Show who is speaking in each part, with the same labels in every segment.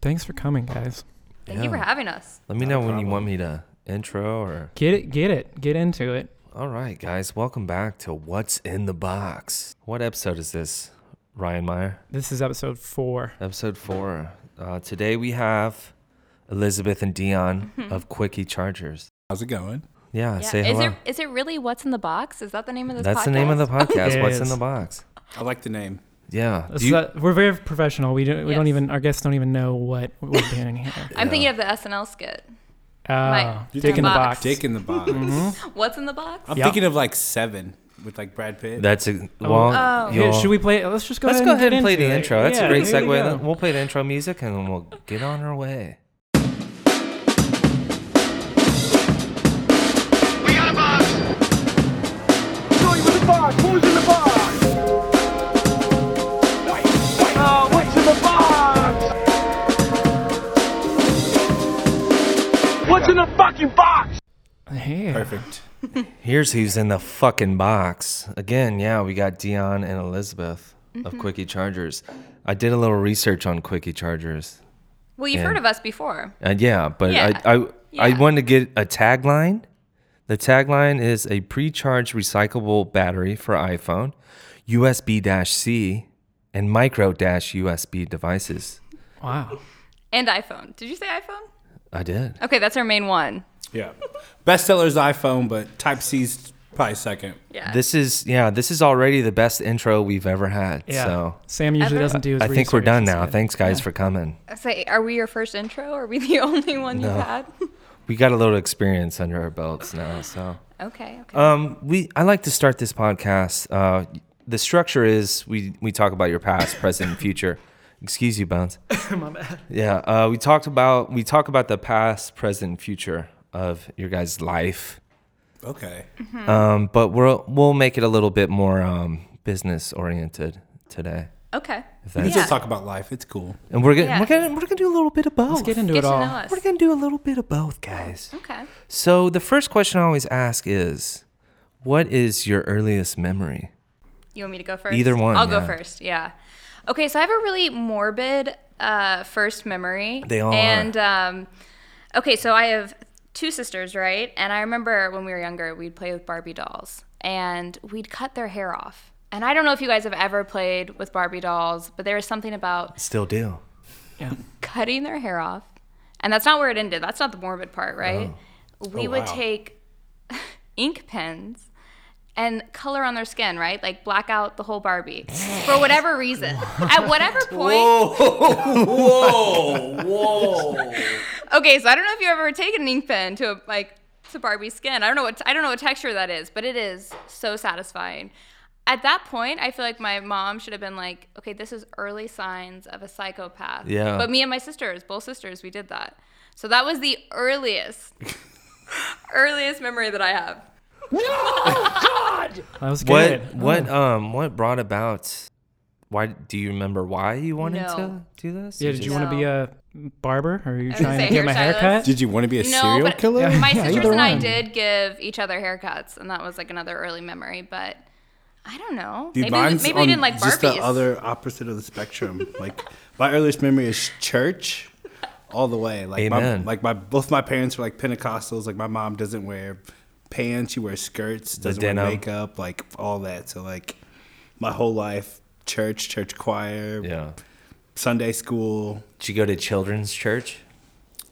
Speaker 1: Thanks for coming, guys.
Speaker 2: Thank you for
Speaker 3: Yeah.
Speaker 2: having us.
Speaker 3: Let me
Speaker 4: Not
Speaker 3: know
Speaker 4: a
Speaker 3: when you
Speaker 4: problem.
Speaker 3: want me to intro or.
Speaker 1: Get it, get it, get into it.
Speaker 3: All right, guys, welcome back to What's in the Box. What episode is this, Ryan Meyer?
Speaker 1: This is episode four.
Speaker 3: Episode four. Uh, today we have Elizabeth and Dion of Quickie Chargers.
Speaker 4: How's it going?
Speaker 3: Mm-hmm. Yeah, uh, say
Speaker 2: is
Speaker 3: hello.
Speaker 2: it is it really what's in the box? Is that the name of this
Speaker 3: That's
Speaker 2: podcast?
Speaker 3: the name of the podcast.
Speaker 1: It
Speaker 3: What's in
Speaker 1: is.
Speaker 3: the box?
Speaker 4: I like the name.
Speaker 3: Yeah.
Speaker 1: This
Speaker 3: do
Speaker 1: is
Speaker 3: you-
Speaker 1: a- we're very professional. We don't. We don't
Speaker 2: Yes.
Speaker 1: even. Our guests don't even know what we're doing here.
Speaker 2: I'm
Speaker 3: Yeah.
Speaker 2: thinking of the SNL skit.
Speaker 1: Uh,
Speaker 2: Right.
Speaker 1: Dick,
Speaker 4: Dick
Speaker 1: in the
Speaker 2: in the
Speaker 1: box. Mm-hmm.
Speaker 2: Box.
Speaker 4: Dick in the box.
Speaker 2: What's in the box?
Speaker 4: I'm
Speaker 1: Yeah.
Speaker 4: thinking of like seven with like Brad Pitt.
Speaker 3: that's a. Well,
Speaker 2: Oh.
Speaker 1: Yeah,
Speaker 3: you'll-
Speaker 1: should we play? Let's just go.
Speaker 3: Let's
Speaker 1: ahead
Speaker 3: go
Speaker 1: and
Speaker 3: ahead
Speaker 1: get
Speaker 3: and play
Speaker 1: into
Speaker 3: the
Speaker 1: it.
Speaker 3: intro. That's
Speaker 1: Yeah,
Speaker 3: a great
Speaker 1: here we
Speaker 3: segue.
Speaker 1: go.
Speaker 3: Then We'll play the intro music and then we'll get on our way.
Speaker 5: We got a box. Throw you in the box. Who's in the box? Oh, what's in the box? What's in the fucking box?
Speaker 1: Hey.
Speaker 4: perfect.
Speaker 3: Here's who's in the fucking box. Again, yeah, we got Dion and Elizabeth
Speaker 2: Mm-hmm.
Speaker 3: of Quickie Chargers. I did a little research on Quickie Chargers.
Speaker 2: Well, you've
Speaker 3: Yeah.
Speaker 2: heard of us before.
Speaker 3: Uh, yeah, but
Speaker 2: Yeah.
Speaker 3: I I, I
Speaker 2: Yeah.
Speaker 3: wanted to get a tagline. The tagline is a pre-charged recyclable battery for iPhone, USB-C, and micro-USB devices.
Speaker 1: Wow.
Speaker 2: And iPhone. Did you say iPhone?
Speaker 3: I did.
Speaker 2: Okay, that's our main one.
Speaker 4: Yeah. Bestseller is iPhone, but Type C's probably second.
Speaker 2: Yeah.
Speaker 3: This is yeah, this is already the best intro we've ever had.
Speaker 1: Yeah.
Speaker 3: So
Speaker 1: Sam usually
Speaker 2: Ever?
Speaker 1: doesn't do his.
Speaker 3: I think we're
Speaker 1: research.
Speaker 3: done
Speaker 1: It's
Speaker 3: now.
Speaker 1: good.
Speaker 3: Thanks guys for coming.
Speaker 2: I say, are we your first intro? Are we the only one
Speaker 3: No.
Speaker 2: you've had?
Speaker 3: We got a little experience under our belts now, so
Speaker 2: okay. Okay.
Speaker 3: Um, we I like to start this podcast. Uh, the structure is we we talk about your past, present, and future. Excuse you, Bounce. Yeah, uh, we talked about we talk about the past, present, and future of your guys' life.
Speaker 4: Okay.
Speaker 3: Um, but we'll we'll make it a little bit more um, business oriented today.
Speaker 2: okay.
Speaker 3: If
Speaker 4: We can
Speaker 3: that's,
Speaker 4: just talk about life. It's cool.
Speaker 3: And we're gonna
Speaker 2: Yeah.
Speaker 3: we're gonna we're gonna do a little bit of both.
Speaker 1: Let's get into
Speaker 2: Get
Speaker 1: it
Speaker 2: to know
Speaker 1: all.
Speaker 2: us.
Speaker 3: we're gonna do a little bit of both, guys.
Speaker 2: Okay.
Speaker 3: So the first question I always ask is, what is your earliest memory?
Speaker 2: You want me to go first?
Speaker 3: Either one,
Speaker 2: I'll
Speaker 3: yeah.
Speaker 2: go first. Yeah. Okay, so I have a really morbid uh, first memory.
Speaker 3: They all are.
Speaker 2: And um, okay, so I have two sisters, right? And I remember when we were younger, we'd play with Barbie dolls, and we'd cut their hair off. And I don't know if you guys have ever played with Barbie dolls, but there was something about
Speaker 3: Still do.
Speaker 2: cutting their hair off. And that's not where it ended. That's not the morbid part, right? We
Speaker 4: Oh,
Speaker 2: would
Speaker 4: wow.
Speaker 2: take ink pens and color on their skin, right? Like black out the whole Barbie for whatever reason. At whatever point.
Speaker 4: whoa, whoa.
Speaker 2: Okay, so I don't know if you've ever taken an ink pen to a, like to Barbie's skin. I don't know what I don't know what texture that is, but it is so satisfying. At that point, I feel like my mom should have been like, "Okay, this is early signs of a psychopath."
Speaker 3: Yeah.
Speaker 2: But me and my sisters, both sisters, we did that. So that was the earliest, earliest memory that I have.
Speaker 1: That was
Speaker 3: What
Speaker 1: good. Oh.
Speaker 3: what um what brought about why do you remember why you wanted
Speaker 2: No.
Speaker 3: to do this?
Speaker 1: Yeah. Did you
Speaker 3: just-
Speaker 1: want to be a barber? Or are you
Speaker 2: was gonna
Speaker 1: trying to
Speaker 2: say,
Speaker 1: get my
Speaker 2: hairstylist.
Speaker 1: haircut?
Speaker 4: Did you want to be a serial
Speaker 2: but
Speaker 4: killer?
Speaker 2: my
Speaker 1: Yeah,
Speaker 2: sisters
Speaker 1: either
Speaker 2: and I
Speaker 1: one.
Speaker 2: did give each other haircuts, and that was like another early memory. But I don't know.
Speaker 4: Dude,
Speaker 2: maybe we,
Speaker 4: mine's
Speaker 2: maybe we
Speaker 4: on
Speaker 2: didn't like Barbies.
Speaker 4: Just the other opposite of the spectrum. like my earliest memory is church, all the way. Like
Speaker 3: Amen.
Speaker 4: my like my both my parents were like Pentecostals. Like my mom doesn't wear pants; she wears skirts. Doesn't wear
Speaker 3: denim.
Speaker 4: makeup. Like all that. So like my whole life, church, church choir,
Speaker 3: Yeah.
Speaker 4: Sunday school.
Speaker 3: Did you go to children's church?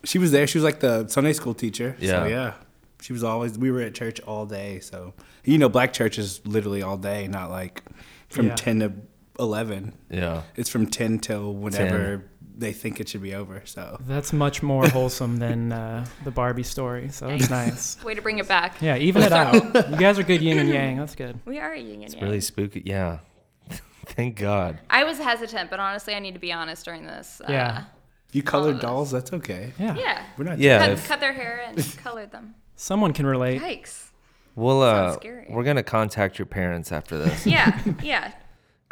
Speaker 4: She was there. She was like the Sunday school teacher.
Speaker 3: Yeah.
Speaker 4: So yeah. She was always. We were at church all day. So you know, black church is literally all day, not like from
Speaker 1: Yeah.
Speaker 4: ten to eleven.
Speaker 3: Yeah.
Speaker 4: It's from 10 till whenever they think it should be over. So
Speaker 1: That's much more wholesome than uh, the Barbie story. So that's nice.
Speaker 2: Way to bring it back.
Speaker 1: Yeah, even it out. You guys are good yin and yang. That's good.
Speaker 2: We are a union. yang.
Speaker 3: Really spooky. Yeah. Thank God.
Speaker 2: I was hesitant, but honestly, I need to be honest during this. Uh,
Speaker 1: Yeah.
Speaker 4: if you colored dolls, that's okay.
Speaker 1: Yeah.
Speaker 2: Yeah.
Speaker 4: We're not
Speaker 3: Yeah.
Speaker 2: Cut,
Speaker 3: if-
Speaker 2: cut their hair and colored them.
Speaker 1: Someone can relate.
Speaker 2: Yikes.
Speaker 3: we'll uh
Speaker 2: scary.
Speaker 3: we're gonna contact your parents after this
Speaker 2: Yeah. Yeah.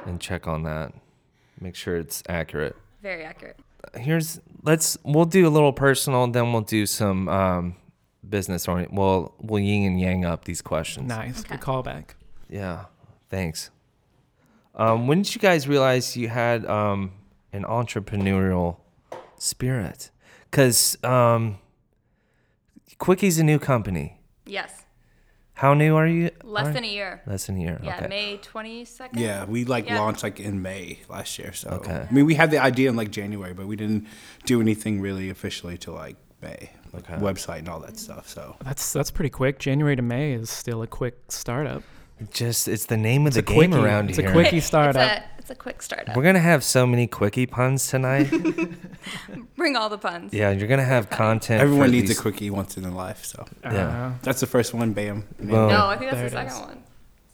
Speaker 3: and check on that. Make sure it's accurate.
Speaker 2: Very accurate.
Speaker 3: Here's let's we'll do a little personal, then we'll do some um business oriented. We'll we'll yin and yang up these questions.
Speaker 1: Nice.
Speaker 2: Okay.
Speaker 1: Good callback.
Speaker 3: Yeah, thanks. Um, when did you guys realize you had um, an entrepreneurial spirit. Because um, Quickie's a new company.
Speaker 2: Yes.
Speaker 3: How new are you?
Speaker 2: Less
Speaker 3: are-
Speaker 2: than a year.
Speaker 3: less than a year.
Speaker 2: Yeah,
Speaker 3: okay.
Speaker 2: May 22nd.
Speaker 4: Yeah, we like
Speaker 2: Yeah.
Speaker 4: launched like in May last year. So
Speaker 3: Okay.
Speaker 4: I mean, we had the idea in like January, but we didn't do anything really officially till like May, like
Speaker 3: Okay.
Speaker 4: website and all that stuff. So
Speaker 1: That's that's pretty quick. January to May is still a quick startup.
Speaker 3: Just it's the name of the
Speaker 1: a
Speaker 3: game
Speaker 1: quickie.
Speaker 3: around
Speaker 1: It's a
Speaker 3: here.
Speaker 1: quickie
Speaker 2: It's
Speaker 1: startup.
Speaker 2: a, it's a quick startup.
Speaker 3: We're gonna have so many quickie puns tonight.
Speaker 2: Bring all the puns.
Speaker 3: yeah, you're gonna have content.
Speaker 4: everyone
Speaker 3: for
Speaker 4: needs
Speaker 3: these-
Speaker 4: a quickie once in their life. So
Speaker 3: Yeah.
Speaker 1: Uh,
Speaker 4: that's the first one. Bam.
Speaker 3: Well-
Speaker 2: No, I think that's
Speaker 1: There
Speaker 2: the
Speaker 1: it
Speaker 2: second
Speaker 1: is.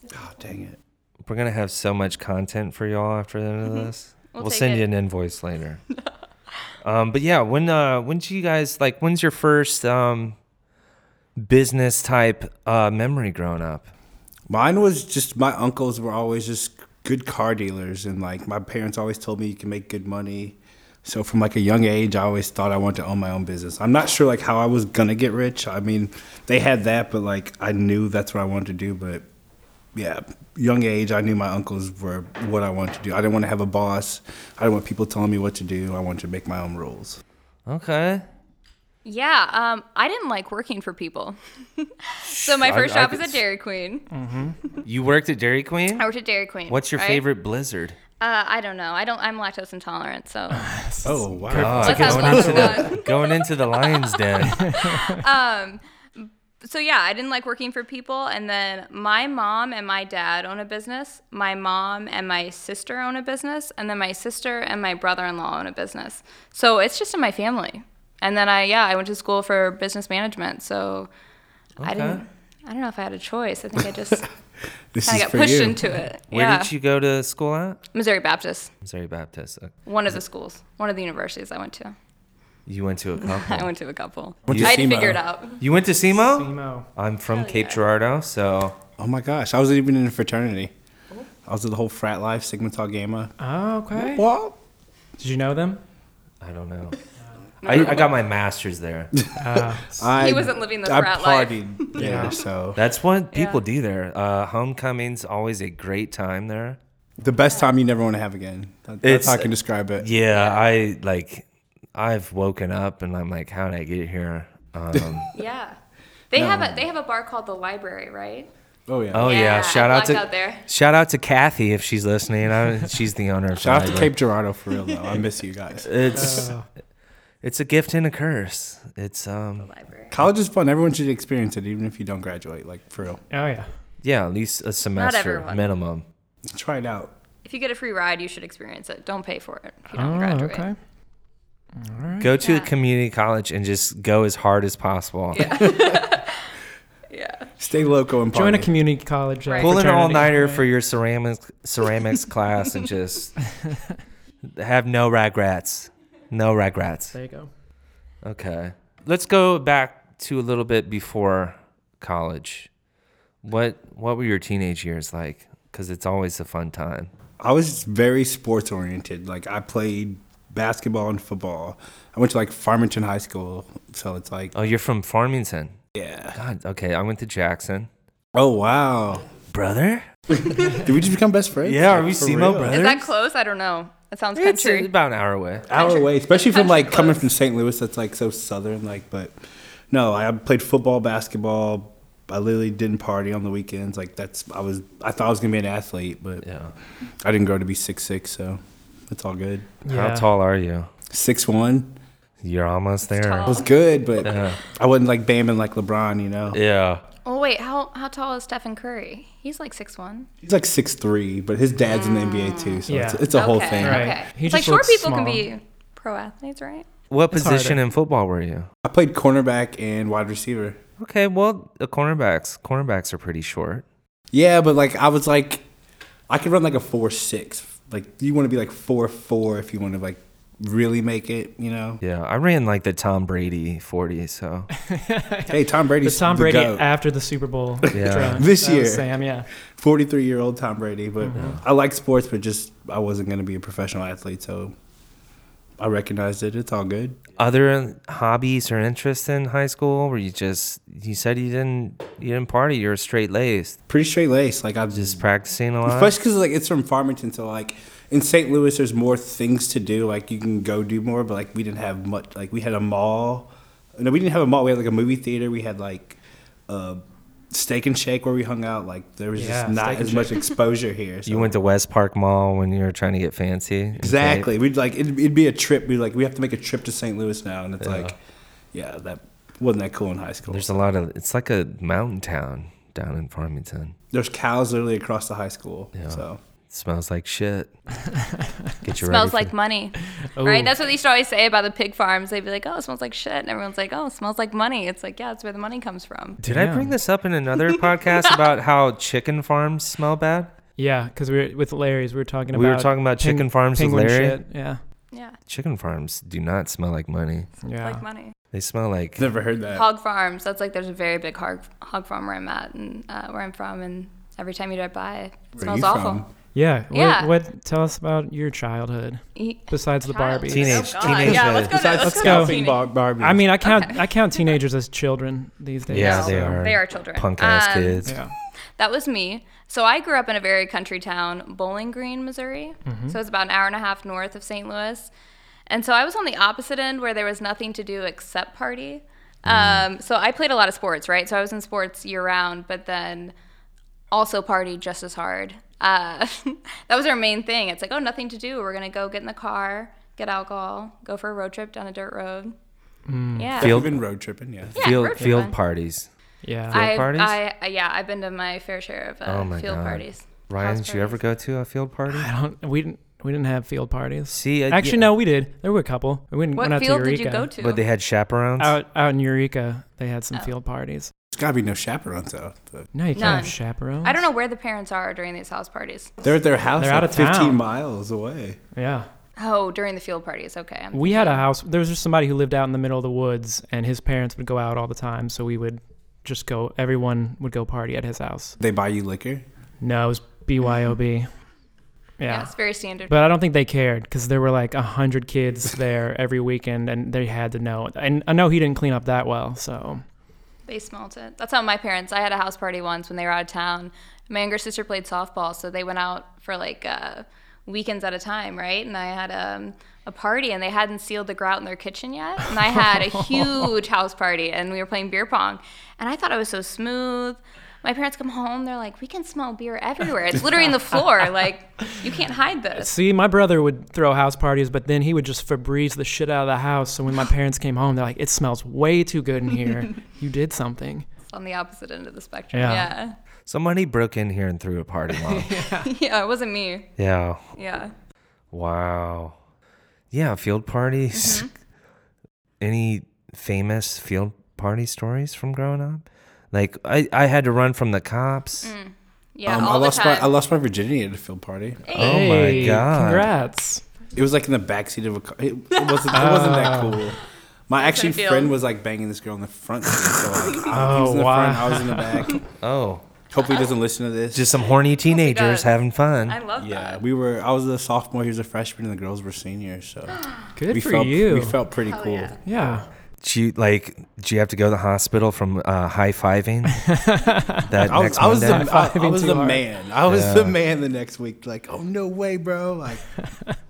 Speaker 2: one.
Speaker 4: oh, dang it.
Speaker 3: We're gonna have so much content for y'all after the end of this. We'll,
Speaker 2: Mm-hmm. We'll take
Speaker 3: send you
Speaker 2: it.
Speaker 3: an invoice later. um, but yeah, when uh, when do you guys like? When's your first um, business type uh, memory growing up?
Speaker 4: Mine was just my uncles were always just good car dealers, and like my parents always told me you can make good money. So from like a young age, I always thought I wanted to own my own business. I'm not sure like how I was gonna get rich. I mean, they had that, but like I knew that's what I wanted to do. But yeah, young age, I knew my uncles were what I wanted to do. I didn't want to have a boss. I didn't want people telling me what to do. I wanted to make my own rules.
Speaker 3: Okay.
Speaker 2: Yeah, um, I didn't like working for people. so
Speaker 3: I-
Speaker 2: my first
Speaker 3: I
Speaker 2: job
Speaker 3: could
Speaker 2: was
Speaker 3: s-
Speaker 2: at Dairy Queen.
Speaker 3: You worked at Dairy Queen.
Speaker 2: I worked at Dairy Queen.
Speaker 3: What's your
Speaker 2: right?
Speaker 3: favorite Blizzard?
Speaker 2: Uh, I don't know. I don't. I'm lactose intolerant, so
Speaker 4: Oh wow!
Speaker 2: let's have
Speaker 3: Uh, going,
Speaker 2: lots
Speaker 3: into
Speaker 2: of
Speaker 3: the,
Speaker 2: fun.
Speaker 3: going into the lion's den.
Speaker 2: so yeah, I didn't like working for people. And then my mom and my dad own a business. My mom and my sister own a business. And then my sister and my brother-in-law own a business. So it's just in my family. And then I yeah, I went to school for business management. So I didn't. I don't know if I had a choice. I think I just
Speaker 4: This
Speaker 2: kind of
Speaker 4: is
Speaker 2: got
Speaker 4: for
Speaker 2: pushed
Speaker 4: you.
Speaker 2: into it.
Speaker 3: Where
Speaker 2: yeah.
Speaker 3: did you go to school at?
Speaker 2: Missouri Baptist,
Speaker 3: Missouri Baptist. Uh,
Speaker 2: one of the schools, one of the universities I went to.
Speaker 3: You went to a couple.
Speaker 2: I went to a couple.
Speaker 4: Went to
Speaker 2: I'd
Speaker 4: SEMO.
Speaker 2: figure it out.
Speaker 3: you went to SEMO?
Speaker 1: Emo.
Speaker 3: I'm from
Speaker 2: Hell
Speaker 3: Cape
Speaker 2: yeah.
Speaker 3: Girardeau, so
Speaker 4: Oh my gosh! I was even in a fraternity. I was in the whole frat life, Sigma Tau Gamma.
Speaker 1: Oh, okay.
Speaker 4: Well,
Speaker 1: Did you know them?
Speaker 3: I don't know. I, I got my master's there.
Speaker 1: Uh,
Speaker 4: I,
Speaker 2: He wasn't living the
Speaker 4: I
Speaker 2: frat life.
Speaker 4: partied life. there,
Speaker 1: Yeah.
Speaker 4: so
Speaker 3: That's what
Speaker 2: Yeah.
Speaker 3: people do there. Uh, homecoming's always a great time there.
Speaker 4: the best time you never want to have again. That- That's
Speaker 3: It's-
Speaker 4: how I can describe it.
Speaker 3: Yeah, I like. I've woken up and I'm like, how did I get here? Um,
Speaker 2: Yeah. They have a they have a bar called the library, right?
Speaker 4: Oh yeah.
Speaker 3: oh yeah,
Speaker 2: Yeah, I
Speaker 3: shout
Speaker 2: blacked
Speaker 3: out to
Speaker 2: out there.
Speaker 3: shout out to Kathy if she's listening. I, she's the owner. Of
Speaker 4: Shout out to
Speaker 3: Fiber.
Speaker 4: Cape Girardeau for real though. I miss you guys.
Speaker 3: It's
Speaker 1: Uh,
Speaker 3: it's a gift and a curse. It's um
Speaker 2: Library.
Speaker 4: College is fun. Everyone should experience it, even if you don't graduate. Like for real,
Speaker 1: oh yeah.
Speaker 3: yeah, at least a semester
Speaker 2: everyone.
Speaker 3: minimum.
Speaker 4: try it out.
Speaker 2: If you get a free ride, you should experience it. Don't pay for it if you don't
Speaker 1: Oh,
Speaker 2: graduate.
Speaker 1: okay.
Speaker 4: Mm-hmm.
Speaker 3: Go to a community college and just go as hard as possible.
Speaker 2: Yeah.
Speaker 4: Stay local and party.
Speaker 1: Join a community college. Uh,
Speaker 2: Right.
Speaker 3: Pull an
Speaker 1: fraternity.
Speaker 3: all nighter for your ceramics ceramics class and just have no regrets. No regrets.
Speaker 1: There you go.
Speaker 3: Okay. Let's go back to a little bit before college. What what were your teenage years like? Because it's always a fun time.
Speaker 4: I was very sports oriented. Like I played basketball and football. I went to like Farmington High School, so it's like
Speaker 3: Oh, you're from Farmington.
Speaker 4: yeah.
Speaker 3: God, okay. I went to Jackson.
Speaker 4: Oh wow.
Speaker 3: Brother?
Speaker 4: Did we just become best friends?
Speaker 3: Yeah, are
Speaker 4: Like,
Speaker 3: we
Speaker 4: for
Speaker 3: SEMO
Speaker 4: real?
Speaker 3: brothers?
Speaker 2: Is that close? I don't know. It sounds
Speaker 3: It's
Speaker 2: country.
Speaker 3: about an hour away.
Speaker 4: hour
Speaker 2: Country-
Speaker 4: away, especially from
Speaker 2: country
Speaker 4: like coming
Speaker 2: clubs.
Speaker 4: from St. Louis. That's like so southern. Like, but no, I played football, basketball. I literally didn't party on the weekends. Like that's I was I thought I was gonna be an athlete, but
Speaker 3: Yeah.
Speaker 4: I didn't grow to be six six, so it's all good.
Speaker 1: Yeah.
Speaker 3: How tall are you?
Speaker 4: Six one
Speaker 3: You're almost there.
Speaker 2: tall.
Speaker 4: was good, but
Speaker 3: Yeah.
Speaker 4: I wasn't like bamming like LeBron, you know.
Speaker 3: Yeah.
Speaker 2: oh wait, how how tall is Stephen Curry? He's like six one.
Speaker 4: He's like six three, but his dad's in the NBA too, so
Speaker 1: Yeah.
Speaker 4: it's, it's a whole
Speaker 2: okay.
Speaker 4: thing.
Speaker 1: Right.
Speaker 2: Okay.
Speaker 1: He
Speaker 2: it's like
Speaker 1: just
Speaker 2: short
Speaker 1: looks
Speaker 2: people can
Speaker 1: small.
Speaker 2: be pro athletes, right?
Speaker 3: What
Speaker 1: It's
Speaker 3: position
Speaker 1: harder.
Speaker 3: in football were you?
Speaker 4: I played cornerback and wide receiver.
Speaker 3: Okay, well, the cornerbacks. Cornerbacks are pretty short.
Speaker 4: Yeah, but like I was like, I could run like a four six. Like you want to be like four four if you want to like really make it. You know.
Speaker 3: Yeah, I ran like the Tom Brady 40, so
Speaker 4: Hey, Tom
Speaker 1: The
Speaker 4: Brady's
Speaker 1: Tom Brady
Speaker 4: goat.
Speaker 1: after the Super Bowl.
Speaker 3: Yeah.
Speaker 1: drunk.
Speaker 4: This
Speaker 1: That was
Speaker 4: year.
Speaker 1: Sam. Yeah.
Speaker 4: 43 year old Tom Brady. But
Speaker 1: Mm-hmm.
Speaker 4: I like sports, but just I wasn't going to be a professional athlete, so I recognized it. It's all good.
Speaker 3: other hobbies or interests in high school were you just you said you didn't you didn't party, you were straight laced.
Speaker 4: Pretty straight laced. Like I
Speaker 3: Just practicing a lot.
Speaker 4: Especially because like it's from Farmington, so like in St. Louis, there's more things to do. Like you can go do more, but like we didn't have much. Like we had a mall. No, we didn't have a mall. We had like a movie theater. We had like a steak and shake where we hung out. Like there was
Speaker 1: Yeah,
Speaker 4: just not
Speaker 1: Steak and
Speaker 4: as much exposure here. so-
Speaker 3: You went to West Park Mall when you were trying to get fancy. and
Speaker 4: exactly.
Speaker 3: vape.
Speaker 4: We'd like it'd, it'd be a trip. We like we have to make a trip to St. Louis now, and it's
Speaker 3: Yeah.
Speaker 4: like, yeah, that wasn't that cool in high school.
Speaker 3: There's
Speaker 4: There's,
Speaker 3: a lot of. It's like a mountain town down in Farmington.
Speaker 4: cows literally across the high school.
Speaker 3: Yeah.
Speaker 4: So
Speaker 3: It smells like shit. Get your
Speaker 2: smells
Speaker 3: ready
Speaker 2: like
Speaker 3: for-
Speaker 2: money,
Speaker 1: Oh,
Speaker 2: right? That's what they used to always say about the pig farms. They'd be like, "Oh, it smells like shit," and everyone's like, "Oh, it smells like money." It's like, yeah, that's where the money comes from.
Speaker 3: Did I
Speaker 1: Damn.
Speaker 3: bring this up in another podcast about how chicken farms smell bad?
Speaker 1: yeah, because we were with Larry's. We were talking about
Speaker 3: We were talking about chicken farms with
Speaker 1: penguin
Speaker 3: Larry.
Speaker 1: Shit. Yeah,
Speaker 2: Yeah,
Speaker 3: Chicken farms do not smell like money.
Speaker 1: yeah.
Speaker 2: like money.
Speaker 3: They smell like
Speaker 4: never heard that.
Speaker 2: Hog farms. That's like there's a very big hog hog farm where I'm at and uh, where I'm from, and every time you drive by, it
Speaker 4: Where
Speaker 2: smells
Speaker 4: you
Speaker 2: awful.
Speaker 4: from?
Speaker 1: yeah. What,
Speaker 2: Yeah.
Speaker 1: what? Tell us about your childhood
Speaker 2: E-
Speaker 1: besides the
Speaker 2: Child.
Speaker 1: Barbies.
Speaker 3: Teenage-
Speaker 2: Oh, God.
Speaker 3: teenage
Speaker 2: Yeah, let's
Speaker 3: head.
Speaker 2: go. To,
Speaker 4: Besides
Speaker 2: let's
Speaker 1: let's go.
Speaker 2: go. to
Speaker 4: Scalping
Speaker 2: teenage.
Speaker 4: bar- Barbies.
Speaker 1: I mean, I count I count teenagers as children these days.
Speaker 3: Yeah,
Speaker 1: so-
Speaker 3: they are.
Speaker 2: They are children.
Speaker 3: punk ass
Speaker 2: Um,
Speaker 3: kids.
Speaker 1: Yeah,
Speaker 2: That was me. So I grew up in a very country town, Bowling Green, Missouri.
Speaker 3: Mm-hmm.
Speaker 2: So it's about an hour and a half north of St. Louis. And so I was on the opposite end where there was nothing to do except party.
Speaker 3: Mm-hmm.
Speaker 2: Um, so I played a lot of sports, right? So I was in sports year round, but then also partied just as hard. Uh, that was our main thing. It's like, oh, nothing to do. We're going to go get in the car, get alcohol, go for a road trip down a dirt road. Yeah.
Speaker 3: Mm. Field-
Speaker 4: I've been road tripping. Yeah.
Speaker 2: Yeah,
Speaker 3: field
Speaker 2: road trip
Speaker 3: field
Speaker 2: fun.
Speaker 3: parties.
Speaker 1: yeah.
Speaker 3: Field
Speaker 2: I,
Speaker 3: parties?
Speaker 2: I, yeah, I've been to my fair share of uh,
Speaker 3: Oh my
Speaker 2: field
Speaker 3: God.
Speaker 2: parties.
Speaker 3: Ryan,
Speaker 2: House
Speaker 3: did you ever
Speaker 2: parties.
Speaker 3: go to a field party?
Speaker 1: I don't. We didn't. We didn't have field parties.
Speaker 3: See, I,
Speaker 1: Actually,
Speaker 3: yeah,
Speaker 1: no, we did. There were a couple. We went,
Speaker 2: What
Speaker 1: went out
Speaker 2: field
Speaker 1: to
Speaker 2: did
Speaker 1: Eureka.
Speaker 2: you go to? Oh.
Speaker 3: But they had chaperones.
Speaker 1: Out out in Eureka, they had some field parties.
Speaker 4: There's gotta be no chaperones though. So-
Speaker 1: No, you can't
Speaker 2: None.
Speaker 1: have chaperones.
Speaker 2: I don't know where the parents are during these house parties.
Speaker 4: They're at their house.
Speaker 1: They're
Speaker 4: like,
Speaker 1: out of
Speaker 4: 15
Speaker 1: town.
Speaker 4: miles away.
Speaker 1: Yeah,
Speaker 2: Oh, during the field parties. Okay. I'm-
Speaker 1: we had a house. There was just somebody who lived out in the middle of the woods, and his parents would go out all the time. So we would just go. Everyone would go party at his house.
Speaker 4: They buy you liquor.
Speaker 1: No, it was BYOB.
Speaker 2: yeah.
Speaker 1: Yeah.
Speaker 2: it's very standard.
Speaker 1: But I don't think they cared because there were like a hundred kids there every weekend, and they had to know. And I know he didn't clean up that well, so
Speaker 2: they smelt it. That's how my parents. I had a house party once when they were out of town. My younger sister played softball, so they went out for like uh, weekends at a time, right? And I had um, a party, and they hadn't sealed the grout in their kitchen yet. And I had a huge house party, and we were playing beer pong, and I thought it was so smooth. My parents come home, they're like, "We can smell beer everywhere. It's literally in the floor. Like, you can't hide this."
Speaker 1: See, my brother would throw house parties, but then he would just Febreze the shit out of the house. So when my parents came home, they're like, "It smells way too good in here. you did something."
Speaker 2: on the opposite end of the spectrum. Yeah.
Speaker 1: Yeah.
Speaker 3: Somebody broke in here and threw a party. Mom.
Speaker 2: Yeah, it wasn't me.
Speaker 3: yeah.
Speaker 2: Yeah.
Speaker 3: Wow. Yeah, field parties.
Speaker 2: Mm-hmm.
Speaker 3: Any famous field party stories from growing up? Like I, I had to run from the cops.
Speaker 2: Yeah.
Speaker 4: um,
Speaker 2: all
Speaker 4: I lost
Speaker 2: the time.
Speaker 4: my I lost my virginity at a field party.
Speaker 3: Oh my God.
Speaker 1: Congrats!
Speaker 4: It was like in the backseat of a car. It, it wasn't. it wasn't
Speaker 1: Oh.
Speaker 4: that cool. My actually
Speaker 2: field.
Speaker 4: friend was like banging this girl in the front. seat, So like,
Speaker 1: Oh,
Speaker 4: I, he was in the front, I
Speaker 1: wow.
Speaker 4: was in the back.
Speaker 3: Oh,
Speaker 4: Hopefully, he doesn't listen to this.
Speaker 3: just some horny teenagers
Speaker 2: Oh God.
Speaker 3: having fun.
Speaker 2: I love
Speaker 4: yeah,
Speaker 2: that.
Speaker 4: we were. I was a sophomore. He was a freshman, and the girls were seniors. So
Speaker 1: Good
Speaker 4: we
Speaker 1: for
Speaker 4: felt
Speaker 1: you.
Speaker 4: we felt pretty cool.
Speaker 1: yeah.
Speaker 3: Do you like? Do you have to go to the hospital from uh, high fiving? that
Speaker 4: I was,
Speaker 3: next
Speaker 4: I was the,
Speaker 3: Monday?
Speaker 4: I, I
Speaker 1: Fiving
Speaker 4: was
Speaker 1: too
Speaker 4: the
Speaker 1: hard.
Speaker 4: man. I was the
Speaker 3: Yeah.
Speaker 4: man the next week. Like, oh no way, bro! Like,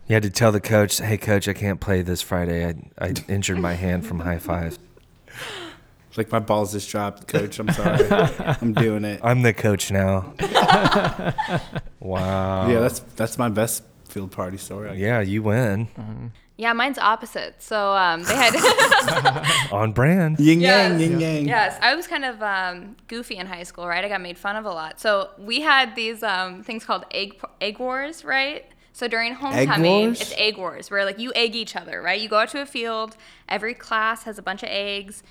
Speaker 3: You had to tell the coach, "Hey, coach, I can't play this Friday. I, I injured my hand from high five.
Speaker 4: like my balls just dropped, coach. I'm sorry. I'm doing it.
Speaker 1: Um,
Speaker 3: I'm the coach now." wow.
Speaker 4: Yeah, that's that's my best field party story. I
Speaker 3: yeah. You win
Speaker 2: Yeah, mine's opposite. So um, they had. Uh-huh.
Speaker 3: on brand.
Speaker 4: Yin
Speaker 2: Yes.
Speaker 4: yang, yin yang.
Speaker 2: yes, I was kind of um, goofy in high school, right? I got made fun of a lot. So we had these um, things called egg egg wars, right? So during homecoming,
Speaker 4: wars?
Speaker 2: it's egg wars where like you egg each other, right? You go out to a field. Every class has a bunch of eggs.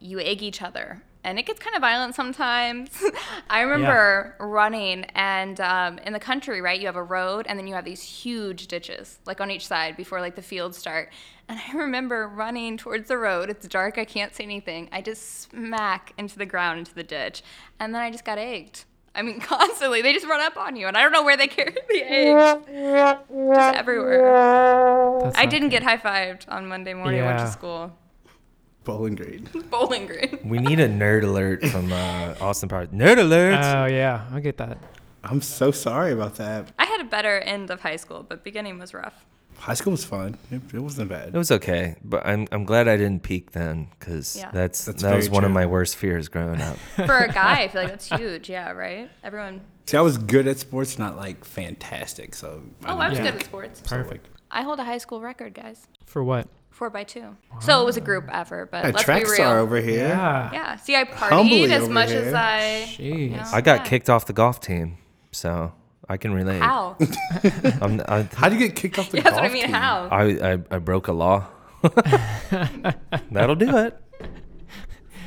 Speaker 2: You egg each other, and it gets kind of violent sometimes. I remember running, and um, in the country, right? You have a road, and then you have these huge ditches, like on each side, before like the fields start. And I remember running towards the road. It's dark. I can't see anything. I just smack into the ground, into the ditch, and then I just got egged. I mean, constantly. They just run up on you, and I don't know where they carry the eggs. Just everywhere.
Speaker 1: That's
Speaker 2: I
Speaker 1: not-
Speaker 2: didn't get high fived on Monday morning. I went
Speaker 1: Yeah.
Speaker 2: to school.
Speaker 4: Bowling green.
Speaker 2: Bowling green.
Speaker 3: We need a nerd alert from uh, Austin Powers. Nerd alert.
Speaker 1: Oh yeah, I get that.
Speaker 4: I'm so sorry about that.
Speaker 2: I had had a better end of high school, but beginning was rough.
Speaker 4: High school was fun. It, it wasn't bad.
Speaker 3: It was okay, but I'm I'm glad I didn't peak then because
Speaker 2: Yeah.
Speaker 3: that's,
Speaker 4: That's
Speaker 3: that was
Speaker 4: very
Speaker 3: one of
Speaker 4: true.
Speaker 3: my worst fears growing up.
Speaker 2: For a guy, I feel like that's huge. Yeah, right? Everyone.
Speaker 4: See, I was good at sports, not like fantastic. So
Speaker 2: Oh, I was good at sports.
Speaker 1: Perfect.
Speaker 2: I hold a high school record, guys.
Speaker 1: For what?
Speaker 2: Four by two. So it was a group effort, but
Speaker 4: a
Speaker 2: let's
Speaker 4: track
Speaker 2: be real.
Speaker 4: star over here.
Speaker 1: Yeah.
Speaker 2: Yeah. See, I partied
Speaker 4: Humbly
Speaker 2: as
Speaker 4: over
Speaker 2: much as
Speaker 4: here.
Speaker 2: I.
Speaker 1: Jeez.
Speaker 2: you know,
Speaker 3: I got
Speaker 2: Oh, yeah.
Speaker 3: kicked off the golf team, so I can relate.
Speaker 2: How?
Speaker 3: I'm, I,
Speaker 4: How do you get kicked off the
Speaker 2: Yeah, that's
Speaker 4: golf
Speaker 2: what I mean.
Speaker 4: team?
Speaker 2: How?
Speaker 3: I, I I broke a law. That'll do it.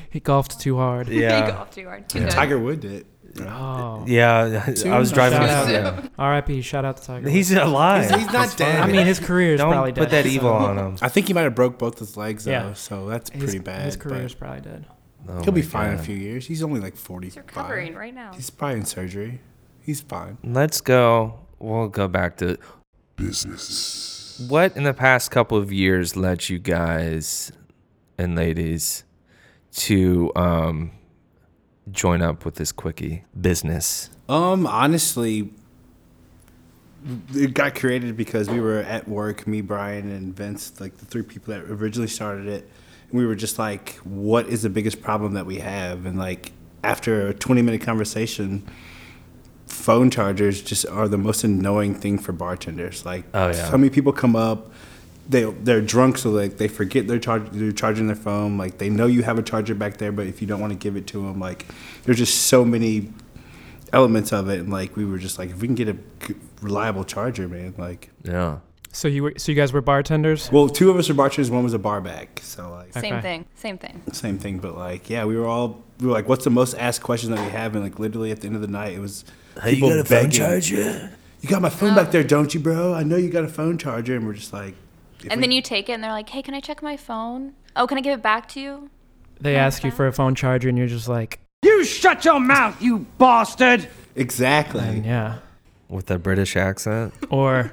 Speaker 1: He golfed too hard.
Speaker 2: They go
Speaker 3: Yeah.
Speaker 2: off too hard. Too good.
Speaker 4: Tiger Wood did.
Speaker 1: Oh.
Speaker 3: Yeah, I was driving.
Speaker 1: Shout out.
Speaker 3: yeah.
Speaker 1: R.I.P. Shout out to Tiger. Woods.
Speaker 3: He's alive.
Speaker 4: He's not dead.
Speaker 1: I mean, his career is
Speaker 3: Don't
Speaker 1: probably
Speaker 3: put
Speaker 1: dead.
Speaker 3: that
Speaker 1: so-
Speaker 3: evil on him.
Speaker 4: I think he might have broke both his legs
Speaker 1: Yeah.
Speaker 4: though, so that's
Speaker 1: His,
Speaker 4: pretty bad.
Speaker 1: His
Speaker 4: but
Speaker 1: career is probably dead.
Speaker 3: Oh
Speaker 4: he'll be
Speaker 3: my
Speaker 4: fine in a
Speaker 3: God.
Speaker 4: few years. He's only like forty.
Speaker 2: He's recovering right now.
Speaker 4: He's probably in surgery. He's fine.
Speaker 3: Let's go. We'll go back to business. What in the past couple of years led you guys and ladies to um, join up with this quickie business?
Speaker 4: Um, honestly, it got created because we were at work, me, Brian, and Vince, like the three people that originally started it. And we were just like, what is the biggest problem that we have? And like, after a 20 minute conversation, phone chargers just are the most annoying thing for bartenders. Like,
Speaker 3: Oh, yeah.
Speaker 4: so many people come up. They, they're drunk, so like they forget they're, char- they're charging their phone. Like they know you have a charger back there, but if you don't want to give it to them, like there's just so many elements of it, and like we were just like, if we can get a c- reliable charger, man, like.
Speaker 3: Yeah.
Speaker 1: So you were, so you guys were bartenders?
Speaker 4: Well, two of us are bartenders, one was a bar back, so like
Speaker 2: Same
Speaker 1: Okay.
Speaker 2: thing. Same thing.
Speaker 4: same thing. But like, yeah, we were all we were like, what's the most asked question that we have? And like, literally at the end of the night, it was people begging.
Speaker 3: charger?
Speaker 4: You got my phone
Speaker 2: Oh.
Speaker 4: back there, don't you, bro? I know you got a phone charger, and we're just like, if
Speaker 2: And
Speaker 4: we-
Speaker 2: then you take it, and they're like, "Hey, can I check my phone? Oh, can I give it back to you?"
Speaker 1: They ask
Speaker 2: Uh-huh.
Speaker 1: you for a phone charger, and you're just like,
Speaker 5: You shut your mouth, you bastard!
Speaker 4: exactly.
Speaker 1: yeah.
Speaker 3: With a British accent?
Speaker 1: Or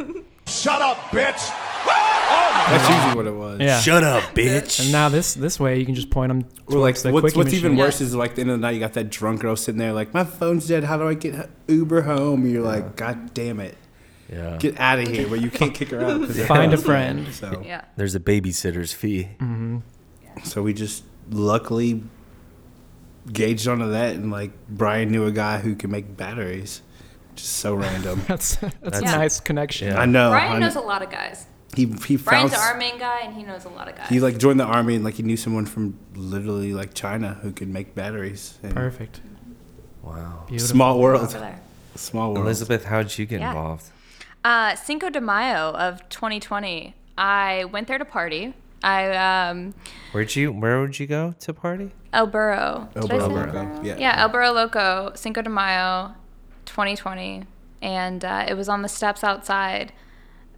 Speaker 4: That's usually what it was.
Speaker 1: yeah.
Speaker 3: Shut up, bitch.
Speaker 1: And now this this way you can just point them.
Speaker 4: Or like,
Speaker 1: the
Speaker 4: what's,
Speaker 1: quickie
Speaker 4: what's
Speaker 1: machine.
Speaker 4: even worse is like the end of the night, you got that drunk girl sitting there like, my phone's dead. How do I get h- Uber home? And you're like, God damn it,
Speaker 3: Yeah.
Speaker 4: get out of here! But you can't kick her out. 'cause her
Speaker 1: Find a
Speaker 4: phone's dead.
Speaker 1: friend.
Speaker 4: So.
Speaker 2: Yeah.
Speaker 3: There's a babysitter's fee.
Speaker 1: Mm.
Speaker 4: So we just luckily gauged onto that, and like Brian knew a guy who can make batteries. Just so random.
Speaker 1: That's that's, a
Speaker 3: Yeah.
Speaker 1: nice connection.
Speaker 3: Yeah.
Speaker 4: I know.
Speaker 2: Brian
Speaker 4: I
Speaker 2: knows a lot of guys.
Speaker 4: he he Oh, found
Speaker 2: Brian's our main guy, and he knows a lot of guys.
Speaker 4: he like joined the army and like he knew someone from literally like China who could make batteries. And
Speaker 1: Perfect.
Speaker 3: Wow.
Speaker 1: Beautiful.
Speaker 4: Small
Speaker 2: over
Speaker 4: world.
Speaker 2: there.
Speaker 4: Small world.
Speaker 3: Elizabeth, how'd you get
Speaker 2: Yeah.
Speaker 3: involved?
Speaker 2: Uh, Cinco de Mayo of 2020, I went there to party. I um,
Speaker 3: Where'd you where would you go to party?
Speaker 2: El Burro. Did I
Speaker 4: Burro
Speaker 2: say El
Speaker 4: Loco,
Speaker 2: Burro?
Speaker 4: Oh, yeah.
Speaker 2: Yeah, El Burro Loco, Cinco de Mayo, 2020, and uh, it was on the steps outside.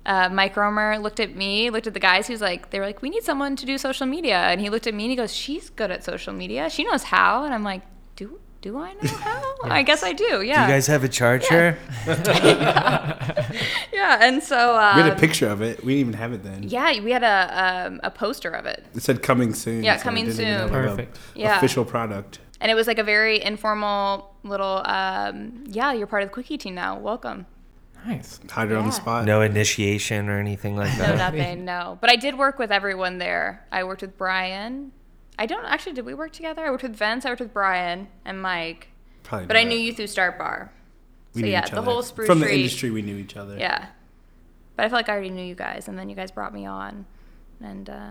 Speaker 2: Uh, Mike Romer looked at me, looked at the guys. He was like, they were like, we need someone to do social media, and he looked at me and he goes, she's good at social media. She knows how, and I'm like, do do I know how? I guess I do. Yeah.
Speaker 3: You guys have a charger?
Speaker 2: yeah. And so. Uh,
Speaker 4: we had a picture of it. We didn't even have it then.
Speaker 2: yeah, we had a um, a poster of it.
Speaker 4: It said coming soon.
Speaker 2: Yeah,
Speaker 4: it
Speaker 2: coming
Speaker 4: didn't even
Speaker 2: soon.
Speaker 4: have, like, a
Speaker 1: Perfect.
Speaker 2: Yeah.
Speaker 4: Official product.
Speaker 2: and it was like a very informal little um, yeah you're part of the quickie team now welcome
Speaker 1: Nice.
Speaker 4: Hide her on the
Speaker 2: Yeah.
Speaker 4: spot.
Speaker 3: No initiation or anything like
Speaker 2: no
Speaker 3: that.
Speaker 2: nothing no but i did work with everyone there i worked with brian i don't actually did we work together i worked with vince i worked with brian and mike
Speaker 4: Probably
Speaker 2: but i
Speaker 4: not.
Speaker 2: knew you through start bar
Speaker 4: We
Speaker 2: so
Speaker 4: knew
Speaker 2: yeah
Speaker 4: each
Speaker 2: the
Speaker 4: other.
Speaker 2: whole spruce
Speaker 4: From the
Speaker 2: Street-
Speaker 4: industry, we knew each other.
Speaker 2: yeah but i feel like i already knew you guys and then you guys brought me on and uh,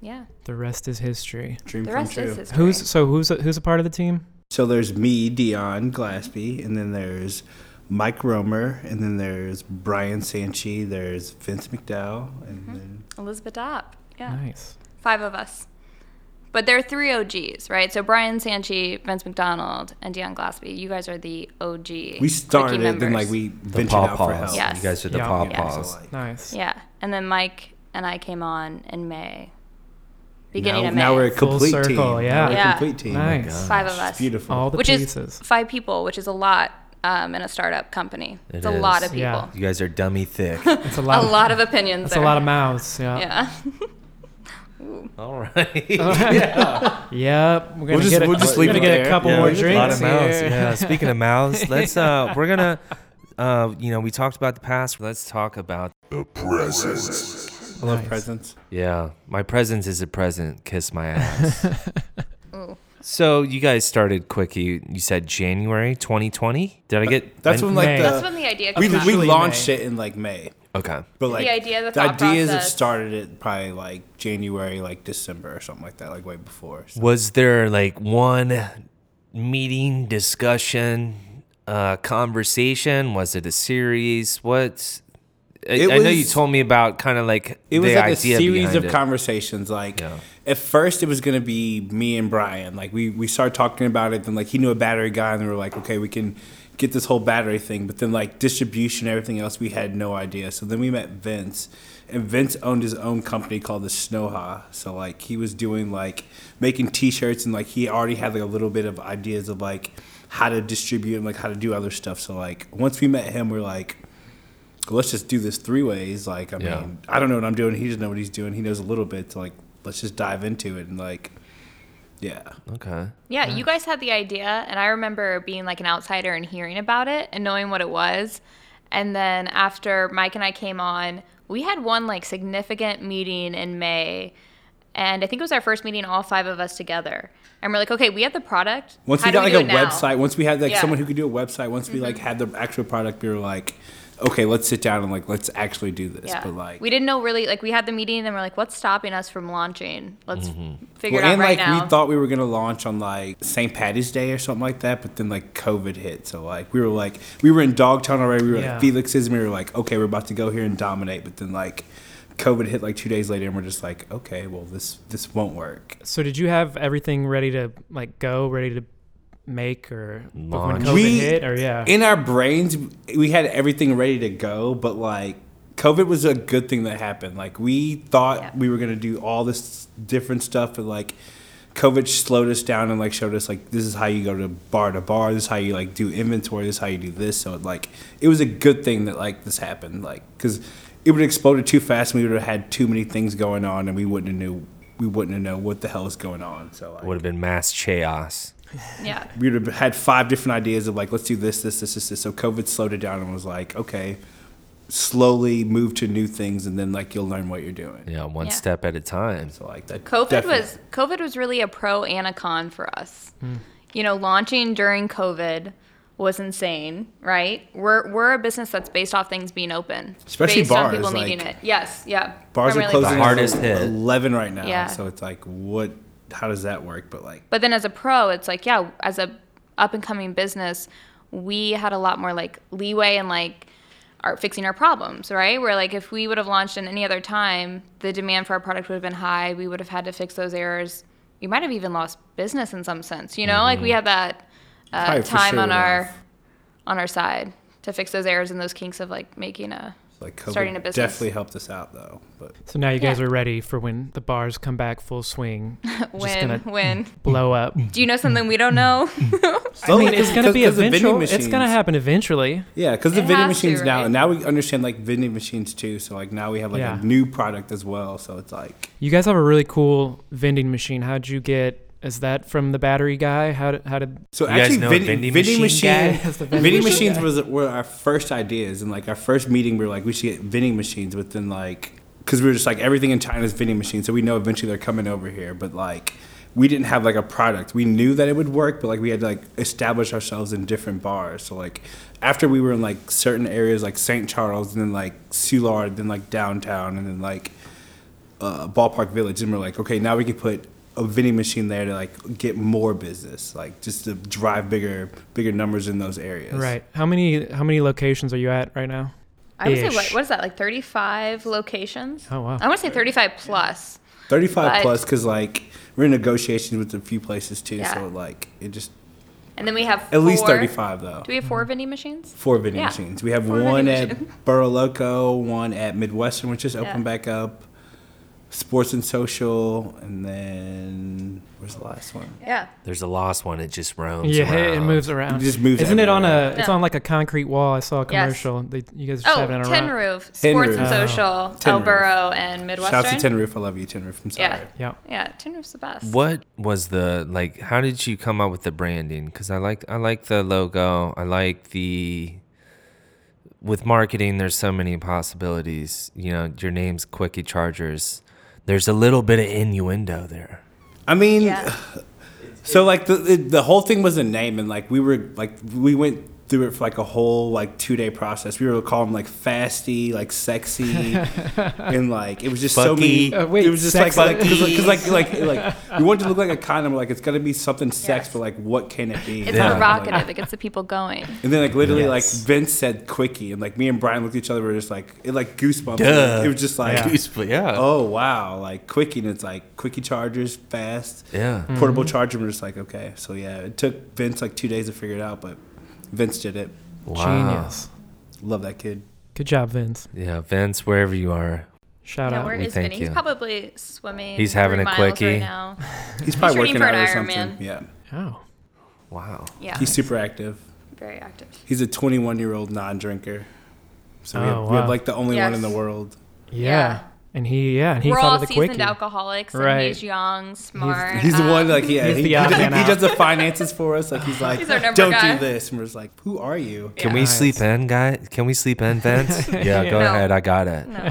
Speaker 2: yeah
Speaker 1: The rest is history.
Speaker 4: Dream
Speaker 2: the
Speaker 4: come
Speaker 2: rest
Speaker 4: true.
Speaker 2: is history
Speaker 1: Who's so who's a, who's a part of the team?
Speaker 4: So there's me, Dion Glasby, and then there's Mike Romer, and then there's Brian Sanchi, there's Vince McDowell, and
Speaker 2: Mm-hmm.
Speaker 4: then
Speaker 2: elizabeth dopp yeah
Speaker 1: Nice.
Speaker 2: five of us. But there are three OGs, right? So Brian Sanchi, Vince McDonald, and Dion Glasby. You guys are the OG.
Speaker 4: we started,
Speaker 2: Quickie
Speaker 4: it, then
Speaker 2: members.
Speaker 4: like we
Speaker 3: The
Speaker 4: ventured
Speaker 3: paw
Speaker 4: out for
Speaker 3: paws.
Speaker 4: help.
Speaker 2: Yes.
Speaker 3: You guys are the
Speaker 1: Yeah.
Speaker 3: paw
Speaker 2: Yeah.
Speaker 3: paws.
Speaker 4: So, like,
Speaker 1: Nice.
Speaker 2: Yeah, and then Mike and I came on in May, beginning
Speaker 4: now,
Speaker 2: of May.
Speaker 4: now we're a
Speaker 1: Full
Speaker 4: complete team.
Speaker 1: circle,
Speaker 4: Now
Speaker 1: yeah.
Speaker 4: we're a
Speaker 2: Yeah.
Speaker 4: complete team. Oh
Speaker 1: Nice.
Speaker 2: five of us,
Speaker 4: Beautiful.
Speaker 1: All the
Speaker 2: which
Speaker 1: pieces.
Speaker 2: is five people, which is a lot um, in a startup company.
Speaker 3: It
Speaker 2: it's a lot
Speaker 3: is.
Speaker 2: of people,
Speaker 1: Yeah.
Speaker 3: You guys are dummy thick.
Speaker 1: It's a
Speaker 2: a
Speaker 1: lot. Of,
Speaker 2: lot of opinions.
Speaker 1: It's a
Speaker 2: there.
Speaker 1: lot of mouths. Yeah.
Speaker 2: yeah.
Speaker 3: All right.
Speaker 1: Yep. We're gonna
Speaker 4: just-
Speaker 1: get a,
Speaker 4: we'll just
Speaker 1: we're
Speaker 4: leave
Speaker 1: gonna
Speaker 4: it
Speaker 1: get
Speaker 4: there.
Speaker 1: a couple
Speaker 4: Yeah,
Speaker 1: more
Speaker 4: we'll just
Speaker 1: drinks
Speaker 3: a lot of mouths.
Speaker 1: here.
Speaker 3: Yeah. Speaking of mouths, let's uh we're gonna uh, you know, we talked about the past. Let's talk about the present.
Speaker 4: I love presents.
Speaker 3: Yeah, my presence is a present. Kiss my ass. so you guys started quickie. You said January 2020. Did I get
Speaker 4: That's when like
Speaker 1: May.
Speaker 4: the
Speaker 1: That's
Speaker 2: when the idea
Speaker 4: we,
Speaker 2: came out.
Speaker 4: we
Speaker 1: Officially
Speaker 4: launched
Speaker 1: May.
Speaker 4: it in like May,
Speaker 3: okay.
Speaker 4: but like
Speaker 2: idea, the thought
Speaker 4: ideas have
Speaker 2: process.
Speaker 4: started it probably like January, like December or something like that, like way before. So
Speaker 3: Was there like one meeting, discussion, uh, conversation? Was it a series? What? I,
Speaker 4: It
Speaker 3: I know you
Speaker 4: was-
Speaker 3: told me about kind of like
Speaker 4: it was
Speaker 3: the
Speaker 4: like a
Speaker 3: idea
Speaker 4: series
Speaker 3: behind
Speaker 4: of
Speaker 3: it.
Speaker 4: conversations. Like
Speaker 3: Yeah.
Speaker 4: at first, it was gonna be me and Brian. Like we we started talking about it. Then like he knew a battery guy, and we were like, okay, we can get this whole battery thing. But then like distribution, and everything else, we had no idea. So then we met Vince, and Vince owned his own company called the Snowha. So like he was doing like making T-shirts, and like he already had like a little bit of ideas of like how to distribute and like how to do other stuff. So like once we met him, we we're like let's just do this three ways. Like, I
Speaker 3: Yeah.
Speaker 4: mean, I don't know what I'm doing. He doesn't know what he's doing. He knows a little bit. So, like, let's just dive into it. And, like, yeah.
Speaker 3: Okay.
Speaker 2: Yeah,
Speaker 4: Mm-hmm.
Speaker 2: you guys had the idea, and I remember being like an outsider and hearing about it and knowing what it was. And then after Mike and I came on, we had one like significant meeting in May. And I think it was our first meeting, all five of us together. And we're like, okay, we have the product.
Speaker 4: Once
Speaker 2: How
Speaker 4: we
Speaker 2: do
Speaker 4: got like
Speaker 2: do
Speaker 4: a
Speaker 2: it now?
Speaker 4: website, once we had like
Speaker 2: Yeah. Mm-hmm.
Speaker 4: someone who could do a website, once we like had the actual product, we were like, okay, let's sit down and like, let's actually do this.
Speaker 2: Yeah.
Speaker 4: But, like,
Speaker 2: we didn't know really, like, we had the meeting and we're like, what's stopping us from launching? Let's figure
Speaker 4: Mm-hmm. well,
Speaker 2: it out
Speaker 4: and
Speaker 2: right
Speaker 4: like
Speaker 2: now.
Speaker 4: we thought we were gonna launch on like St. Patty's Day or something like that, but then like COVID hit, so like we were like we were in Dogtown already. We were
Speaker 1: Yeah.
Speaker 4: at Felix's, and we were like, okay, we're about to go here and dominate, but then like COVID hit like two days later, and we're just like, okay, well this this won't work.
Speaker 1: So did you have everything ready to like go, ready to make or but when
Speaker 3: Launch.
Speaker 1: COVID
Speaker 4: We-
Speaker 1: hit or yeah?
Speaker 4: In our brains, we had everything ready to go, but like COVID was a good thing that happened. Like we thought
Speaker 2: Yeah.
Speaker 4: we were gonna do all this different stuff, and like COVID slowed us down and like showed us like this is how you go to bar to bar, this is how you like do inventory, this is how you do this. So like it was a good thing that like this happened, like because it would have exploded too fast, and we would have had too many things going on, and we wouldn't have knew we wouldn't have known what the hell is going on. So like,
Speaker 3: Would have been mass chaos.
Speaker 2: yeah.
Speaker 4: we would have had five different ideas of like, let's do this, this, this, this, this. So COVID slowed it down and was like, okay, slowly move to new things, and then like you'll learn what you're doing.
Speaker 3: Yeah, one
Speaker 2: Yeah.
Speaker 3: step at a time.
Speaker 4: So like that.
Speaker 2: COVID
Speaker 4: definitely- Hmm.
Speaker 2: was COVID was really a pro and a con for us. You know, launching during COVID was insane, right? We're we're a business that's based off things being open,
Speaker 4: Especially
Speaker 2: based on
Speaker 4: bars,
Speaker 2: people
Speaker 4: like-
Speaker 2: needing it. Yes, yeah.
Speaker 4: bars are
Speaker 2: primarily
Speaker 3: The
Speaker 4: closing. at
Speaker 3: hardest hit.
Speaker 4: Eleven right now.
Speaker 2: Yeah.
Speaker 4: So it's like, what? How does that work? But like,
Speaker 2: But then as a pro, it's like, yeah, as a up and coming business, we had a lot more like leeway and like our fixing our problems, right? Where like if we would have launched in any other time, the demand for our product would have been high. We would have had to fix those errors. We might have even lost business in some sense, you know? Like we had that uh,
Speaker 4: Mm-hmm. Probably for
Speaker 2: time
Speaker 4: sure
Speaker 2: on
Speaker 4: would
Speaker 2: our
Speaker 4: have.
Speaker 2: on our side to fix those errors and those kinks of like making a
Speaker 4: like COVID
Speaker 2: Starting a business.
Speaker 4: definitely helped us out though. But
Speaker 1: So now you guys
Speaker 2: Yeah.
Speaker 1: are ready for when the bars come back full swing. Just
Speaker 2: win
Speaker 1: gonna
Speaker 2: win.
Speaker 1: blow up.
Speaker 2: Do you know something we don't know?
Speaker 1: I mean, it's gonna
Speaker 4: Because-
Speaker 1: be
Speaker 4: because the vending
Speaker 1: eventual. It's gonna
Speaker 4: machines-
Speaker 1: happen eventually.
Speaker 4: Yeah, because the
Speaker 2: It
Speaker 4: vending
Speaker 2: has to,
Speaker 4: machines now,
Speaker 2: right?
Speaker 4: and now we understand like vending machines too. So like now we have like
Speaker 1: Yeah.
Speaker 4: a new product as well. So it's like
Speaker 1: You guys have a really cool vending machine. How'd you get? Is that from the battery guy? How did, how did
Speaker 4: So
Speaker 3: You guys
Speaker 4: actually,
Speaker 3: know a
Speaker 4: vending,
Speaker 3: vending
Speaker 4: vending
Speaker 3: machine guy?
Speaker 4: machine,
Speaker 1: That's the vending
Speaker 4: vending,
Speaker 1: machine
Speaker 4: machines was were our first ideas, and like our first meeting, we were like, we should get vending machines, but then like, because we were just like, everything in China is vending machines, so we know eventually they're coming over here, but like, we didn't have like a product. We knew that it would work, but like we had to like establish ourselves in different bars. So like, after we were in like certain areas, like St. Charles, and then like Soulard, then like downtown, and then like uh, ballpark village and we're like okay now we can put a vending machine there to like get more business like just to drive bigger bigger numbers in those areas
Speaker 1: right? How many how many locations are you at right now?
Speaker 2: I would say
Speaker 1: Ish.
Speaker 2: what, what is that like 35 locations?
Speaker 1: Oh, wow.
Speaker 2: I want to say 35 plus.
Speaker 4: 35
Speaker 2: But-
Speaker 4: plus because like we're in negotiations with a few places too
Speaker 2: Yeah.
Speaker 4: so like it just
Speaker 2: And then we have
Speaker 4: at least
Speaker 2: four-
Speaker 4: 35 though
Speaker 2: Do we have
Speaker 1: Mm-hmm.
Speaker 2: four vending machines?
Speaker 4: four vending
Speaker 2: Yeah.
Speaker 4: machines we have
Speaker 2: Four vending
Speaker 4: one at
Speaker 2: machines.
Speaker 4: Burro Loco one at Midwestern which just opened
Speaker 2: Yeah.
Speaker 4: back up sports and social and then where's the last one
Speaker 2: Yeah.
Speaker 3: There's a lost one. It just roams.
Speaker 1: Yeah, it
Speaker 3: around.
Speaker 1: moves around.
Speaker 4: It just moves
Speaker 1: Isn't it on a?
Speaker 4: everywhere.
Speaker 1: It's
Speaker 2: No.
Speaker 1: on like a concrete wall. I saw a commercial. They, you guys are just
Speaker 2: Oh,
Speaker 1: having it on a
Speaker 2: Tin
Speaker 1: rock.
Speaker 2: Roof,
Speaker 4: Tin
Speaker 2: Sports
Speaker 4: Roof.
Speaker 2: and
Speaker 1: Oh.
Speaker 2: Social,
Speaker 4: Tin
Speaker 2: El
Speaker 4: Roof.
Speaker 2: Burro, and
Speaker 4: shout
Speaker 2: Midwestern.
Speaker 4: out to Tin Roof I love you Tin Roof I'm sorry
Speaker 2: Yeah.
Speaker 1: Yeah.
Speaker 2: Yeah, Tin Roof's the best.
Speaker 3: What was the like? How did you come up with the branding? Because I like I like the logo. I like the with marketing, there's so many possibilities. You know, your name's Quickie Chargers. There's a little bit of innuendo there.
Speaker 4: I mean,
Speaker 2: Yeah.
Speaker 4: so like the the- the whole thing was a name, and like we were like we went through it for like a whole like two day process. We were calling them like fasty, like sexy, and like it was just so many.
Speaker 3: Fucky.
Speaker 1: Uh, wait,
Speaker 4: it was just like
Speaker 1: sexy.
Speaker 4: because like like like we wanted to look like a condom. Like it's gonna be something sex,
Speaker 2: Yes.
Speaker 4: but like what can it be?
Speaker 2: It's
Speaker 3: Yeah.
Speaker 2: provocative. It gets the people going.
Speaker 4: And then like literally
Speaker 3: Yes.
Speaker 4: like Vince said quickie, and like me and Brian looked at each other. We were just like it like goosebumps.
Speaker 3: Duh.
Speaker 4: It was just like.
Speaker 3: Goosebumps, yeah.
Speaker 4: Oh wow! Like quickie, and it's like quickie chargers, fast,
Speaker 3: Yeah.
Speaker 4: portable
Speaker 2: Mm-hmm.
Speaker 4: charger. We're just like, okay, so yeah, it took Vince like two days to figure it out, but Vince did it.
Speaker 3: Wow.
Speaker 1: Genius.
Speaker 4: Love that kid.
Speaker 1: Good job, Vince.
Speaker 3: Yeah, Vince, wherever you are,
Speaker 1: Shout
Speaker 2: Now,
Speaker 1: out.
Speaker 2: where
Speaker 3: we
Speaker 2: is
Speaker 3: thank
Speaker 2: Vinny? He's
Speaker 3: you.
Speaker 2: probably swimming.
Speaker 3: He's having
Speaker 2: three
Speaker 3: a
Speaker 2: miles
Speaker 3: quickie.
Speaker 2: right now.
Speaker 4: He's probably
Speaker 2: shooting
Speaker 4: working
Speaker 2: for
Speaker 4: out
Speaker 2: an
Speaker 4: or
Speaker 2: Iron Man.
Speaker 4: something. Yeah,
Speaker 1: Oh.
Speaker 3: wow.
Speaker 2: Yeah,
Speaker 4: he's super active.
Speaker 2: very active.
Speaker 4: He's a 21 year old non-drinker, so we,
Speaker 1: Oh,
Speaker 4: have, we have
Speaker 1: wow.
Speaker 4: like the only one in the
Speaker 2: Yes.
Speaker 4: world.
Speaker 1: Yeah.
Speaker 2: Yeah.
Speaker 1: And he, yeah, and he
Speaker 2: We're
Speaker 1: thought
Speaker 2: all
Speaker 1: of the
Speaker 2: seasoned
Speaker 1: quickie.
Speaker 2: alcoholics, and
Speaker 1: Right.
Speaker 2: he's young, smart.
Speaker 4: He's the one
Speaker 2: um,
Speaker 4: like yeah,
Speaker 1: He's
Speaker 4: he,
Speaker 1: the
Speaker 4: he,
Speaker 1: odd
Speaker 4: does-
Speaker 1: man
Speaker 4: he
Speaker 1: out.
Speaker 4: does the finances for us. Like he's like,
Speaker 2: He's our number
Speaker 4: don't
Speaker 2: guy."
Speaker 4: do this, and we're just like, who are you?
Speaker 3: Can
Speaker 2: Yeah.
Speaker 3: we
Speaker 1: Nice.
Speaker 3: sleep in, guy? Can we sleep in, Vince? yeah, go
Speaker 2: No.
Speaker 3: ahead. I got it.
Speaker 2: No.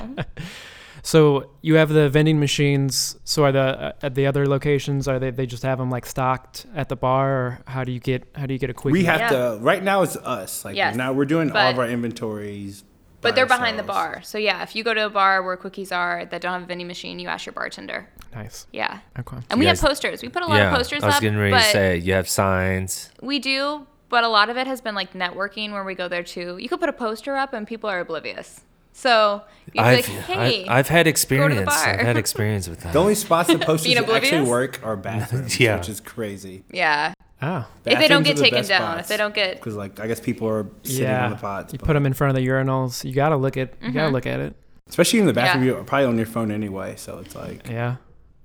Speaker 1: So you have the vending machines. So are the uh, at the other locations? Are they they just have them like stocked at the bar, or how do you get how do you get a quickie?
Speaker 4: We have
Speaker 2: Yeah.
Speaker 4: to. Right now, it's us. Like
Speaker 2: Yes,
Speaker 4: now, we're doing all of
Speaker 2: but-
Speaker 4: our inventories.
Speaker 2: But
Speaker 4: by
Speaker 2: they're behind the
Speaker 4: ourselves.
Speaker 2: bar. So yeah, if you go to a bar where quickies are that don't have a vending machine, you ask your bartender.
Speaker 1: nice.
Speaker 2: Yeah.
Speaker 1: Okay.
Speaker 2: And we
Speaker 3: You
Speaker 2: have
Speaker 3: guys-
Speaker 2: posters. We put a lot
Speaker 3: Yeah,
Speaker 2: of posters
Speaker 3: I was
Speaker 2: up.
Speaker 3: getting ready
Speaker 2: but
Speaker 3: to say you have signs.
Speaker 2: We do, but a lot of it has been like networking where we go there too. You could put a poster up and people are oblivious. So you'd be like,
Speaker 3: I've,
Speaker 2: hey.
Speaker 3: I, have had experience. I've
Speaker 2: bar.
Speaker 3: had experience with that.
Speaker 4: The only spots the posters
Speaker 2: Being
Speaker 4: that actually
Speaker 2: oblivious?
Speaker 4: work are bathrooms,
Speaker 3: Yeah.
Speaker 4: which is crazy.
Speaker 2: yeah.
Speaker 1: Ah.
Speaker 2: If they don't get taken down, if they don't get-
Speaker 4: because like I guess people are sitting
Speaker 1: yeah.
Speaker 4: on the pots,
Speaker 1: you
Speaker 4: but-
Speaker 1: put them in front of the urinals. You gotta look at you
Speaker 2: Mm-hmm.
Speaker 1: gotta look at it.
Speaker 4: especially in the bathroom.
Speaker 2: Yeah.
Speaker 4: You're probably on your phone anyway, so it's like
Speaker 1: Yeah.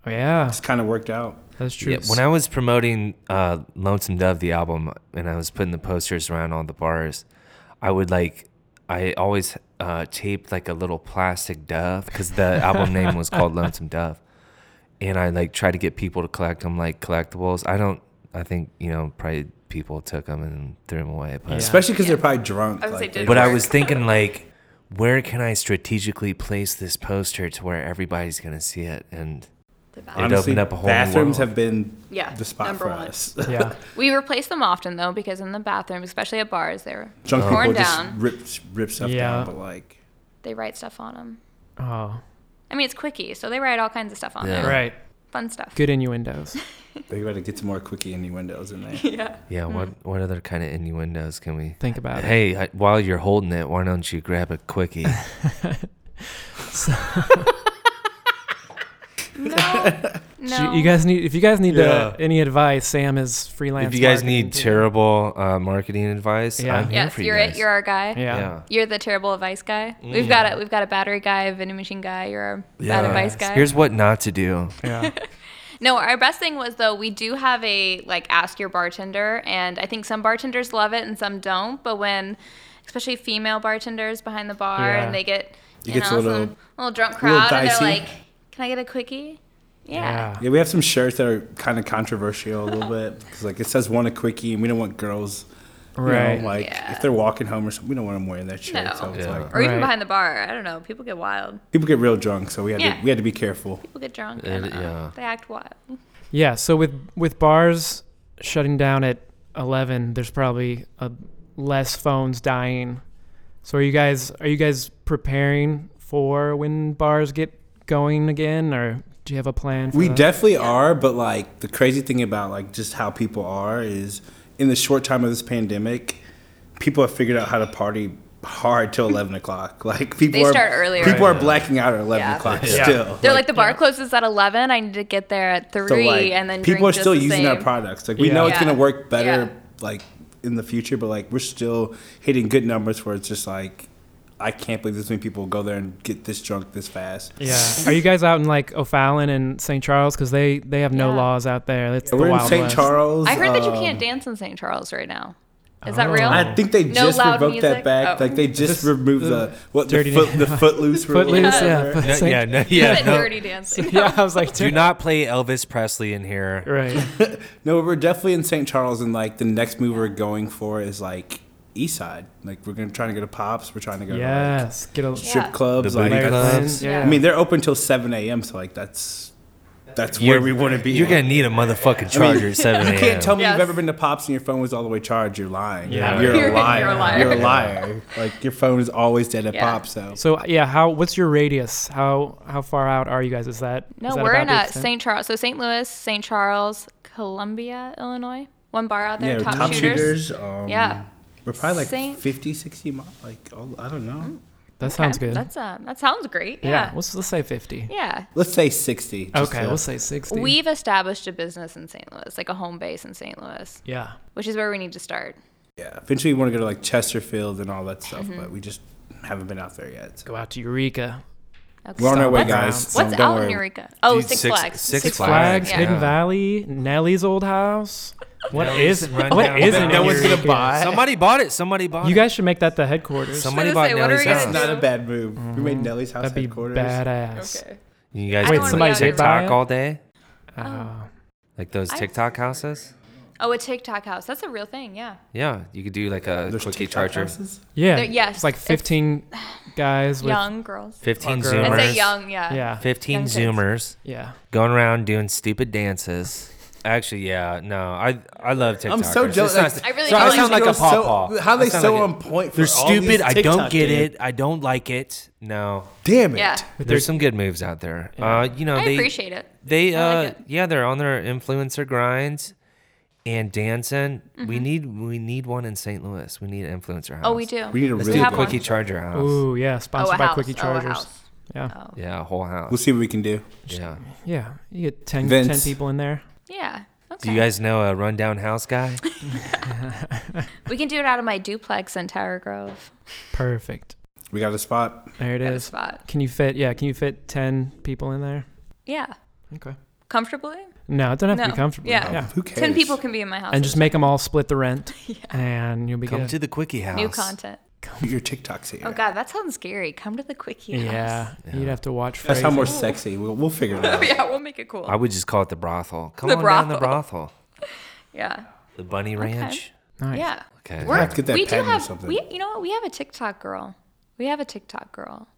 Speaker 1: Oh, yeah.
Speaker 4: it's kind of worked out.
Speaker 1: That's true.
Speaker 3: Yeah, when I was promoting uh, Lonesome Dove, the album, and I was putting the posters around all the bars, I would like, I always uh, taped like a little plastic dove because the album name was called Lonesome Dove. And I like tried to get people to collect them like collectibles. I don't, I think, you know, probably people took them and threw them away. But,
Speaker 1: Yeah.
Speaker 4: Especially because they're probably drunk.
Speaker 2: I would say
Speaker 4: like, they-
Speaker 2: did-
Speaker 3: but I
Speaker 2: work.
Speaker 3: was thinking, like, where can I strategically place this poster to where everybody's going to see it? And it
Speaker 4: honestly,
Speaker 3: opened up a whole new
Speaker 4: bathrooms
Speaker 3: world.
Speaker 4: have been
Speaker 2: Yeah,
Speaker 4: the spot
Speaker 2: number
Speaker 4: for
Speaker 2: one.
Speaker 4: us.
Speaker 1: yeah.
Speaker 2: We replace them often though, because in the bathroom, especially at bars, they're
Speaker 4: Drunk
Speaker 2: torn
Speaker 4: people just
Speaker 2: down.
Speaker 4: rip rip stuff
Speaker 1: Yeah.
Speaker 4: down, but like
Speaker 2: They write stuff on them.
Speaker 1: Oh.
Speaker 2: I mean, it's quickie, so they write all kinds of stuff on
Speaker 3: Yeah.
Speaker 2: there.
Speaker 1: Right.
Speaker 2: Fun stuff.
Speaker 1: Good innuendos.
Speaker 4: they gotta get some more quickie innuendos in there.
Speaker 2: Yeah.
Speaker 3: Yeah, what what other kind of innuendos can we
Speaker 1: Think about it.
Speaker 3: Hey, I, while you're holding it, why don't you grab a quickie?
Speaker 2: No.
Speaker 1: You- You guys need if you guys need uh,
Speaker 3: Yeah.
Speaker 1: any advice, Sam is freelance.
Speaker 3: if you guys
Speaker 1: marketing
Speaker 3: need
Speaker 1: too.
Speaker 3: terrible uh, marketing advice,
Speaker 1: Yeah.
Speaker 3: I'm here
Speaker 2: yes,
Speaker 3: for
Speaker 2: you're
Speaker 3: you guys.
Speaker 2: it. You're our guy.
Speaker 1: Yeah.
Speaker 2: You're the terrible advice guy. We've got a we've got a battery guy, a vending machine guy. You're our
Speaker 3: Yeah.
Speaker 2: bad advice guy.
Speaker 3: Here's what not to do.
Speaker 1: Yeah.
Speaker 2: no, our best thing was though we do have a like ask your bartender, and I think some bartenders love it and some don't. But when, especially female bartenders behind the bar,
Speaker 1: Yeah.
Speaker 2: and they get you
Speaker 4: gets a
Speaker 2: know
Speaker 4: little-
Speaker 2: some little drunk
Speaker 4: little
Speaker 2: crowd, and they're
Speaker 4: dicey.
Speaker 2: like, "Can I get a quickie?" Yeah.
Speaker 1: Yeah.
Speaker 4: Yeah, we have some shirts that are kind of controversial a little bit because, like, it says "want a quickie," and we don't want girls, you know,
Speaker 1: Right.
Speaker 4: like,
Speaker 2: Yeah.
Speaker 4: if they're walking home or something, we don't want them wearing that shirt.
Speaker 2: No.
Speaker 4: So it's
Speaker 3: Yeah.
Speaker 4: like,
Speaker 2: Or even
Speaker 1: Right.
Speaker 2: behind the bar. I don't know. People get wild.
Speaker 4: people get real drunk, so we had
Speaker 2: Yeah.
Speaker 4: to we had to be careful.
Speaker 2: People get drunk.
Speaker 3: Uh,
Speaker 2: and, uh,
Speaker 3: yeah.
Speaker 2: They act wild.
Speaker 1: Yeah. So with with bars shutting down at eleven, there's probably uh less phones dying. So are you guys are you guys preparing for when bars get going again, or do you have a plan? For
Speaker 4: We
Speaker 1: that?
Speaker 4: definitely are, but like the crazy thing about like just how people are is in the short time of this pandemic, people have figured out how to party hard till eleven o'clock. Like people
Speaker 2: They
Speaker 4: are
Speaker 2: start earlier.
Speaker 4: People are blacking out at eleven
Speaker 2: Yeah.
Speaker 4: o'clock
Speaker 1: Yeah.
Speaker 4: still.
Speaker 2: They're like, the bar closes at eleven. I need to get there at three,
Speaker 4: So, like,
Speaker 2: and then
Speaker 4: people
Speaker 2: drink
Speaker 4: are still
Speaker 2: just the
Speaker 4: using our
Speaker 2: same.
Speaker 4: products. Like we
Speaker 1: Yeah.
Speaker 4: know it's
Speaker 2: Yeah.
Speaker 4: gonna work better
Speaker 2: Yeah.
Speaker 4: like in the future, but like we're still hitting good numbers where it's just like I can't believe this many people go there and get this drunk this fast.
Speaker 1: Yeah. Are you guys out in like O'Fallon and St. Charles? Because they they have no
Speaker 2: Yeah.
Speaker 1: laws out there. That's the
Speaker 4: We're in
Speaker 1: wild
Speaker 4: St.
Speaker 1: west.
Speaker 4: Charles.
Speaker 2: I heard that you
Speaker 4: um,
Speaker 2: can't dance in St. Charles right now. Is that
Speaker 1: Oh.
Speaker 2: real?
Speaker 4: I think they
Speaker 2: No
Speaker 4: just
Speaker 2: loud
Speaker 4: revoked
Speaker 2: music?
Speaker 4: that back.
Speaker 2: Oh.
Speaker 4: Like they just removed the what the
Speaker 1: Dirty
Speaker 4: foot, the footloose rule.
Speaker 1: Footloose. Yeah. but
Speaker 3: Yeah,
Speaker 1: St.
Speaker 3: yeah, no,
Speaker 2: You
Speaker 3: yeah.
Speaker 2: said
Speaker 3: no.
Speaker 2: dirty dancing.
Speaker 1: yeah. I was like,
Speaker 3: Do not play Elvis Presley in here.
Speaker 1: Right.
Speaker 4: No, we're definitely in St. Charles, and like the next move we're going for is like East Side. Like we're gonna trying to go to Pops. We're trying to go
Speaker 1: yes, get a
Speaker 4: to like, strip
Speaker 2: Yeah.
Speaker 4: clubs.
Speaker 3: The booty
Speaker 4: like,
Speaker 1: Larry
Speaker 3: club.
Speaker 1: Flynn,
Speaker 3: clubs.
Speaker 1: Yeah.
Speaker 4: I mean, they're open till seven a.m. So like that's that's where we want to be.
Speaker 3: You're gonna need a motherfucking charger at seven a.m.
Speaker 4: You can't tell me
Speaker 2: Yes.
Speaker 4: you've ever been to Pops and your phone was all the way charged. You're lying.
Speaker 1: Yeah.
Speaker 4: You're,
Speaker 2: You're-
Speaker 4: a liar.
Speaker 2: you're a liar.
Speaker 4: You're a liar. like your phone is always dead at
Speaker 2: Yeah.
Speaker 4: Pops. So
Speaker 1: So yeah, how what's your radius? How how far out are you guys? Is that
Speaker 2: No,
Speaker 1: is that
Speaker 2: we're
Speaker 1: about
Speaker 2: in
Speaker 1: the
Speaker 2: uh,
Speaker 1: extent?
Speaker 2: St. Charles. So St. Louis, St. Charles, Columbia, Illinois. One bar out there,
Speaker 4: yeah,
Speaker 2: top, shooters.
Speaker 4: shooters. um,
Speaker 2: Yeah.
Speaker 4: We're probably like
Speaker 2: Saint- Mm.
Speaker 4: 50, 60 miles. Like all, I don't know.
Speaker 1: That sounds good.
Speaker 2: That's uh, that sounds great.
Speaker 1: yeah.
Speaker 2: Yeah.
Speaker 1: Let's let's say fifty.
Speaker 2: Yeah.
Speaker 4: Let's say sixty. just
Speaker 1: okay,
Speaker 4: to-
Speaker 1: we'll say sixty.
Speaker 2: We've established a business in St. Louis, like a home base in St. Louis,
Speaker 1: yeah.
Speaker 2: which is where we need to start.
Speaker 4: yeah. Eventually, we want to go to like Chesterfield and all that stuff,
Speaker 2: Mm-hmm.
Speaker 4: but we just haven't been out there yet. So.
Speaker 1: Go out to Eureka.
Speaker 2: Okay.
Speaker 4: We're on our way,
Speaker 1: What's-
Speaker 4: guys. so
Speaker 2: What's
Speaker 4: don't
Speaker 2: out
Speaker 4: worry.
Speaker 2: in Eureka? Oh,
Speaker 3: Dude,
Speaker 2: Six
Speaker 3: Six-
Speaker 2: Flags.
Speaker 3: Six Flags.
Speaker 1: Flags,
Speaker 2: Yeah.
Speaker 1: Hidden
Speaker 3: yeah.
Speaker 1: Valley, Nelly's old house. What
Speaker 3: Nelly's
Speaker 1: is it?
Speaker 3: run down
Speaker 1: What is it?
Speaker 3: valley. No one's gonna
Speaker 1: buy.
Speaker 3: Somebody bought it. Somebody bought
Speaker 1: You
Speaker 3: it.
Speaker 1: guys should make that the headquarters.
Speaker 2: I
Speaker 3: Somebody
Speaker 2: was
Speaker 3: bought
Speaker 2: gonna say, what are
Speaker 3: Nelly's
Speaker 2: we gonna
Speaker 4: That's
Speaker 3: house.
Speaker 2: do?
Speaker 4: not a bad move. We made Nelly's house
Speaker 1: Mm-hmm. That'd be
Speaker 4: headquarters.
Speaker 1: badass.
Speaker 2: Okay.
Speaker 3: You guys
Speaker 2: I
Speaker 1: Wait,
Speaker 3: been
Speaker 1: somebody
Speaker 3: on
Speaker 1: did buy
Speaker 3: TikTok
Speaker 1: it?
Speaker 3: all day,
Speaker 1: Oh.
Speaker 3: like those TikTok houses.
Speaker 2: Oh, a TikTok house. That's a real thing. Yeah.
Speaker 3: Yeah, you could do like a
Speaker 4: There's
Speaker 3: quickie
Speaker 4: TikTok
Speaker 3: charger.
Speaker 4: houses?
Speaker 1: yeah.
Speaker 2: There- yes,
Speaker 1: It's like
Speaker 2: it's-
Speaker 1: 15 guys with.
Speaker 2: Young girls.
Speaker 3: Fifteen
Speaker 1: Fucker.
Speaker 2: I'd
Speaker 3: zoomers.
Speaker 2: say young. Yeah.
Speaker 1: Yeah.
Speaker 3: Fifteen
Speaker 2: Young kids.
Speaker 3: zoomers
Speaker 1: Yeah.
Speaker 3: going around doing stupid dances. Actually, yeah, no, I I love TikTok.
Speaker 4: I'm so jealous.
Speaker 2: I really
Speaker 3: so I
Speaker 2: don't
Speaker 3: sound
Speaker 2: like
Speaker 3: like a
Speaker 4: girls so-
Speaker 3: pawpaw.
Speaker 4: how they
Speaker 3: I sound
Speaker 4: so
Speaker 3: like a-
Speaker 4: on point for
Speaker 3: They're
Speaker 4: all these
Speaker 3: stupid. I don't
Speaker 4: TikTok
Speaker 3: get
Speaker 4: dudes.
Speaker 3: it. I don't like it. No,
Speaker 4: Damn it.
Speaker 2: Yeah.
Speaker 3: there's some good moves out there. Uh, you know,
Speaker 2: I
Speaker 3: they
Speaker 2: appreciate it.
Speaker 3: they
Speaker 2: I
Speaker 3: uh
Speaker 2: like it.
Speaker 3: yeah they're on their influencer grinds and dancing. We need we need one in St. Louis. We need an influencer
Speaker 2: Mm-hmm.
Speaker 3: house.
Speaker 2: Oh, we do.
Speaker 4: We need a
Speaker 3: Let's
Speaker 4: really
Speaker 3: do a
Speaker 2: have
Speaker 4: good
Speaker 2: one.
Speaker 3: quickie charger house.
Speaker 1: Ooh, yeah.
Speaker 2: Oh,
Speaker 1: Sponsored
Speaker 2: a
Speaker 1: by
Speaker 2: house.
Speaker 1: Quickie
Speaker 2: Oh, a
Speaker 1: Chargers.
Speaker 2: house.
Speaker 1: Yeah.
Speaker 2: Oh.
Speaker 3: Yeah, a whole house.
Speaker 4: We'll see what we can do.
Speaker 3: yeah.
Speaker 1: Yeah. You get 10,
Speaker 4: Vince.
Speaker 1: 10 people in there.
Speaker 2: Yeah. Okay.
Speaker 3: Do you guys know a rundown house guy?
Speaker 2: we can do it out of my duplex in Tower Grove.
Speaker 1: Perfect.
Speaker 4: We got a spot.
Speaker 1: There it
Speaker 2: Got a
Speaker 1: is.
Speaker 2: spot.
Speaker 1: Can you fit? Yeah. Can you fit 10 people in there?
Speaker 2: Yeah.
Speaker 1: Okay.
Speaker 2: Comfortably.
Speaker 1: No, it doesn't have to
Speaker 2: No.
Speaker 1: be comfortable.
Speaker 2: Yeah.
Speaker 1: yeah.
Speaker 4: Who cares?
Speaker 2: Ten people can be in my house.
Speaker 1: And just make them all split the rent. And you'll be
Speaker 3: Come
Speaker 1: good.
Speaker 3: to the quickie house.
Speaker 2: new content.
Speaker 4: your TikToks here.
Speaker 2: Oh God, that sounds scary. Come to the quickie house.
Speaker 1: yeah, You'd have to watch
Speaker 4: That's how
Speaker 1: Frasier.
Speaker 4: we're sexy. We'll, we'll figure it out.
Speaker 2: yeah, we'll make it cool.
Speaker 3: I would just call it the brothel. Come
Speaker 2: The
Speaker 3: on down the brothel.
Speaker 2: yeah.
Speaker 3: The bunny ranch.
Speaker 1: Nice.
Speaker 2: Yeah.
Speaker 3: Okay.
Speaker 2: We're-
Speaker 4: have to get that
Speaker 2: we do
Speaker 4: patent or
Speaker 2: have
Speaker 4: something.
Speaker 2: we you know what? We have a TikTok girl. We have a TikTok girl.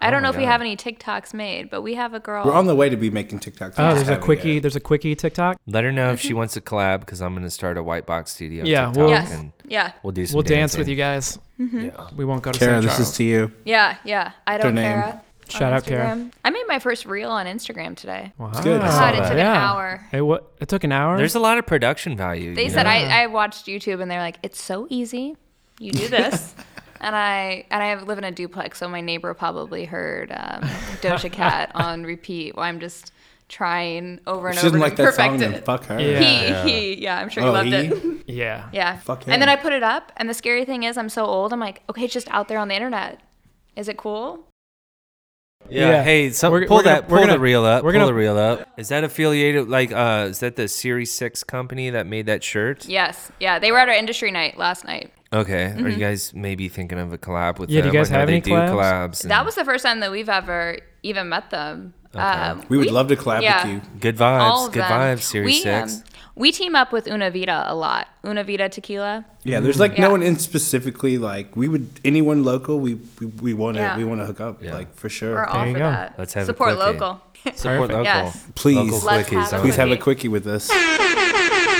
Speaker 2: I don't
Speaker 3: my
Speaker 2: know if we
Speaker 3: God.
Speaker 2: have any TikToks made, but we have a girl.
Speaker 4: We're on the way to be making TikToks. We
Speaker 1: Oh,
Speaker 4: just
Speaker 1: there's a
Speaker 4: haven't
Speaker 1: quickie.
Speaker 4: yet.
Speaker 1: There's a quickie TikTok.
Speaker 3: Let her know if she wants to collab because I'm gonna start a white box studio.
Speaker 1: Yeah,
Speaker 3: TikTok
Speaker 1: we'll-
Speaker 2: Mhm. yes.
Speaker 3: and
Speaker 2: Yeah.
Speaker 3: we'll do some.
Speaker 1: We'll dance with you guys.
Speaker 2: Mm-hmm.
Speaker 1: We won't go to
Speaker 4: Kara,
Speaker 1: St.
Speaker 4: this
Speaker 1: Charles.
Speaker 4: is to you.
Speaker 2: Yeah, yeah. I don't
Speaker 4: name.
Speaker 2: Kara. on
Speaker 1: Shout out Kara.
Speaker 2: Instagram. I made my first reel on Instagram today.
Speaker 1: Wow.
Speaker 4: good. I saw
Speaker 2: God, it
Speaker 4: that.
Speaker 2: took an
Speaker 1: Ah. Yeah.
Speaker 2: hour.
Speaker 1: It, wa- it took an hour.
Speaker 3: There's a lot of production value.
Speaker 2: They
Speaker 3: you
Speaker 2: said
Speaker 3: know?
Speaker 2: I, I watched YouTube and they're like, it's so easy. You do this. and I and I live in a duplex, so my neighbor probably heard um, Doja Cat on repeat while I'm just trying over and
Speaker 4: If she
Speaker 2: over to
Speaker 4: doesn't like that
Speaker 2: perfect
Speaker 4: song, then
Speaker 2: it.
Speaker 4: fuck her.
Speaker 1: Yeah.
Speaker 2: He he yeah, I'm sure he
Speaker 4: Oh,
Speaker 2: loved
Speaker 4: he?
Speaker 2: it.
Speaker 1: yeah.
Speaker 2: Yeah.
Speaker 4: Fuck
Speaker 2: and then I
Speaker 4: him.
Speaker 2: put it up and the scary thing is I'm so old, I'm like, okay, it's just out there on the internet. Is it cool?
Speaker 3: Yeah.
Speaker 1: Yeah.
Speaker 3: Hey, so
Speaker 1: We're-
Speaker 3: pull
Speaker 1: we're gonna-
Speaker 3: that.
Speaker 1: we're
Speaker 3: pull the
Speaker 1: gonna-
Speaker 3: reel up.
Speaker 1: we're
Speaker 3: pull
Speaker 1: gonna-
Speaker 3: the reel up. Is that affiliated? Like, uh, is that the Series Six company that made that shirt?
Speaker 2: Yes. Yeah. They were at our industry night last night.
Speaker 3: Okay. Are
Speaker 2: Mm-hmm.
Speaker 3: you guys maybe thinking of a collab with
Speaker 1: Yeah, do
Speaker 3: them?
Speaker 1: you guys
Speaker 3: I know
Speaker 1: have
Speaker 3: they
Speaker 1: any
Speaker 3: do
Speaker 1: collabs?
Speaker 3: collabs? and
Speaker 2: That was the first time that we've ever even met them. Um,
Speaker 4: We would love to collab
Speaker 2: yeah.
Speaker 4: with you.
Speaker 3: good vibes.
Speaker 2: all of
Speaker 3: good
Speaker 2: them.
Speaker 3: vibes. Series
Speaker 2: we,
Speaker 3: Six.
Speaker 2: um, we team up with Una Vida a lot. Una Vida Tequila.
Speaker 4: Yeah, there's like
Speaker 2: Yeah.
Speaker 4: no one in specifically like we would anyone local we we, we want to
Speaker 2: Yeah.
Speaker 4: we want to hook up like for
Speaker 2: We're
Speaker 4: sure.
Speaker 2: all
Speaker 1: you
Speaker 2: for
Speaker 1: go.
Speaker 2: that.
Speaker 3: Let's have a
Speaker 2: support
Speaker 3: quickie.
Speaker 2: local.
Speaker 3: Support local.
Speaker 2: Yes.
Speaker 4: Please.
Speaker 3: Local
Speaker 2: Let's
Speaker 3: quickies.
Speaker 2: have a
Speaker 3: I'm
Speaker 4: Please have a
Speaker 2: Quickie.
Speaker 4: quickie with us.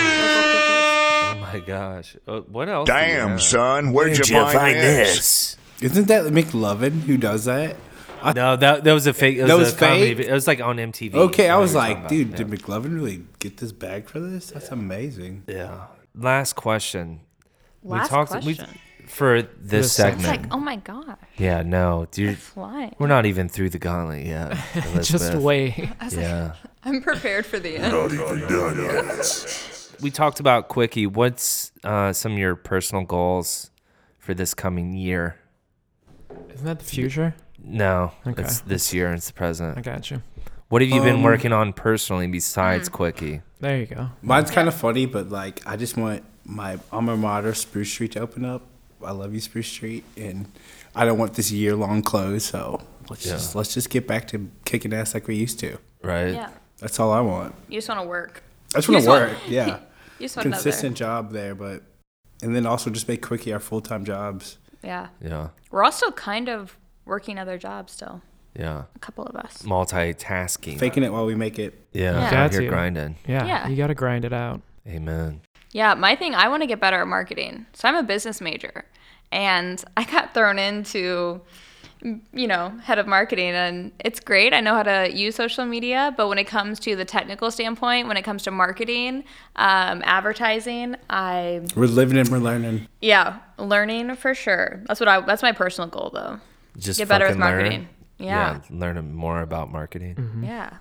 Speaker 3: Oh my gosh. Uh, what else? do we
Speaker 6: Damn,
Speaker 3: have?
Speaker 6: son, where'd, you, find, this?
Speaker 4: Isn't that McLovin who does that?
Speaker 3: No, that that was a fake. It was
Speaker 4: That
Speaker 3: a
Speaker 4: was
Speaker 3: comedy
Speaker 4: fake?
Speaker 3: vi- It was like on MTV.
Speaker 4: Okay, I
Speaker 3: what
Speaker 4: was
Speaker 3: we were talking
Speaker 4: like,
Speaker 3: about,
Speaker 4: dude,
Speaker 3: yeah.
Speaker 4: did McLovin really get this bag for this? That's amazing.
Speaker 3: Yeah. Last question.
Speaker 2: Last
Speaker 3: we-
Speaker 2: question.
Speaker 3: for this
Speaker 1: This segment.
Speaker 3: segment.
Speaker 2: It's like, oh my gosh,
Speaker 3: yeah, no, dude,
Speaker 2: flying.
Speaker 3: we're not even through the gauntlet yet.
Speaker 1: Just
Speaker 3: Elizabeth.
Speaker 1: wait.
Speaker 3: Yeah.
Speaker 2: I'm prepared for the end.
Speaker 3: We talked about quickie. What's uh, some of your personal goals for this coming year?
Speaker 1: Isn't that the future?
Speaker 3: No,
Speaker 1: Okay.
Speaker 3: it's this year. It's the present.
Speaker 1: I got you.
Speaker 3: What have you been
Speaker 4: Um,
Speaker 3: working on personally
Speaker 2: hmm.
Speaker 3: besides quickie?
Speaker 1: There you go.
Speaker 4: Mine's kind of funny, but like I just want my alma mater, Spruce Street, to open up. I love you, Spruce Street, and I don't want this year long close. So let's just let's just get back to kicking ass like we used to.
Speaker 3: Right.
Speaker 2: Yeah.
Speaker 4: That's all I want.
Speaker 2: You just want to work.
Speaker 4: I just
Speaker 2: You
Speaker 4: want
Speaker 2: just
Speaker 4: to
Speaker 2: want-
Speaker 4: work. Yeah,
Speaker 2: You just want
Speaker 4: consistent job there, but and then also just make quickie our full time jobs.
Speaker 2: Yeah.
Speaker 3: Yeah.
Speaker 2: We're also kind of working other jobs still.
Speaker 3: Yeah.
Speaker 2: A couple of us.
Speaker 3: Multitasking.
Speaker 4: Faking it while we make it.
Speaker 3: Yeah.
Speaker 2: Yeah.
Speaker 3: Out
Speaker 1: Got
Speaker 3: here
Speaker 1: to.
Speaker 3: grinding.
Speaker 1: Yeah,
Speaker 2: Yeah.
Speaker 1: you got to grind it out.
Speaker 3: Amen.
Speaker 2: Yeah, my thing, I want to get better at marketing. So I'm a business major and I got thrown into, you know, head of marketing and it's great. I know how to use social media, but when it comes to the technical standpoint, when it comes to marketing, um, advertising, I,
Speaker 4: We're living and we're learning.
Speaker 2: yeah, learning for sure. That's what I, that's my personal goal though.
Speaker 3: Just
Speaker 2: Get better with
Speaker 3: fucking learn.
Speaker 2: marketing. Yeah.
Speaker 3: Learn more about marketing.
Speaker 1: Mm-hmm.
Speaker 2: Yeah.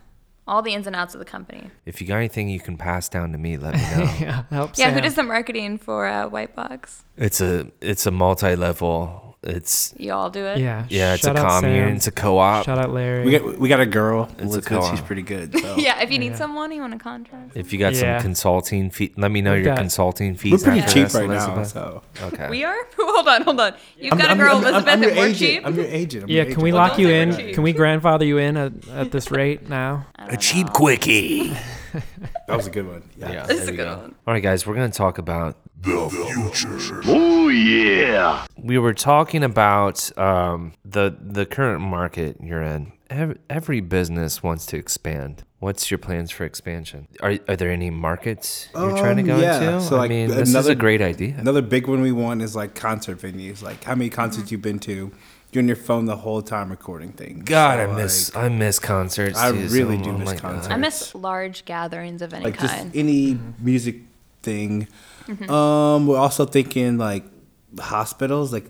Speaker 2: All the ins and outs of the company.
Speaker 3: If you got anything you can pass down to me, let me know.
Speaker 1: Yeah, helps.
Speaker 2: Yeah, who does the marketing for uh, White Box?
Speaker 3: It's a it's a multi level. It's
Speaker 2: You all do it?
Speaker 1: Yeah,
Speaker 3: yeah. It's
Speaker 1: shout
Speaker 3: a
Speaker 1: out
Speaker 3: commune.
Speaker 1: Sam.
Speaker 3: It's a co op.
Speaker 1: Shout out Larry.
Speaker 4: We got we got a girl.
Speaker 3: It's a
Speaker 4: Elizabeth,
Speaker 3: co-op.
Speaker 4: she's pretty good. So.
Speaker 2: Yeah, if you need someone, you want a contract.
Speaker 3: If you got
Speaker 1: Yeah.
Speaker 3: some consulting fee, let me know
Speaker 1: We've
Speaker 3: your
Speaker 1: got-
Speaker 3: consulting fees.
Speaker 4: We're pretty
Speaker 3: after
Speaker 4: cheap
Speaker 3: this,
Speaker 4: right now.
Speaker 3: Elizabeth.
Speaker 4: So.
Speaker 3: Okay.
Speaker 2: We are? hold on, hold on. You've got a girl, Elizabeth,
Speaker 4: your
Speaker 2: and we're
Speaker 4: agent.
Speaker 2: cheap?
Speaker 4: I'm your agent. I'm
Speaker 1: yeah,
Speaker 4: your
Speaker 1: can we
Speaker 4: agent.
Speaker 1: lock you
Speaker 2: Don't
Speaker 1: in?
Speaker 2: say cheap.
Speaker 1: Can we grandfather you in at, at this rate now?
Speaker 6: A cheap quickie.
Speaker 4: That was a good one. Yeah.
Speaker 3: Yeah,
Speaker 2: This is
Speaker 3: there
Speaker 2: a
Speaker 3: we
Speaker 2: good
Speaker 3: go.
Speaker 2: one.
Speaker 3: All right, guys, we're going to talk about.
Speaker 6: Oh yeah.
Speaker 3: We were talking about um, the the current market you're in. Every, every business wants to expand. What's your plans for expansion? Are, are there any markets you're trying to
Speaker 4: Um,
Speaker 3: go
Speaker 4: yeah,
Speaker 3: into?
Speaker 4: so,
Speaker 3: I
Speaker 4: like,
Speaker 3: mean, this is a
Speaker 4: another-
Speaker 3: great idea.
Speaker 4: Another big one we want is like concert venues. Like how many concerts you've been to? You're on your phone the whole time recording things.
Speaker 3: God, I
Speaker 4: So,
Speaker 3: miss
Speaker 4: like,
Speaker 3: I miss concerts.
Speaker 4: I
Speaker 3: too,
Speaker 4: really
Speaker 3: so-
Speaker 4: do
Speaker 3: oh
Speaker 4: miss
Speaker 3: my God.
Speaker 4: concerts.
Speaker 2: I miss large gatherings of any
Speaker 4: like just
Speaker 2: kind.
Speaker 4: any music thing. Um, we're also thinking like hospitals, like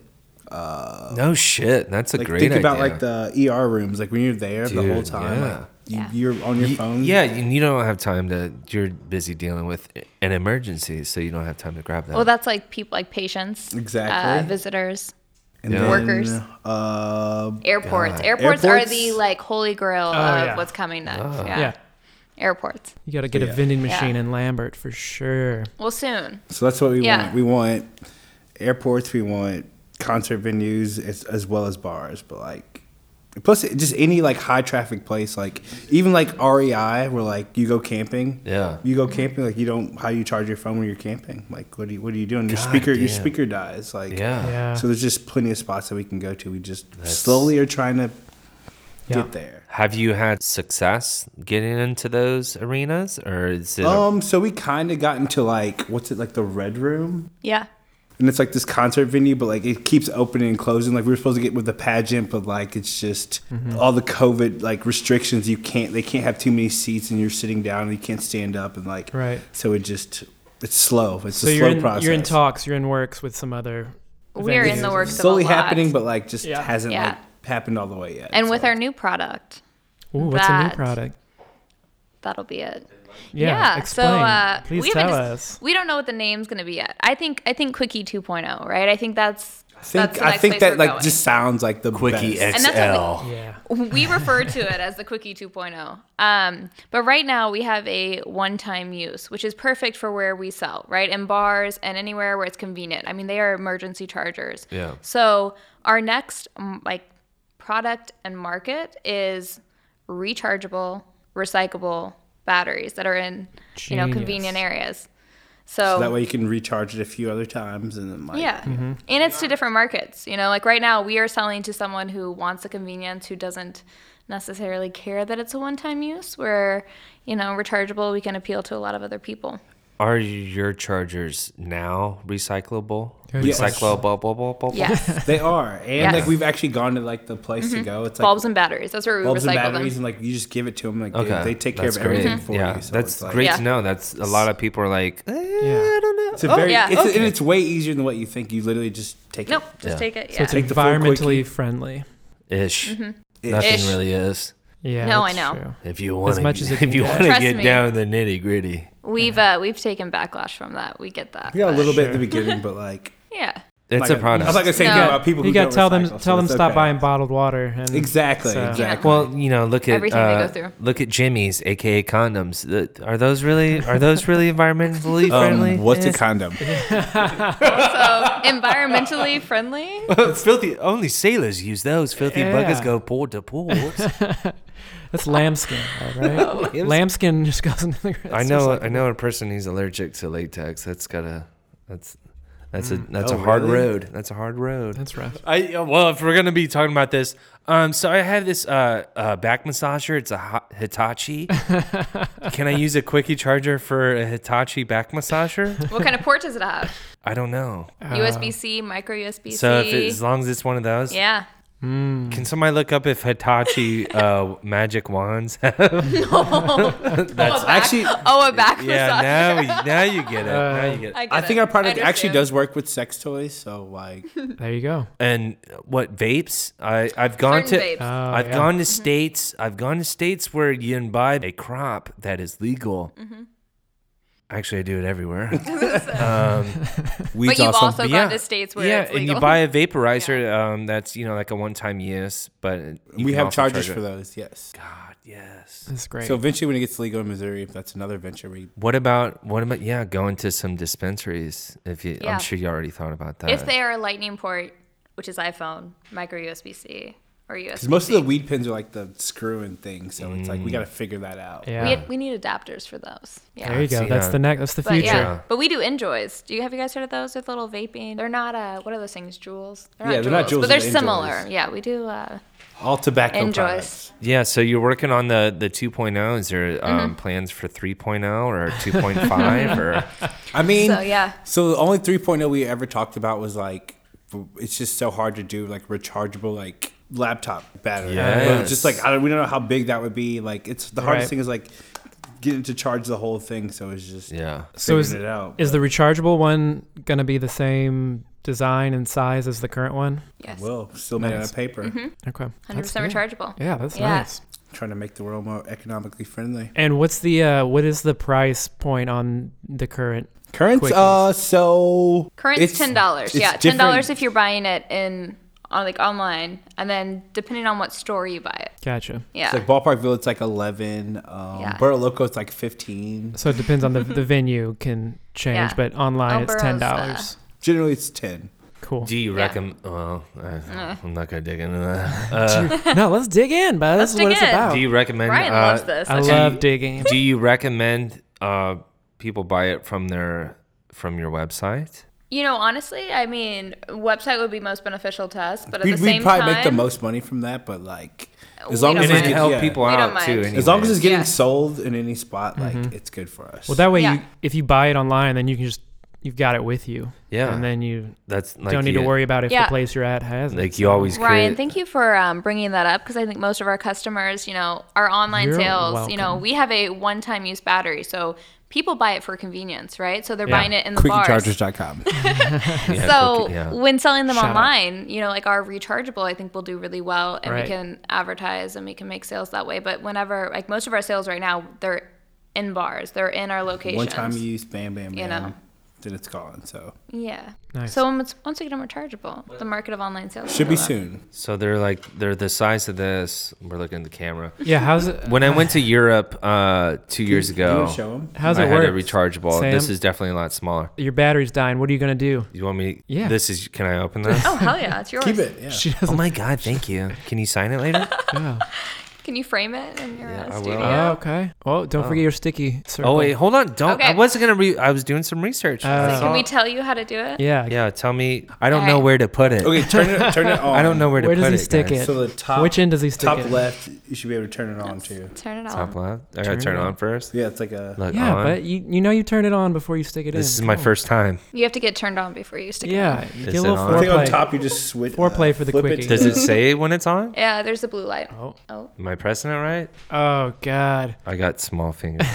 Speaker 4: uh,
Speaker 3: No shit, that's a
Speaker 4: like
Speaker 3: great
Speaker 4: think
Speaker 3: idea.
Speaker 4: about like the ER rooms, like when you're there the whole
Speaker 3: Dude,
Speaker 4: time,
Speaker 3: yeah.
Speaker 4: like you,
Speaker 2: Yeah.
Speaker 4: you're on your
Speaker 3: Y-
Speaker 4: phone.
Speaker 3: Yeah, and you don't have time to. You're busy dealing with uh, an emergency, so you don't have time to grab that.
Speaker 2: well, that's like people, like patients,
Speaker 4: Exactly.
Speaker 2: uh, visitors,
Speaker 4: and
Speaker 3: Yeah.
Speaker 2: workers.
Speaker 4: Uh,
Speaker 2: airports.
Speaker 3: God.
Speaker 2: airports. are
Speaker 4: Airports?
Speaker 2: the like holy grail of
Speaker 1: Oh, yeah.
Speaker 2: what's coming next.
Speaker 1: Yeah,
Speaker 2: yeah. airports.
Speaker 1: you got to get
Speaker 4: Yeah.
Speaker 1: a vending machine
Speaker 2: Yeah.
Speaker 1: in Lambert for sure.
Speaker 2: Well, soon.
Speaker 4: so that's what we
Speaker 2: Yeah.
Speaker 4: want. We want airports. We want concert venues as, as well as bars, but like. Plus, it- just any like high traffic place, like even like REI, where like you go camping,
Speaker 3: yeah.
Speaker 4: You go camping, like you don't how you charge your phone when you're camping. Like what do you what are you doing? Your
Speaker 3: God
Speaker 4: speaker your
Speaker 3: damn.
Speaker 4: speaker dies. Like
Speaker 3: Yeah.
Speaker 1: Yeah.
Speaker 4: So there's just plenty of spots that we can go to. We just slowly are trying to
Speaker 1: Yeah.
Speaker 4: get there.
Speaker 3: Have you had success getting into those arenas, or is it? a-
Speaker 4: Um, so we kind of got into like what's it like the red room,
Speaker 2: Yeah.
Speaker 4: and it's like this concert venue, but like it keeps opening and closing. Like we were supposed to get with the pageant, but like it's just
Speaker 1: Mm-hmm.
Speaker 4: all the COVID like restrictions. You can't they can't have too many seats, and you're sitting down and you can't stand up, and like
Speaker 1: Right.
Speaker 4: So it just it's slow. It's
Speaker 1: So
Speaker 4: a
Speaker 1: you're
Speaker 4: slow
Speaker 1: in
Speaker 4: process.
Speaker 1: you're in talks, you're in works with some other.
Speaker 2: We're in the
Speaker 1: venues.
Speaker 2: works of
Speaker 4: slowly
Speaker 2: a lot.
Speaker 4: happening, but like just
Speaker 1: Yeah.
Speaker 4: hasn't
Speaker 2: Yeah.
Speaker 4: like happened all the way yet.
Speaker 2: and with
Speaker 4: so.
Speaker 2: our new product,
Speaker 1: Ooh, what's a new
Speaker 2: that-
Speaker 1: product?
Speaker 2: that'll be it.
Speaker 1: Yeah, explain. Please
Speaker 2: haven't
Speaker 1: tell
Speaker 2: dis-
Speaker 1: us.
Speaker 2: uh, We don't know what the name's going to be yet. I think I think Quickie 2.0, right? I think that's
Speaker 4: I think
Speaker 2: that's the
Speaker 4: I
Speaker 2: next
Speaker 4: think
Speaker 2: place
Speaker 4: that
Speaker 2: we're
Speaker 4: like
Speaker 2: going.
Speaker 4: just sounds like the
Speaker 3: Quickie
Speaker 4: best.
Speaker 2: And that's what
Speaker 3: XL.
Speaker 1: Yeah,
Speaker 2: we refer to it as the Quickie 2.0. Um, but right now we have a one-time use, which is perfect for where we sell, right? In bars and anywhere where it's convenient. I mean, they are emergency chargers.
Speaker 3: Yeah.
Speaker 2: So our next um, like product and market is rechargeable, recyclable batteries that are in you know
Speaker 1: Genius.
Speaker 2: convenient areas.
Speaker 4: So that way you can recharge it a few other times and then like
Speaker 2: Oh. Yeah. And it's to different markets. You know, like right now we are selling to someone who wants the convenience, who doesn't necessarily care that it's a one time use, where, you know, rechargeable, we can appeal to a lot of other people.
Speaker 3: Are your chargers now recyclable?
Speaker 1: Yes.
Speaker 3: Recyclable. blah, blah, blah, blah?
Speaker 2: Yes.
Speaker 4: they are. And
Speaker 2: Yes. Mm-hmm.
Speaker 4: like we've actually gone to like the place to go. It's like
Speaker 2: bulbs and batteries. That's where we
Speaker 4: bulbs and
Speaker 2: recycle
Speaker 4: batteries
Speaker 2: them.
Speaker 4: and like you just give it to them like
Speaker 3: Okay.
Speaker 4: they, they take care
Speaker 3: that's
Speaker 4: of everything
Speaker 3: great.
Speaker 4: for
Speaker 3: yeah,
Speaker 4: you. So
Speaker 3: that's
Speaker 4: it's, like,
Speaker 3: great
Speaker 2: Yeah.
Speaker 3: to know. That's a lot of people are like, eh, I don't know.
Speaker 4: It's a very
Speaker 2: yeah.
Speaker 4: it's
Speaker 2: Okay.
Speaker 4: and it's way easier than what you think. You literally just take
Speaker 2: Nope,
Speaker 4: it.
Speaker 2: just
Speaker 3: Yeah.
Speaker 2: take it.
Speaker 1: so
Speaker 2: Yeah.
Speaker 1: it's
Speaker 4: Take the full
Speaker 1: environmentally
Speaker 4: quickie.
Speaker 1: friendly.
Speaker 3: Oh. ish.
Speaker 4: Ish.
Speaker 3: Nothing
Speaker 2: Mm-hmm. Ish.
Speaker 3: really is.
Speaker 1: Yeah,
Speaker 2: No, I
Speaker 1: that's
Speaker 2: know.
Speaker 1: true.
Speaker 3: If you want,
Speaker 1: much as it
Speaker 3: if
Speaker 1: can
Speaker 3: you
Speaker 1: get.
Speaker 3: want to
Speaker 2: Trust
Speaker 3: get
Speaker 2: me.
Speaker 3: down the nitty gritty,
Speaker 2: We've uh, we've taken backlash from that. We get that.
Speaker 4: We got a
Speaker 2: but-
Speaker 4: little bit at the beginning, but like
Speaker 2: Yeah.
Speaker 3: it's
Speaker 4: like
Speaker 3: a product.
Speaker 4: I'm not gonna say
Speaker 2: No.
Speaker 4: anything about people who
Speaker 1: You got
Speaker 4: don't
Speaker 1: to tell them
Speaker 4: recycle, so
Speaker 1: tell them
Speaker 4: it's
Speaker 1: stop
Speaker 4: okay.
Speaker 1: buying bottled water. And
Speaker 4: Exactly,
Speaker 1: So-
Speaker 4: exactly.
Speaker 3: Well, you know, look at
Speaker 2: Everything they go
Speaker 3: uh,
Speaker 2: through.
Speaker 3: Look at Jimmy's, aka condoms. Th- Are those really are those really environmentally friendly?
Speaker 4: um, what's
Speaker 3: Eh.
Speaker 4: a condom?
Speaker 2: So environmentally friendly.
Speaker 3: filthy? Only sailors use those. Filthy
Speaker 1: Yeah.
Speaker 3: buggers go port to port.
Speaker 1: That's lambskin, all right? lambskin just goes in the.
Speaker 3: I know, I know, a person who's allergic to latex. That's gotta. That's. That's a that's
Speaker 4: Oh,
Speaker 3: a hard
Speaker 4: really?
Speaker 3: road. Mm. That's a hard road.
Speaker 1: That's rough.
Speaker 3: I uh, well, if we're gonna be talking about this, um, so I have this uh, uh back massager. It's a Hi- Hitachi. Can I use a quickie charger for a Hitachi back massager?
Speaker 2: What kind of port does it have?
Speaker 3: I don't know.
Speaker 4: Uh,
Speaker 2: USB C, micro USB C.
Speaker 3: So if it, as long as it's one of those,
Speaker 2: yeah.
Speaker 3: Can somebody look up if Hitachi uh, magic wands? have-
Speaker 2: oh, a back,
Speaker 4: actually-
Speaker 2: oh, a back massage.
Speaker 3: yeah, now we- now you get it. now
Speaker 2: Uh,
Speaker 3: you get it.
Speaker 2: get
Speaker 4: I think our
Speaker 2: it.
Speaker 4: product actually
Speaker 2: understand.
Speaker 4: does work with sex toys, so like
Speaker 1: There you go.
Speaker 3: and what vapes? I I've gone
Speaker 2: Certain
Speaker 3: to
Speaker 2: vapes. Oh,
Speaker 3: I've
Speaker 1: Uh, yeah.
Speaker 3: gone to states. I've gone to states where you can buy a crop that is legal.
Speaker 2: Mm-hmm.
Speaker 3: Actually, I do it everywhere. Um,
Speaker 4: weeds
Speaker 2: But you've
Speaker 4: awesome.
Speaker 2: also
Speaker 3: yeah,
Speaker 2: gone to states where
Speaker 3: yeah,
Speaker 2: it's
Speaker 3: and
Speaker 2: legal.
Speaker 3: you buy a vaporizer um, that's you know like a one-time use, but you
Speaker 4: we
Speaker 3: can
Speaker 4: have
Speaker 3: also
Speaker 4: charges
Speaker 3: charge it.
Speaker 4: for those, yes.
Speaker 3: God, yes.
Speaker 1: That's great.
Speaker 4: So eventually, when it gets legal in Missouri, if that's another venture, we
Speaker 3: What about what about yeah going to some dispensaries? If you,
Speaker 2: Yeah.
Speaker 3: I'm sure you already thought about that.
Speaker 2: if they are a lightning port, which is iPhone, micro USB C, or USB.
Speaker 4: because most of the weed pins are like the screwing thing, so it's like we
Speaker 3: Mm.
Speaker 4: got to figure that out.
Speaker 1: yeah.
Speaker 2: we, had, we need adapters for those. Yeah.
Speaker 1: there you go.
Speaker 3: see
Speaker 1: That's
Speaker 3: that.
Speaker 1: the next. That's the
Speaker 2: But
Speaker 1: future.
Speaker 2: yeah, but we do enjoys. Do you have you guys heard of those with little vaping? They're not uh, what are those things? Jewels? They're
Speaker 4: Yeah, they're not
Speaker 2: But they're
Speaker 4: Juuls, they're
Speaker 2: similar.
Speaker 4: Enjoys.
Speaker 2: Yeah, we do. Uh,
Speaker 4: All tobacco
Speaker 2: Enjoys.
Speaker 4: products.
Speaker 3: Yeah, so you're working on the the 2.0. Is there um,
Speaker 2: Mm-hmm.
Speaker 3: plans for 3.0 or 2.5 or
Speaker 4: I mean,
Speaker 2: So, yeah.
Speaker 4: So the only 3.0 we ever talked about was like, it's just so hard to do like rechargeable like laptop battery.
Speaker 3: Yes.
Speaker 4: But Just like I don't, we don't know how big that would be. Like it's the hardest
Speaker 1: Right.
Speaker 4: thing is like getting to charge the whole thing. So it's just
Speaker 3: yeah?
Speaker 1: So
Speaker 4: figuring
Speaker 1: is
Speaker 4: it out.
Speaker 1: is the rechargeable one gonna be the same design and size as the current one?
Speaker 2: yes,
Speaker 4: Will still made out of paper.
Speaker 2: Mm-hmm.
Speaker 1: Okay.
Speaker 2: hundred
Speaker 1: That's
Speaker 2: percent
Speaker 1: good.
Speaker 2: rechargeable.
Speaker 1: Yeah, that's
Speaker 2: Yeah.
Speaker 1: nice.
Speaker 4: Trying to make the world more economically friendly.
Speaker 1: And what's the uh, what is the price point on the current?
Speaker 4: Currents,
Speaker 1: Quickies.
Speaker 4: uh, so
Speaker 2: Current's
Speaker 4: it's-
Speaker 2: ten dollars.
Speaker 4: it's
Speaker 2: Yeah, ten dollars
Speaker 4: different-
Speaker 2: if you're buying it in on like online, and then depending on what store you buy it.
Speaker 1: Gotcha.
Speaker 2: Yeah.
Speaker 4: It's like Ballparkville, it's like 11. Um,
Speaker 2: Yeah.
Speaker 4: Burro Loco, it's like 15.
Speaker 1: So it depends on the the venue can change,
Speaker 2: Yeah. uh,
Speaker 1: but online
Speaker 2: El
Speaker 1: it's ten
Speaker 2: Burro's,
Speaker 1: dollars.
Speaker 4: Generally, it's 10.
Speaker 1: Cool.
Speaker 3: Do you
Speaker 2: Yeah. Uh.
Speaker 3: recommend? Well, I, I'm not gonna dig into that. Uh,
Speaker 1: no, let's dig in, but this is
Speaker 2: dig
Speaker 1: what it's
Speaker 2: in.
Speaker 1: about.
Speaker 3: do you recommend?
Speaker 2: Ryan
Speaker 3: uh,
Speaker 2: loves this.
Speaker 1: I love digging.
Speaker 3: Do you recommend uh, people buy it from their from your website?
Speaker 2: You know, honestly, I mean, website would be most beneficial to us, but at
Speaker 4: We'd,
Speaker 2: the
Speaker 4: we'd
Speaker 2: same
Speaker 4: probably
Speaker 2: time,
Speaker 4: make the most money from that, but like, as
Speaker 2: We
Speaker 4: long
Speaker 2: don't
Speaker 4: as,
Speaker 3: And
Speaker 4: it's
Speaker 3: it
Speaker 2: mind.
Speaker 4: get-
Speaker 3: help
Speaker 4: yeah.
Speaker 3: people
Speaker 2: We don't
Speaker 3: out too.
Speaker 2: mind.
Speaker 4: as long as
Speaker 3: anyways.
Speaker 4: it's getting
Speaker 2: Yeah.
Speaker 4: sold in any spot, like, it's good for us.
Speaker 1: Well, that way, you
Speaker 2: Yeah.
Speaker 1: if you buy it online, then you can just you've got it with you.
Speaker 3: Yeah.
Speaker 1: and then you
Speaker 3: that's like
Speaker 1: don't need
Speaker 3: you-
Speaker 1: to worry about if
Speaker 2: Yeah.
Speaker 1: the place you're at has it.
Speaker 3: Like you always
Speaker 2: Ryan,
Speaker 3: create.
Speaker 2: thank you for um, bringing that up because I think most of our customers, you know, our online
Speaker 1: You're
Speaker 2: sales, you know,
Speaker 1: welcome.
Speaker 2: we have a one-time use battery, so people buy it for convenience, right? So they're
Speaker 3: Yeah.
Speaker 2: buying it in the bars.
Speaker 4: QuickChargers.com.
Speaker 3: yeah,
Speaker 2: so
Speaker 3: cookie- yeah.
Speaker 2: when selling them
Speaker 1: Shout out.
Speaker 2: online, you know, like our rechargeable, I think will do really well, and
Speaker 1: Right.
Speaker 2: we can advertise and we can make sales that way. But whenever, like most of our sales right now, they're in bars, they're in our locations.
Speaker 4: One time use, bam, bam, bam.
Speaker 2: You know.
Speaker 4: Then it's gone. So,
Speaker 2: Yeah.
Speaker 1: Nice.
Speaker 2: So once once we get them rechargeable, the market of online sales
Speaker 4: should be
Speaker 2: will go up.
Speaker 4: soon.
Speaker 3: so they're like they're the size of this. We're looking at the camera.
Speaker 1: yeah, how's it?
Speaker 3: When I went to Europe uh, two years
Speaker 4: You
Speaker 3: ago,
Speaker 4: wanna show 'em?
Speaker 1: How's
Speaker 3: I
Speaker 1: it
Speaker 3: had
Speaker 1: work?
Speaker 3: a rechargeable.
Speaker 1: Sam?
Speaker 3: This is definitely a lot smaller.
Speaker 1: Your battery's dying. What are you gonna do?
Speaker 3: You want me?
Speaker 1: Yeah.
Speaker 3: This is. Can I open this?
Speaker 2: Oh hell yeah, it's yours.
Speaker 4: Keep it. Yeah.
Speaker 1: She
Speaker 3: oh
Speaker 1: doesn't.
Speaker 3: my god! Thank you. Can you sign it later?
Speaker 1: know.
Speaker 2: Can you frame it in your
Speaker 3: Yeah,
Speaker 2: uh,
Speaker 3: I will.
Speaker 2: studio?
Speaker 1: Oh, okay. Oh, don't forget your sticky circle.
Speaker 3: oh wait, hold on. Don't. I
Speaker 2: Okay.
Speaker 3: wasn't gonna. Re- I was doing some research. I
Speaker 1: Uh,
Speaker 3: saw-
Speaker 2: Can we tell you how to do it?
Speaker 1: yeah.
Speaker 3: yeah. Tell me. I don't know
Speaker 2: Alright.
Speaker 3: where to put it.
Speaker 4: Okay, turn it, turn it on.
Speaker 3: I don't know where to
Speaker 1: Where
Speaker 3: put
Speaker 1: does
Speaker 3: it.
Speaker 1: he stick
Speaker 3: guys.
Speaker 1: it?
Speaker 4: So the top,
Speaker 1: Which end does he stick
Speaker 4: top
Speaker 1: it?
Speaker 4: left, you should be able to turn it on too.
Speaker 2: Turn it
Speaker 3: Top
Speaker 2: on.
Speaker 3: left. I gotta turn,
Speaker 1: it
Speaker 3: it on
Speaker 1: on.
Speaker 3: first.
Speaker 4: Yeah, it's like a.
Speaker 3: Look
Speaker 1: Yeah,
Speaker 3: on.
Speaker 1: but you you know you turn it on before you stick it in.
Speaker 3: this is
Speaker 1: Come
Speaker 3: my
Speaker 1: on.
Speaker 3: first time.
Speaker 2: You have to get turned on before you stick it.
Speaker 1: Yeah, you
Speaker 3: Is
Speaker 1: get a
Speaker 3: it
Speaker 1: little
Speaker 3: on? I
Speaker 4: I think on
Speaker 1: foreplay.
Speaker 4: top you just switch.
Speaker 1: Foreplay for the
Speaker 4: flip it
Speaker 1: quickie.
Speaker 4: to
Speaker 3: Does it say when it's on?
Speaker 2: in. Yeah, there's the blue light.
Speaker 1: Oh.
Speaker 2: Oh.
Speaker 3: Am I pressing it right?
Speaker 1: Oh God.
Speaker 3: I got small fingers.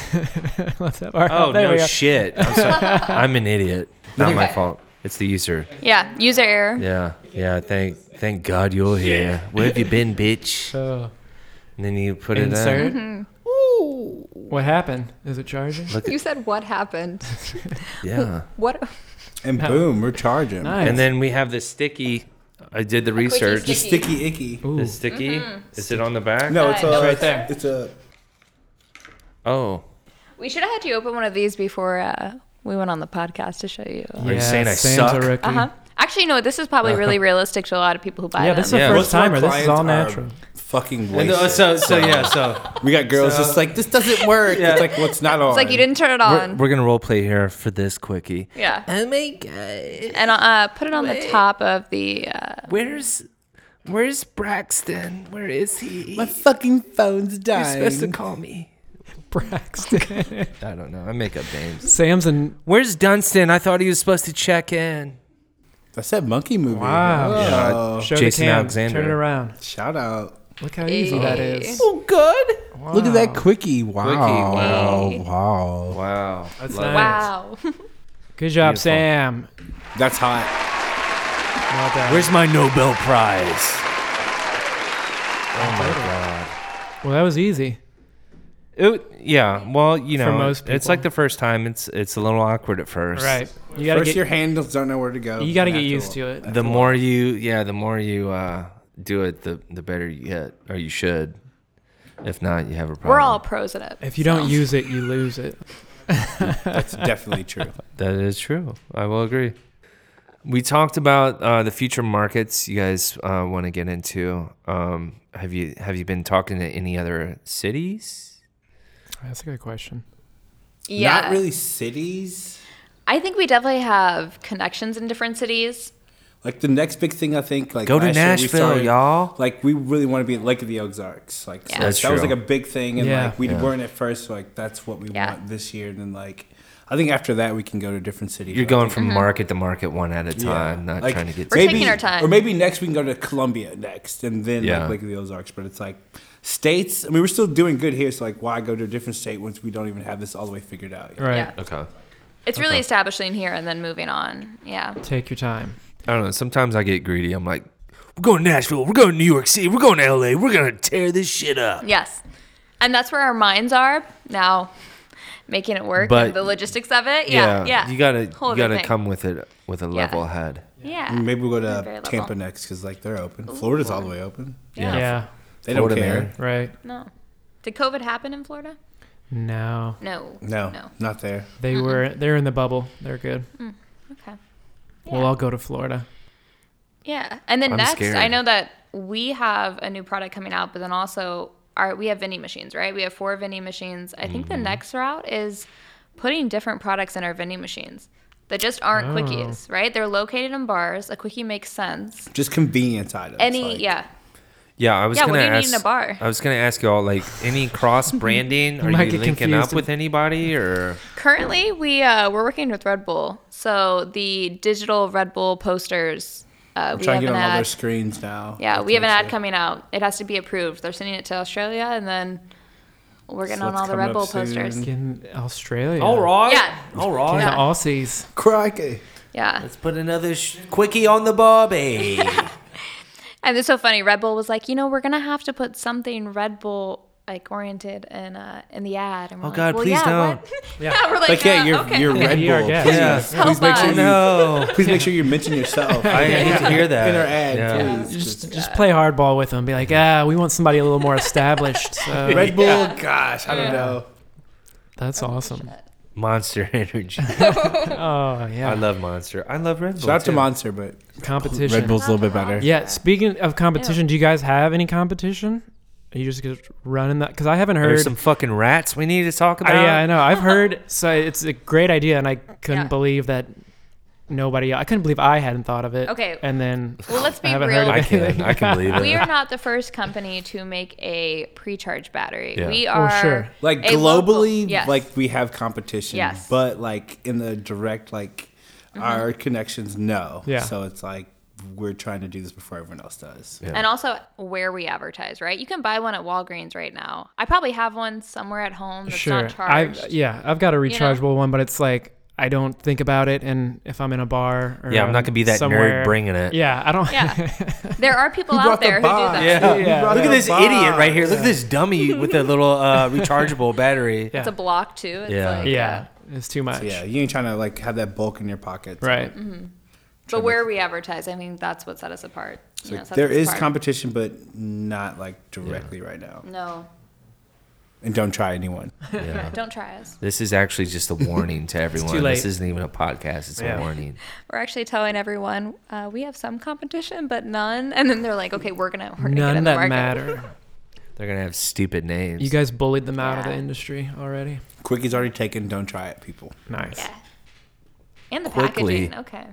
Speaker 1: Let's have our.
Speaker 3: Oh
Speaker 1: there
Speaker 3: no
Speaker 1: we go.
Speaker 3: shit! I'm, sorry. I'm an idiot. Not my fault. It's the user.
Speaker 2: Yeah, user error.
Speaker 3: Yeah, yeah. Thank, thank God you're here. Where have you been, bitch?
Speaker 1: Oh.
Speaker 3: And then you put it in.
Speaker 1: Insert. What happened? Is it charging?
Speaker 2: You said what happened?
Speaker 3: Yeah.
Speaker 2: What?
Speaker 4: And boom, we're charging.
Speaker 1: Nice.
Speaker 3: And then we have the sticky. I did the research.
Speaker 2: sticky.
Speaker 4: Sticky icky.
Speaker 1: Ooh,
Speaker 3: The sticky. Is it on the back?
Speaker 4: No, it's a,
Speaker 2: No,
Speaker 1: right there.
Speaker 4: It's a.
Speaker 3: Oh,
Speaker 2: We should have had you open one of these before uh, we went on the podcast to show you.
Speaker 3: Are you saying I
Speaker 1: Sam's
Speaker 3: suck?
Speaker 1: a rookie.
Speaker 2: Uh-huh. Uh huh. Actually, no. This is probably really realistic to a lot of people who buy
Speaker 1: Yeah,
Speaker 2: them.
Speaker 1: this is a
Speaker 3: Yeah.
Speaker 1: first
Speaker 3: Most
Speaker 1: timer. This is all
Speaker 4: clients are
Speaker 1: natural.
Speaker 4: fucking
Speaker 3: And,
Speaker 4: wasted.
Speaker 3: uh, so so yeah so
Speaker 4: we got girls
Speaker 3: so-
Speaker 4: just like this doesn't work.
Speaker 3: Yeah.
Speaker 4: It's like what's not on.
Speaker 2: It's like you didn't turn it on.
Speaker 3: we're, we're gonna role play here for this quickie.
Speaker 2: yeah.
Speaker 3: Oh my god,
Speaker 2: And uh, put it on the top of the. Uh,
Speaker 3: where's where's Braxton? Where is he?
Speaker 4: My fucking phone's
Speaker 3: You're
Speaker 4: dying.
Speaker 3: supposed to call me.
Speaker 1: Braxton.
Speaker 3: I don't know. I make up names.
Speaker 1: Sam's and
Speaker 3: Where's Dunstan? I thought he was supposed to check in.
Speaker 4: That's that monkey movie.
Speaker 1: Wow.
Speaker 4: Oh,
Speaker 1: show
Speaker 3: Jason
Speaker 1: the cam,
Speaker 3: Alexander.
Speaker 1: Turn it around.
Speaker 4: Shout out.
Speaker 1: Look how easy that is.
Speaker 3: Oh, good.
Speaker 4: Look at that quickie. Wow.
Speaker 3: Quickie,
Speaker 4: Wow. Wow.
Speaker 3: Wow.
Speaker 1: That's
Speaker 3: Love
Speaker 1: nice.
Speaker 2: wow.
Speaker 1: Good job,
Speaker 3: Beautiful.
Speaker 1: Sam.
Speaker 4: That's hot.
Speaker 1: Well done.
Speaker 3: Where's my Nobel Prize?
Speaker 1: Well, that was easy.
Speaker 3: It, yeah. Well, you know,
Speaker 1: For most
Speaker 3: it's
Speaker 1: people.
Speaker 3: like the first time. It's it's a little awkward at first.
Speaker 1: Right. You gotta
Speaker 4: First,
Speaker 1: get
Speaker 4: your handles don't know where to go.
Speaker 1: you gotta
Speaker 4: And
Speaker 1: get
Speaker 4: after a
Speaker 1: used
Speaker 4: while-
Speaker 1: to it.
Speaker 3: The more you, yeah, the more you uh, do it, the the better you get, or you should. If not, you have a problem.
Speaker 2: We're all pros at it.
Speaker 1: If you don't use it, you lose it.
Speaker 4: That's definitely true.
Speaker 3: That is true. I will agree. We talked about uh, the future markets you guys uh, want to get into. Um, have you have you been talking to any other cities?
Speaker 1: That's a good question.
Speaker 2: Yeah.
Speaker 4: Not really cities.
Speaker 2: I think we definitely have connections in different cities.
Speaker 4: Like the next big thing, I think, like
Speaker 3: Go to
Speaker 4: last year we
Speaker 3: Nashville,
Speaker 4: started-
Speaker 3: y'all.
Speaker 4: Like we really want to be at Lake of the Ozarks. Like so
Speaker 3: That's
Speaker 4: that was
Speaker 3: true.
Speaker 4: like a big thing, and
Speaker 1: Yeah.
Speaker 4: like we
Speaker 3: Yeah.
Speaker 4: weren't at first. So, like that's what we
Speaker 2: Yeah.
Speaker 4: want this year. And then like I think after that we can go to different cities.
Speaker 3: You're
Speaker 4: I
Speaker 3: going
Speaker 4: think-
Speaker 3: from market to market, one at a time, not
Speaker 4: Like,
Speaker 3: trying to get.
Speaker 2: Mm-hmm. We're taking our time.
Speaker 4: Or maybe next we can go to Columbia next, and then
Speaker 3: Yeah.
Speaker 4: like Lake of the Ozarks. But it's like states. I mean, we're still doing good here. So like, why go to a different state once we don't even have this all the way figured out? yet?
Speaker 1: Right.
Speaker 2: Yeah.
Speaker 3: okay.
Speaker 2: It's really establishing here and then moving on. Yeah.
Speaker 1: Take your time.
Speaker 3: I don't know. Sometimes I get greedy. I'm like, we're going to Nashville. We're going to New York City. We're going to L.A. We're going to tear this shit up.
Speaker 2: Yes. And that's where our minds are now, making it work
Speaker 3: But-
Speaker 2: and the logistics of it. Yeah. Yeah.
Speaker 3: You gotta
Speaker 2: Whole
Speaker 3: you gotta
Speaker 2: other thing.
Speaker 3: come with it with a level head.
Speaker 2: Yeah.
Speaker 4: Maybe we'll go
Speaker 2: They're very
Speaker 4: to
Speaker 2: level.
Speaker 4: Tampa next because like they're open. Florida's all the way open.
Speaker 2: Yeah.
Speaker 1: Yeah.
Speaker 4: They don't
Speaker 3: Florida,
Speaker 4: care.
Speaker 3: man.
Speaker 1: Right.
Speaker 2: No. Did COVID happen in Florida?
Speaker 1: No.
Speaker 2: No.
Speaker 4: No,
Speaker 2: No.
Speaker 4: not there.
Speaker 1: They were they're in the bubble. They're good.
Speaker 2: Mm. Okay.
Speaker 1: We'll all go to Florida.
Speaker 2: Yeah. And then
Speaker 3: I'm
Speaker 2: next,
Speaker 3: scared.
Speaker 2: I know that we have a new product coming out, but then also our we have vending machines, right? We have four vending machines. I think the
Speaker 3: Mm-hmm.
Speaker 2: next route is putting different products in our vending machines that just aren't
Speaker 1: Oh.
Speaker 2: quickies, right? They're located in bars. A quickie makes sense.
Speaker 4: Just convenience items.
Speaker 2: Any
Speaker 4: like-
Speaker 2: yeah.
Speaker 3: Yeah, I was
Speaker 2: Yeah, what
Speaker 3: gonna
Speaker 2: do you need
Speaker 3: ask.
Speaker 2: in a bar?
Speaker 3: I was gonna ask y'all like any cross branding? Are
Speaker 1: might
Speaker 3: you
Speaker 1: get
Speaker 3: linking
Speaker 1: confused
Speaker 3: up with anybody or?
Speaker 2: Currently, we uh, we're working with Red Bull, so the digital Red Bull posters. Uh, we
Speaker 4: Trying
Speaker 2: have
Speaker 4: to
Speaker 2: an
Speaker 4: get on all their
Speaker 2: ad.
Speaker 4: screens now.
Speaker 2: Yeah,
Speaker 4: Like,
Speaker 2: we have an
Speaker 4: like,
Speaker 2: ad
Speaker 4: uh,
Speaker 2: coming out. It has to be approved. They're sending it to Australia, and then we're getting
Speaker 4: So
Speaker 2: on
Speaker 4: it's
Speaker 2: all the
Speaker 4: coming
Speaker 2: Red
Speaker 4: up
Speaker 2: Bull posters.
Speaker 4: soon.
Speaker 1: In Australia.
Speaker 3: right.
Speaker 2: Yeah.
Speaker 3: All right.
Speaker 1: In
Speaker 2: Yeah.
Speaker 1: the Aussies.
Speaker 4: Crikey.
Speaker 2: Yeah.
Speaker 3: Let's put another sh- quickie on the barbie.
Speaker 2: And it's so funny. Red Bull was like, you know, we're gonna have to put something Red Bull like oriented in uh in the ad. And we're
Speaker 3: Oh,
Speaker 2: like,
Speaker 3: God,
Speaker 2: well,
Speaker 3: please
Speaker 2: yeah,
Speaker 3: don't.
Speaker 2: What? Yeah. we're like,
Speaker 4: Like yeah,
Speaker 2: uh,
Speaker 4: you're
Speaker 2: okay.
Speaker 4: you're Red
Speaker 1: Be our
Speaker 4: Bull.
Speaker 1: guest.
Speaker 4: Please,
Speaker 3: Yeah.
Speaker 4: please make sure
Speaker 2: Help
Speaker 4: you
Speaker 3: no.
Speaker 4: please make sure you mention yourself.
Speaker 3: I need to hear that.
Speaker 4: in our ad,
Speaker 3: Yeah.
Speaker 4: please.
Speaker 1: Just just play hardball with them. Be like, ah, we want somebody a little more established. So
Speaker 4: Red Bull, gosh, I don't know.
Speaker 1: that's awesome.
Speaker 3: Monster Energy.
Speaker 1: Oh
Speaker 3: I
Speaker 1: yeah.
Speaker 3: love Monster. I love Red Bull.
Speaker 4: Shout out to
Speaker 3: too.
Speaker 4: Monster, but
Speaker 1: Competition.
Speaker 4: Red Bull's a little bit better.
Speaker 1: Yeah, speaking of competition, do you guys have any competition? Are you just gonna run in that? Because I haven't heard.
Speaker 3: There's some fucking rats we need to talk
Speaker 1: I-
Speaker 3: about.
Speaker 1: yeah, I know. I've heard. So it's a great idea, and I couldn't
Speaker 2: Yeah.
Speaker 1: believe that nobody. I couldn't believe I hadn't thought of it.
Speaker 2: Okay.
Speaker 1: And then
Speaker 2: Well, let's
Speaker 1: I
Speaker 2: be
Speaker 1: haven't
Speaker 2: real.
Speaker 1: heard of
Speaker 3: I
Speaker 1: it.
Speaker 3: can. I can believe it.
Speaker 2: We are not the first company to make a pre-charge battery.
Speaker 3: Yeah.
Speaker 2: We
Speaker 1: Oh,
Speaker 2: are
Speaker 1: sure.
Speaker 4: Like
Speaker 2: a
Speaker 4: globally,
Speaker 2: local- yes.
Speaker 4: like we have competition.
Speaker 2: Yes. Mm-hmm.
Speaker 4: But like in the direct, like our connections, no.
Speaker 1: Yeah.
Speaker 4: So it's like we're trying to do this before everyone else does.
Speaker 2: and also where we advertise, right? You can buy one at Walgreens right now. I probably have one somewhere at home that's
Speaker 1: sure.
Speaker 2: not charged.
Speaker 1: I've uh, yeah, I've got a rechargeable one, but it's like I don't think about it, and if I'm in a bar or
Speaker 3: Yeah, I'm not gonna be that nerd
Speaker 1: somewhere-
Speaker 3: bringing it.
Speaker 1: Yeah, I don't.
Speaker 2: Yeah. there are people out
Speaker 4: brought the
Speaker 2: there who do
Speaker 4: box?
Speaker 2: that.
Speaker 3: Yeah.
Speaker 1: Yeah.
Speaker 3: Look at
Speaker 4: Yeah.
Speaker 3: this idiot right here. Look at this dummy with a little uh, rechargeable battery.
Speaker 1: Yeah.
Speaker 2: It's a block too. It's
Speaker 3: Yeah.
Speaker 2: Like,
Speaker 1: yeah, it's too much.
Speaker 4: Yeah. You ain't trying to like have that bulk in your pocket.
Speaker 1: Right.
Speaker 2: Mm-hmm. But where we advertise, I mean, that's what set us apart. You know, set
Speaker 4: There
Speaker 2: us
Speaker 4: is
Speaker 2: apart.
Speaker 4: competition, but not like directly right now.
Speaker 2: No.
Speaker 4: and don't try anyone.
Speaker 3: Yeah.
Speaker 2: Don't try us.
Speaker 3: This is actually just a warning to everyone. This
Speaker 1: late.
Speaker 3: isn't even a podcast. It's
Speaker 1: Yeah.
Speaker 3: a warning.
Speaker 2: We're actually telling everyone uh, we have some competition, but none. And then they're like, okay, we're gonna we're gonna get
Speaker 1: None
Speaker 2: in the
Speaker 1: that
Speaker 2: market.
Speaker 1: matter.
Speaker 3: They're gonna have stupid names.
Speaker 1: You guys bullied them out of the
Speaker 2: Yeah.
Speaker 1: industry already.
Speaker 4: Quickie's already taken. Don't try it, people.
Speaker 1: Nice.
Speaker 2: Yeah. And the
Speaker 3: Quickly.
Speaker 2: packaging. Okay.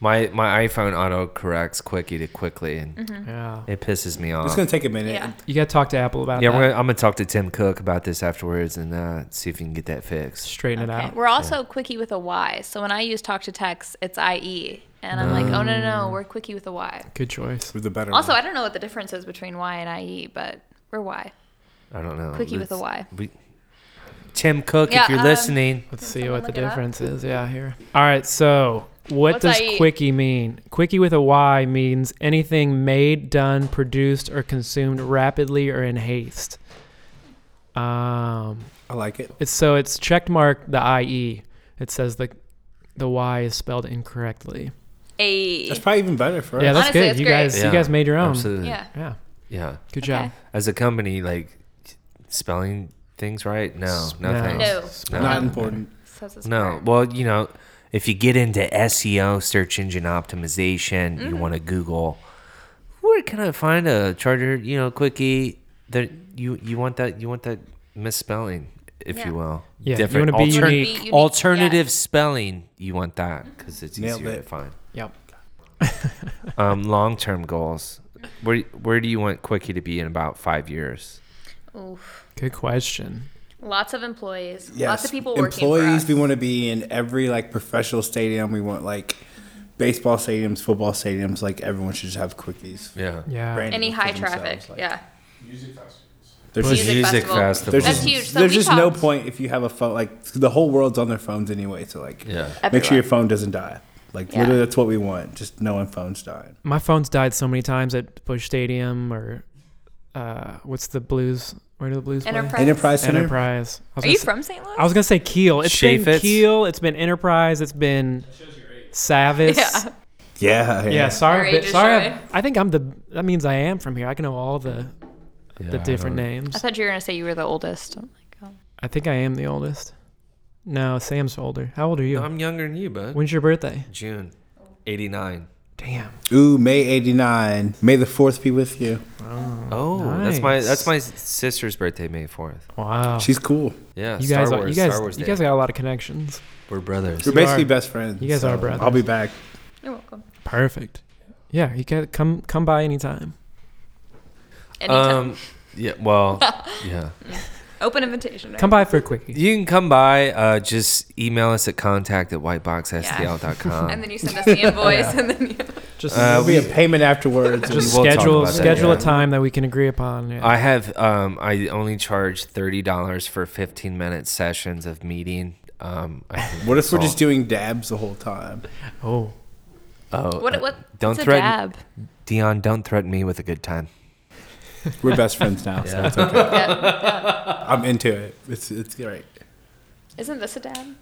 Speaker 3: my my iPhone auto corrects quickie to quickly, and
Speaker 2: Mm-hmm.
Speaker 1: Yeah.
Speaker 3: it pisses me off.
Speaker 4: It's gonna take a minute.
Speaker 2: Yeah.
Speaker 1: You gotta talk to Apple about
Speaker 3: yeah,
Speaker 1: that.
Speaker 3: we're gonna, I'm gonna talk to Tim Cook about this afterwards and uh, see if he can get that fixed.
Speaker 1: Straighten it
Speaker 2: Okay.
Speaker 1: out.
Speaker 2: We're also quickie with a Y. So when I use talk to text, it's IE. And I'm like, oh, no, no, no, we're quickie with a Y.
Speaker 1: Good choice.
Speaker 4: With the better.
Speaker 2: Also,
Speaker 4: one.
Speaker 2: I don't know what the difference is between Y and IE, but we're Y.
Speaker 3: I don't know.
Speaker 2: Quickie with a Y.
Speaker 3: We, Tim Cook,
Speaker 2: Yeah,
Speaker 3: if you're
Speaker 2: um,
Speaker 3: listening,
Speaker 1: Let's
Speaker 2: Can
Speaker 1: see what
Speaker 2: someone
Speaker 1: the
Speaker 2: look it up?
Speaker 1: difference is. Yeah, here. All right, so what
Speaker 2: What's E?
Speaker 1: does
Speaker 2: IE?
Speaker 1: quickie mean? Quickie with a Y means anything made, done, produced, or consumed rapidly or in haste. Um,
Speaker 4: I like it.
Speaker 1: it's so it's checked mark the IE. It says the the Y is spelled incorrectly.
Speaker 2: A.
Speaker 4: That's probably even better for us.
Speaker 1: Yeah, that's
Speaker 2: Honestly,
Speaker 1: good.
Speaker 2: that's
Speaker 1: you
Speaker 2: great.
Speaker 1: guys,
Speaker 3: Yeah,
Speaker 1: you guys made your own.
Speaker 3: Absolutely.
Speaker 2: Yeah.
Speaker 1: Yeah,
Speaker 3: Yeah.
Speaker 1: good
Speaker 2: Okay.
Speaker 1: job.
Speaker 3: As a company, like spelling things right? No, no,
Speaker 1: No.
Speaker 3: thanks.
Speaker 2: No.
Speaker 4: Not important.
Speaker 2: Says it's
Speaker 3: No.
Speaker 2: correct.
Speaker 3: Well, you know, if you get into SEO, search engine optimization, you want to Google, where can I find a charger? You know, quickie that you you want that you want that misspelling, if
Speaker 2: Yeah.
Speaker 3: you will.
Speaker 1: Yeah, you wanna be
Speaker 3: altern-
Speaker 1: unique.
Speaker 2: Be unique,
Speaker 3: alternative
Speaker 2: yeah.
Speaker 3: spelling. You want that because it's
Speaker 4: Nailed
Speaker 3: easier
Speaker 4: it.
Speaker 3: to find.
Speaker 1: Yep.
Speaker 3: Um, long term goals. Where where do you want quickie to be in about five years?
Speaker 2: Oof.
Speaker 1: Good question.
Speaker 2: Lots of employees.
Speaker 4: Yes.
Speaker 2: Lots of people working
Speaker 4: Employees.
Speaker 2: for
Speaker 4: We
Speaker 2: us.
Speaker 4: want to be in every like professional stadium. We want like baseball stadiums, football stadiums. Like everyone should just have quickies.
Speaker 3: Yeah.
Speaker 1: Yeah.
Speaker 4: Branding
Speaker 2: Any
Speaker 4: for
Speaker 2: high
Speaker 4: themselves,
Speaker 2: traffic.
Speaker 4: like-
Speaker 2: yeah.
Speaker 4: There's
Speaker 2: Music
Speaker 4: just,
Speaker 3: Music
Speaker 2: festival.
Speaker 3: festival.
Speaker 4: there's
Speaker 2: That's
Speaker 4: just,
Speaker 2: huge. So
Speaker 4: there's
Speaker 2: we
Speaker 4: just no
Speaker 2: talked-
Speaker 4: point if you have a phone. Like the whole world's on their phones anyway. So like,
Speaker 3: Yeah.
Speaker 4: make sure
Speaker 2: Everyone.
Speaker 4: your phone doesn't die. Like
Speaker 2: Yeah.
Speaker 4: literally, that's what we want. Just no one phone's dying.
Speaker 1: My phone's died so many times at Bush Stadium or uh, what's the Blues? Where do the Blues
Speaker 2: Enterprise.
Speaker 4: Enterprise Center.
Speaker 1: Enterprise. I was
Speaker 2: Are
Speaker 1: gonna
Speaker 2: you
Speaker 1: say-
Speaker 2: from St. Louis?
Speaker 1: I was gonna say Keel. It's been
Speaker 3: Chaffetz?
Speaker 1: Keel. It's been Enterprise. It's been Savage.
Speaker 2: Yeah.
Speaker 4: Yeah.
Speaker 1: Yeah. Sorry.
Speaker 2: Or
Speaker 1: but-
Speaker 2: Aegis
Speaker 1: sorry.
Speaker 2: Shore.
Speaker 1: I think I'm the. That means I am from here. I can know all the the different
Speaker 2: I
Speaker 1: names.
Speaker 2: thought you were going to say you were the oldest. I'm like, oh.
Speaker 1: I think I am the oldest. No, Sam's older. How old are you?
Speaker 3: I'm younger than you, bud.
Speaker 1: When's your birthday?
Speaker 3: June, eighty nine.
Speaker 1: Damn.
Speaker 4: Ooh, May '89. May the Fourth be with you.
Speaker 3: Oh, that's my
Speaker 1: nice.
Speaker 3: that's my sister's birthday, May fourth.
Speaker 1: Wow.
Speaker 4: She's cool.
Speaker 3: Yeah,
Speaker 1: you
Speaker 3: uh, Star
Speaker 1: guys. are,
Speaker 3: Wars.
Speaker 1: you guys.
Speaker 3: Star Wars
Speaker 1: you
Speaker 3: Day.
Speaker 1: guys got a lot of connections.
Speaker 3: We're brothers.
Speaker 4: We're basically
Speaker 1: are-
Speaker 4: best friends.
Speaker 1: you guys are
Speaker 4: I'll
Speaker 1: brothers.
Speaker 4: be back.
Speaker 2: You're welcome.
Speaker 1: Perfect. Yeah. You can come come by anytime.
Speaker 2: Anytime.
Speaker 3: Um, yeah. Well, yeah.
Speaker 2: Open invitation. right?
Speaker 1: Come by for a quickie.
Speaker 3: You can come by. Uh, just email us at contact at whiteboxstl.com.
Speaker 2: And then you send us the invoice, and then you.
Speaker 1: Just
Speaker 3: Uh,
Speaker 4: There'll be a payment afterwards.
Speaker 1: just
Speaker 3: we'll talk
Speaker 1: schedule
Speaker 3: about that,
Speaker 1: schedule
Speaker 3: yeah.
Speaker 1: a time that we can agree upon. Yeah.
Speaker 3: I have um, I only charge thirty dollars for fifteen minute sessions of meeting. Um, I think
Speaker 4: what if
Speaker 3: that's
Speaker 4: we're
Speaker 3: all.
Speaker 4: just doing dabs the whole time?
Speaker 1: oh.
Speaker 3: Oh,
Speaker 2: What?
Speaker 3: uh,
Speaker 2: What?
Speaker 3: don't
Speaker 2: what's a
Speaker 3: threaten,
Speaker 2: dab?
Speaker 3: Dion. Don't threaten me with a good time.
Speaker 4: We're best friends now, so it's okay.
Speaker 2: Yeah.
Speaker 4: I'm into it. It's it's great.
Speaker 2: Isn't this a dab?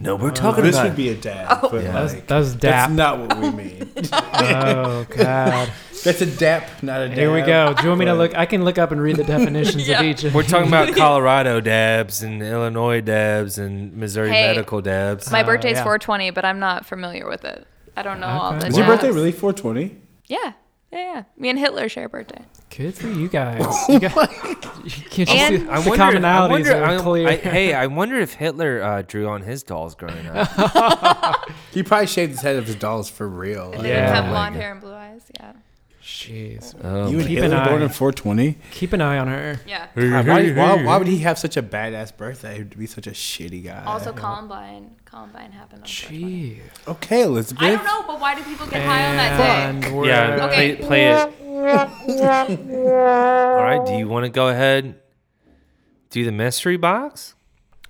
Speaker 3: No, we're talking
Speaker 4: This
Speaker 3: about.
Speaker 4: would be a dab,
Speaker 2: Oh.
Speaker 4: but
Speaker 3: Yeah.
Speaker 1: That's
Speaker 4: like,
Speaker 1: that's
Speaker 4: that's
Speaker 1: dap.
Speaker 4: not what we mean.
Speaker 1: oh god.
Speaker 4: that's a dap, not a dab.
Speaker 1: Here we go. Do you want me to look? I can look up and read the definitions
Speaker 2: Yeah.
Speaker 1: of each.
Speaker 3: We're talking about Colorado dabs and Illinois dabs and Missouri
Speaker 2: Hey.
Speaker 3: medical dabs.
Speaker 2: My birthday's
Speaker 1: Uh, yeah.
Speaker 2: 420, but I'm not familiar with it. I don't know all
Speaker 1: Okay.
Speaker 2: the.
Speaker 4: Is your
Speaker 2: dabs.
Speaker 4: birthday really 420?
Speaker 2: Yeah. Yeah, yeah. Me and Hitler share a birthday.
Speaker 1: Good for you guys. You guys can't you
Speaker 2: And-
Speaker 1: see
Speaker 3: I
Speaker 1: the
Speaker 3: wonder-
Speaker 1: commonalities
Speaker 3: I wonder-
Speaker 1: are
Speaker 3: I-
Speaker 1: clear.
Speaker 3: I- hey, I wonder if Hitler uh, drew on his dolls growing up.
Speaker 4: He probably shaved his head of his dolls for real. Like,
Speaker 2: And then
Speaker 1: Yeah.
Speaker 2: we
Speaker 1: Oh
Speaker 2: have
Speaker 1: my
Speaker 2: blonde hair and blue eyes. Yeah.
Speaker 1: Jeez.
Speaker 3: Oh,
Speaker 4: You and
Speaker 1: Keep
Speaker 4: Hitler
Speaker 1: an
Speaker 4: born
Speaker 1: eye.
Speaker 4: in 420?
Speaker 1: Keep an eye on her.
Speaker 2: Yeah.
Speaker 4: God, Why, why, why would he have such a badass birthday to be such a shitty guy?
Speaker 2: Also, Columbine. Columbine happened on 420.
Speaker 1: Jeez.
Speaker 4: okay, Elizabeth.
Speaker 2: I don't know, but why do people get high on that day?
Speaker 1: And we're
Speaker 3: yeah,
Speaker 2: Okay.
Speaker 3: play, play it. All right, do you want to go ahead do the mystery box?